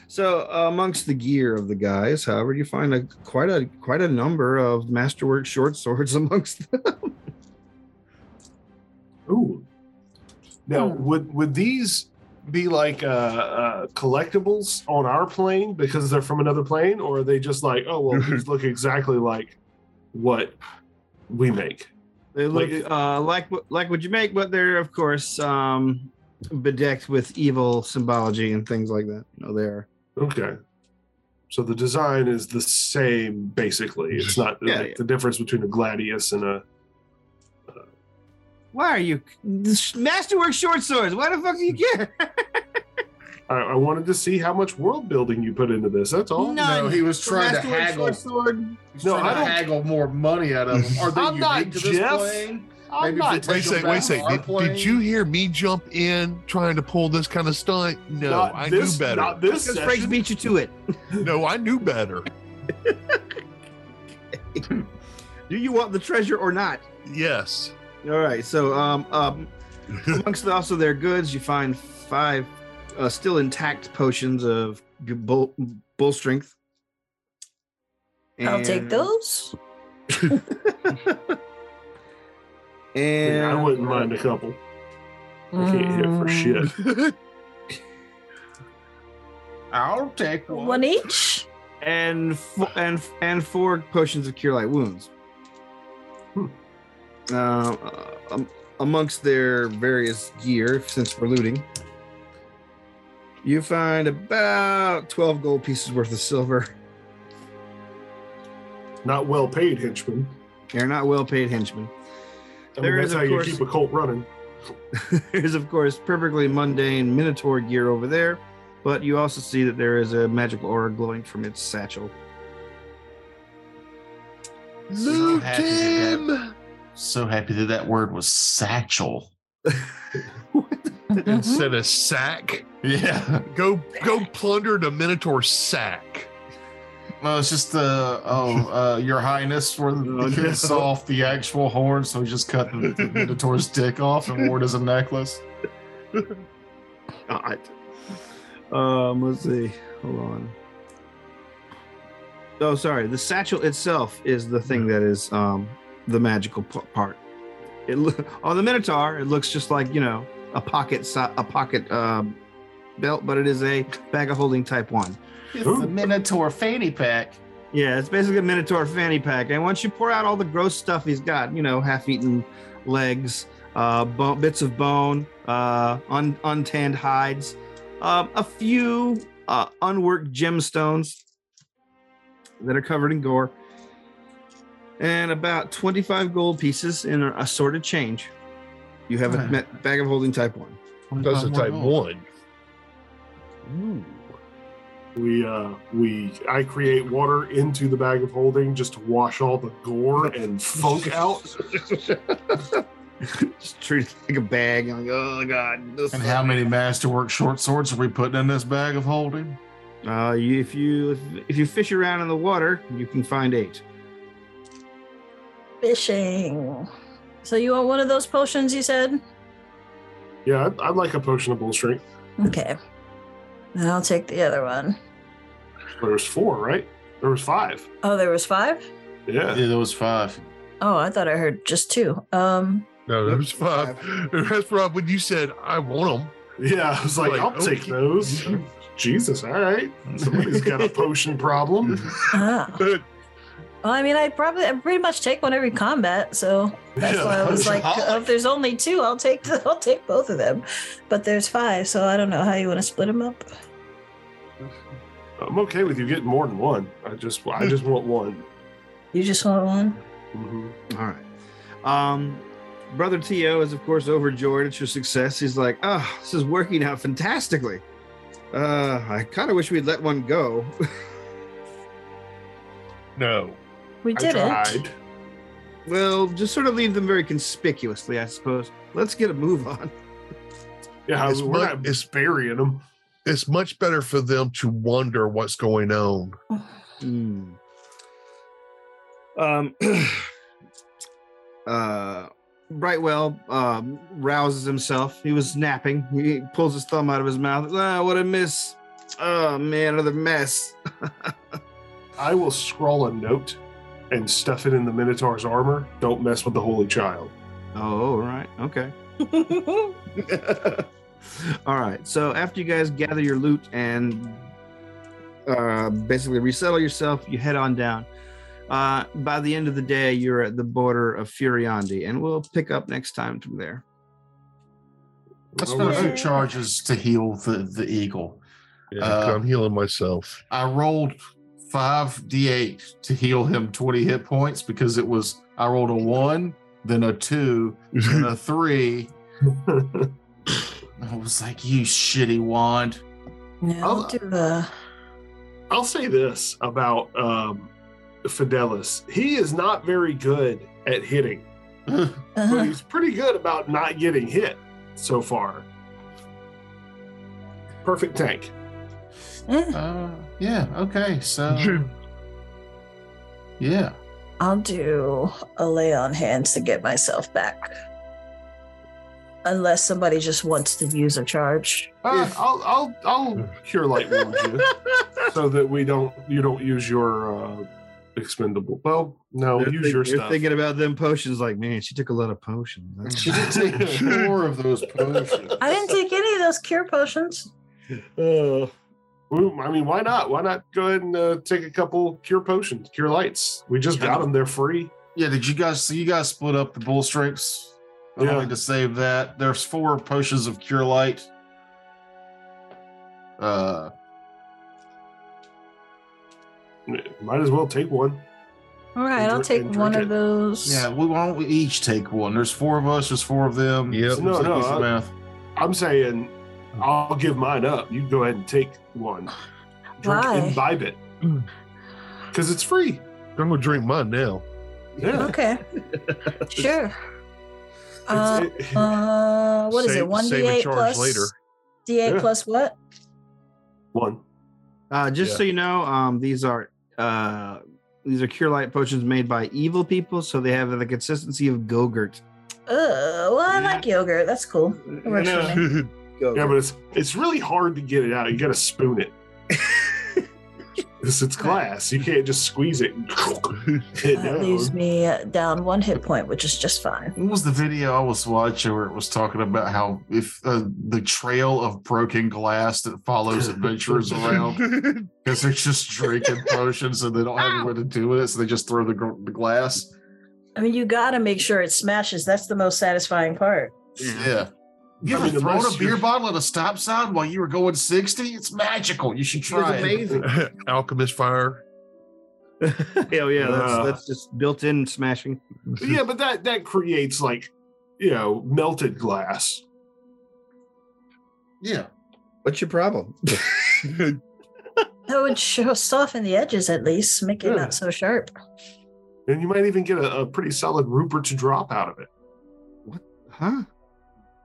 [SPEAKER 5] So uh, amongst the gear of the guys, however, you find a quite a quite a number of masterwork short swords amongst them.
[SPEAKER 2] Ooh. Now,
[SPEAKER 3] Hmm.
[SPEAKER 2] would would these be like uh, uh, collectibles on our plane because they're from another plane, or are they just like, oh well, these look exactly like what we make?
[SPEAKER 5] They look
[SPEAKER 2] Like-
[SPEAKER 5] uh, like what- like what you make, but they're of course um, bedecked with evil symbology and things like that. No, they are.
[SPEAKER 2] Okay. So the design is the same, basically. It's not
[SPEAKER 5] Yeah,
[SPEAKER 2] like
[SPEAKER 5] yeah.
[SPEAKER 2] the difference between a gladius and a.
[SPEAKER 5] Why are you this masterwork short swords? Why the fuck do you care?
[SPEAKER 2] I, I wanted to see how much world building you put into this. That's all.
[SPEAKER 1] Oh, No, he was
[SPEAKER 5] The
[SPEAKER 1] trying to
[SPEAKER 5] masterwork
[SPEAKER 1] haggle.
[SPEAKER 5] short sword.
[SPEAKER 1] He's
[SPEAKER 2] No,
[SPEAKER 1] trying
[SPEAKER 2] I
[SPEAKER 1] to
[SPEAKER 2] don't-
[SPEAKER 1] haggle more money out of them. Are they
[SPEAKER 2] I'm
[SPEAKER 1] unique
[SPEAKER 2] not
[SPEAKER 1] to this
[SPEAKER 2] Jeff.
[SPEAKER 1] plane?
[SPEAKER 2] I'm
[SPEAKER 1] Maybe if
[SPEAKER 2] not
[SPEAKER 1] we
[SPEAKER 4] Wait a
[SPEAKER 1] Take 'em
[SPEAKER 4] second,
[SPEAKER 1] back
[SPEAKER 4] wait a
[SPEAKER 1] to
[SPEAKER 4] second.
[SPEAKER 1] our
[SPEAKER 4] Did, did
[SPEAKER 1] plane.
[SPEAKER 4] you hear me jump in trying to pull this kind of stunt? No,
[SPEAKER 2] not
[SPEAKER 4] I knew
[SPEAKER 2] this,
[SPEAKER 4] better.
[SPEAKER 2] Not this
[SPEAKER 5] Because Frank
[SPEAKER 2] session.
[SPEAKER 5] beat you to it.
[SPEAKER 4] No, I knew better.
[SPEAKER 5] Do you want the treasure or not?
[SPEAKER 4] Yes.
[SPEAKER 5] All right. So um, um amongst also their goods, you find five uh, still intact potions of bull, bull strength.
[SPEAKER 3] I'll take
[SPEAKER 5] And-
[SPEAKER 3] those.
[SPEAKER 5] And
[SPEAKER 2] I wouldn't mind a couple. I can't hit for shit.
[SPEAKER 1] I'll take one.
[SPEAKER 3] One each.
[SPEAKER 5] and f- and f- and four potions of cure light wounds.
[SPEAKER 2] Hmm.
[SPEAKER 5] Uh, uh, um, amongst their various gear, since we're looting, you find about twelve gold pieces worth of silver.
[SPEAKER 2] Not well paid henchman.
[SPEAKER 5] They're not well-paid henchmen.
[SPEAKER 2] I
[SPEAKER 5] There
[SPEAKER 2] mean,
[SPEAKER 5] is,
[SPEAKER 2] that's
[SPEAKER 5] of
[SPEAKER 2] how you
[SPEAKER 5] course-
[SPEAKER 2] keep a cult running.
[SPEAKER 5] There's of course perfectly mundane minotaur gear over there, but you also see that there is a magical aura glowing from its satchel.
[SPEAKER 1] So
[SPEAKER 4] Loot
[SPEAKER 1] happy that that-
[SPEAKER 4] him.
[SPEAKER 1] So happy that that word was satchel.
[SPEAKER 4] Instead of sack,
[SPEAKER 1] Yeah.
[SPEAKER 4] go go plunder the Minotaur sack.
[SPEAKER 1] No, it's just the oh, uh, your highness, where the
[SPEAKER 5] Oh,
[SPEAKER 1] the kid
[SPEAKER 5] no.
[SPEAKER 1] saw off the actual horn, so he just cut the, the Minotaur's dick off and wore it as a necklace.
[SPEAKER 5] God. Um, let's see. Hold on. Oh, sorry. The satchel itself is the thing that is um the magical p- part. It lo- on the Minotaur, it looks just like you know a pocket si- a pocket um, belt, but it is a bag of holding type one.
[SPEAKER 1] It's
[SPEAKER 2] Ooh.
[SPEAKER 1] the Minotaur fanny pack.
[SPEAKER 5] Yeah, it's basically a Minotaur fanny pack. And once you pour out all the gross stuff he's got, you know, half-eaten legs, uh, bo- bits of bone, uh, un- untanned hides, um, a few uh, unworked gemstones that are covered in gore, and about 25 gold pieces in a assorted change. You have a
[SPEAKER 1] Okay.
[SPEAKER 5] ma- bag of holding type one.
[SPEAKER 4] That's a type one.
[SPEAKER 2] We uh we I create water into the bag of holding just to wash all the gore and funk out.
[SPEAKER 5] Just treat it like a bag. I'm like, oh, God. this
[SPEAKER 1] And
[SPEAKER 5] sucks."
[SPEAKER 1] how many masterwork short swords are we putting in this bag of holding?
[SPEAKER 5] Uh, you, if you if, if you fish around in the water, you can find eight.
[SPEAKER 3] Fishing. So you want one of those potions you said?
[SPEAKER 2] Yeah, I'd, I'd like a potion of bull strength.
[SPEAKER 3] Okay. Then I'll take the other one.
[SPEAKER 2] There was four, right? There was five.
[SPEAKER 3] Oh, there was five?
[SPEAKER 2] Yeah.
[SPEAKER 1] Yeah, there was five.
[SPEAKER 3] Oh, I thought I heard just two. Um
[SPEAKER 4] No, that was five. That's Rob when you said I want them.
[SPEAKER 2] Yeah, I was like,
[SPEAKER 4] Like,
[SPEAKER 2] I'll take
[SPEAKER 4] okay.
[SPEAKER 2] those. Jesus, all right. Somebody's got a potion problem.
[SPEAKER 5] Mm-hmm.
[SPEAKER 3] ah. Well, I mean I probably I pretty much take one every combat, so that's why I was like oh, if there's only two, I'll take the, I'll take both of them. But there's five, so I don't know how you want to split them up.
[SPEAKER 2] I'm okay with you getting more than one. I just I just want one.
[SPEAKER 3] You just want one?
[SPEAKER 2] Mhm.
[SPEAKER 5] All right. Um, Brother Tio is of course overjoyed at your success. He's like, "Oh, this is working out fantastically." Uh, I kind of wish we'd let one go.
[SPEAKER 4] No.
[SPEAKER 3] We
[SPEAKER 2] I
[SPEAKER 3] did it.
[SPEAKER 2] tried.
[SPEAKER 5] well, just sort of leave them very conspicuously, I suppose. Let's get a move on.
[SPEAKER 2] Yeah,
[SPEAKER 4] It's
[SPEAKER 2] we're
[SPEAKER 4] mu-
[SPEAKER 2] not
[SPEAKER 4] it's-
[SPEAKER 2] burying them.
[SPEAKER 4] It's much better for them to wonder what's going on.
[SPEAKER 5] Hmm. Um, uh, Brightwell um, rouses himself. He was napping. He pulls his thumb out of his mouth. Ah, what a miss. Oh man, another mess.
[SPEAKER 2] I will scrawl a note and stuff it in the Minotaur's armor. Don't mess with the Holy Child.
[SPEAKER 5] Oh, all right. Okay. all right. So after you guys gather your loot and uh, basically resettle yourself, you head on down. Uh, by the end of the day, you're at the border of Furiandi, and we'll pick up next time from there.
[SPEAKER 1] Let's spent a few charges to heal the, the eagle.
[SPEAKER 4] Yeah, 'cause
[SPEAKER 1] Uh,
[SPEAKER 4] I'm healing myself.
[SPEAKER 1] I rolled five d8 to heal him 20 hit points because it was I rolled a one, then a two, then a three. I was like, "You shitty wand."
[SPEAKER 3] Now
[SPEAKER 2] I'll-
[SPEAKER 3] do the.
[SPEAKER 2] I'll say this about um, Fidelis. He is not very good at hitting, but
[SPEAKER 3] Uh-huh.
[SPEAKER 2] he's pretty good about not getting hit so far. Perfect tank.
[SPEAKER 3] Mm,
[SPEAKER 1] Uh, yeah. Okay. So yeah.
[SPEAKER 3] I'll do a lay on hands to get myself back. Unless somebody just wants to use a charge.
[SPEAKER 2] Uh,
[SPEAKER 1] If-
[SPEAKER 2] I'll, I'll, I'll cure light wounds you so that we don't, you don't use your uh, expendable. Well, no,
[SPEAKER 5] They're
[SPEAKER 2] use
[SPEAKER 5] think-
[SPEAKER 2] your
[SPEAKER 5] they're
[SPEAKER 2] stuff.
[SPEAKER 5] thinking about them potions, like man, she took a lot of potions. That's-
[SPEAKER 1] She did take four of those potions.
[SPEAKER 3] I didn't take any of those cure potions.
[SPEAKER 5] oh,
[SPEAKER 2] Ooh, I mean, why not? Why not go ahead and uh, take a couple cure potions, cure lights? We just got them; they're free.
[SPEAKER 1] Yeah, did you guys? So you guys split up the bull stripes. I
[SPEAKER 2] Yeah.
[SPEAKER 1] don't need to save that. There's four potions of cure light. Uh,
[SPEAKER 2] Might as well take one.
[SPEAKER 3] All right,
[SPEAKER 2] And
[SPEAKER 3] I'll
[SPEAKER 2] drink-
[SPEAKER 3] take
[SPEAKER 2] and
[SPEAKER 3] one
[SPEAKER 2] drink
[SPEAKER 3] of
[SPEAKER 2] it.
[SPEAKER 3] those.
[SPEAKER 1] yeah. We why don't we each take one? There's four of us. There's four of them.
[SPEAKER 4] Yep.
[SPEAKER 1] Seems
[SPEAKER 2] No, no,
[SPEAKER 1] easy
[SPEAKER 2] I-
[SPEAKER 1] math.
[SPEAKER 2] I'm saying, I'll give mine up. You go ahead and take one. Drink
[SPEAKER 3] Why?
[SPEAKER 2] and imbibe it
[SPEAKER 4] Mm.
[SPEAKER 2] because it's free.
[SPEAKER 4] I'm gonna drink mine now.
[SPEAKER 2] Yeah.
[SPEAKER 3] Okay. sure. Uh,
[SPEAKER 2] It's- it-
[SPEAKER 3] uh, what is
[SPEAKER 4] Save-
[SPEAKER 3] it? One
[SPEAKER 4] save
[SPEAKER 3] d
[SPEAKER 4] a
[SPEAKER 3] eight
[SPEAKER 4] charge
[SPEAKER 3] plus
[SPEAKER 4] later.
[SPEAKER 3] D eight
[SPEAKER 2] Yeah.
[SPEAKER 3] plus what?
[SPEAKER 2] one.
[SPEAKER 5] uh, just so you know, um, these are uh, these are cure light potions made by evil people, so they have the consistency of Gogurt.
[SPEAKER 3] Uh, well, I
[SPEAKER 5] Yeah.
[SPEAKER 3] like yogurt. That's cool. works for
[SPEAKER 5] Yeah,
[SPEAKER 3] me.
[SPEAKER 2] Yeah, but it's it's really hard to get it out. You got to spoon it. It's, it's glass. You can't just squeeze it. and it
[SPEAKER 3] That leaves
[SPEAKER 2] down.
[SPEAKER 3] me uh, down one hit point, which is just fine.
[SPEAKER 1] What was the video I was watching where it was talking about how if uh, the trail of broken glass that follows adventurers around because they're just drinking potions and they don't have anywhere to do with it, so they just throw the, gr- the glass.
[SPEAKER 3] I mean, you got to make sure it smashes. That's the most satisfying part.
[SPEAKER 1] Yeah. You
[SPEAKER 2] I
[SPEAKER 1] ever
[SPEAKER 2] mean, the
[SPEAKER 1] thrown a
[SPEAKER 2] most
[SPEAKER 1] beer
[SPEAKER 2] you're-
[SPEAKER 1] bottle at a stop sign while you were going 60? It's magical. You should
[SPEAKER 5] It was
[SPEAKER 1] try it.
[SPEAKER 5] amazing.
[SPEAKER 4] Alchemist fire.
[SPEAKER 5] Hell yeah, that's,
[SPEAKER 2] Uh.
[SPEAKER 5] that's just built in smashing.
[SPEAKER 2] yeah, but that that creates like you know melted glass.
[SPEAKER 1] Yeah.
[SPEAKER 5] What's your problem?
[SPEAKER 3] That would show soften the edges at least, make it
[SPEAKER 2] Yeah.
[SPEAKER 3] not so sharp.
[SPEAKER 2] And you might even get a, a pretty solid Rupert to drop out of it.
[SPEAKER 5] huh?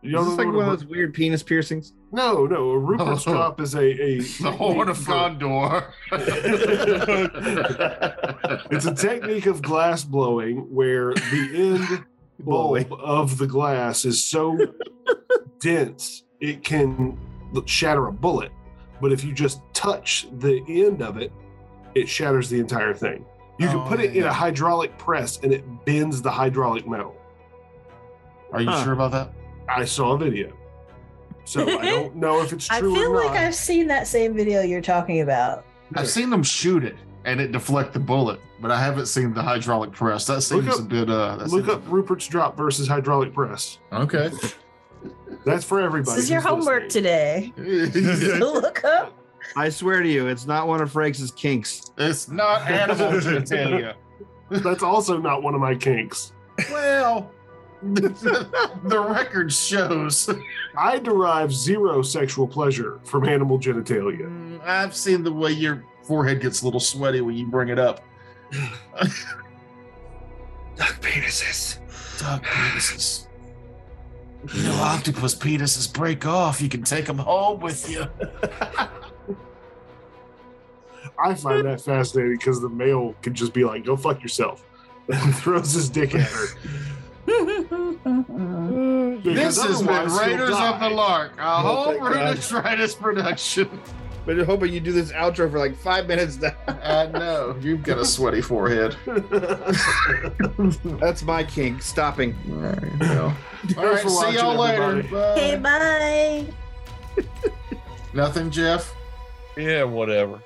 [SPEAKER 2] You
[SPEAKER 5] Is
[SPEAKER 2] don't
[SPEAKER 5] this
[SPEAKER 2] know
[SPEAKER 5] like
[SPEAKER 2] what
[SPEAKER 5] one
[SPEAKER 2] a-
[SPEAKER 5] of those weird penis piercings?
[SPEAKER 2] No, no, a Rupert's
[SPEAKER 1] Oh.
[SPEAKER 2] drop is a, a
[SPEAKER 1] The Horn of Gondor.
[SPEAKER 2] It's a technique of glass blowing where the end bulb of the glass is so dense it can shatter a bullet. But if you just touch the end of it, it shatters the entire thing. You can
[SPEAKER 1] Oh,
[SPEAKER 2] put it
[SPEAKER 1] yeah,
[SPEAKER 2] in
[SPEAKER 1] yeah.
[SPEAKER 2] a hydraulic press and it bends the hydraulic metal.
[SPEAKER 1] Are you
[SPEAKER 5] Huh.
[SPEAKER 1] sure about that?
[SPEAKER 2] I saw a video. So I don't know if it's
[SPEAKER 3] I
[SPEAKER 2] true
[SPEAKER 3] feel
[SPEAKER 2] or
[SPEAKER 3] like
[SPEAKER 2] not.
[SPEAKER 3] I've seen that same video you're talking about.
[SPEAKER 1] I've seen them shoot it and it deflect the bullet, but I haven't seen the hydraulic press. That seems
[SPEAKER 2] Look up-
[SPEAKER 1] a bit uh that
[SPEAKER 2] Look
[SPEAKER 1] seems-
[SPEAKER 2] up Rupert's drop versus hydraulic press.
[SPEAKER 1] Okay.
[SPEAKER 2] That's for everybody.
[SPEAKER 3] This is your
[SPEAKER 2] who's
[SPEAKER 3] homework today.
[SPEAKER 2] listening.
[SPEAKER 3] Look up.
[SPEAKER 5] I swear to you, it's not one of Frakes' kinks.
[SPEAKER 1] it's not animal genitalia.
[SPEAKER 2] That's also not one of my kinks.
[SPEAKER 1] Well, the record shows.
[SPEAKER 2] I derive zero sexual pleasure from animal genitalia.
[SPEAKER 1] Mm, I've seen the way your forehead gets a little sweaty when you bring it up.
[SPEAKER 5] Duck penises.
[SPEAKER 1] Dog penises. You know, octopus penises break off. You can take them home with you.
[SPEAKER 2] I find that fascinating because the male can just be like, "Go fuck yourself," and throws his dick at her. Because
[SPEAKER 1] this has been
[SPEAKER 2] otherwise he'll
[SPEAKER 1] Raiders of the
[SPEAKER 2] die.
[SPEAKER 1] Lark, a
[SPEAKER 5] Oh,
[SPEAKER 1] whole
[SPEAKER 5] thank
[SPEAKER 1] Rune
[SPEAKER 5] God.
[SPEAKER 1] Atreides production.
[SPEAKER 5] But hoping you do this outro for like five minutes now.
[SPEAKER 1] I know you've got a sweaty forehead.
[SPEAKER 5] That's my kink. Stopping.
[SPEAKER 1] All right, well. All
[SPEAKER 2] Thanks
[SPEAKER 1] right
[SPEAKER 2] for
[SPEAKER 1] see
[SPEAKER 2] watching,
[SPEAKER 1] y'all later.
[SPEAKER 2] everybody.
[SPEAKER 3] Okay,
[SPEAKER 1] Bye.
[SPEAKER 3] bye.
[SPEAKER 1] Nothing, Jeff.
[SPEAKER 7] Yeah, whatever.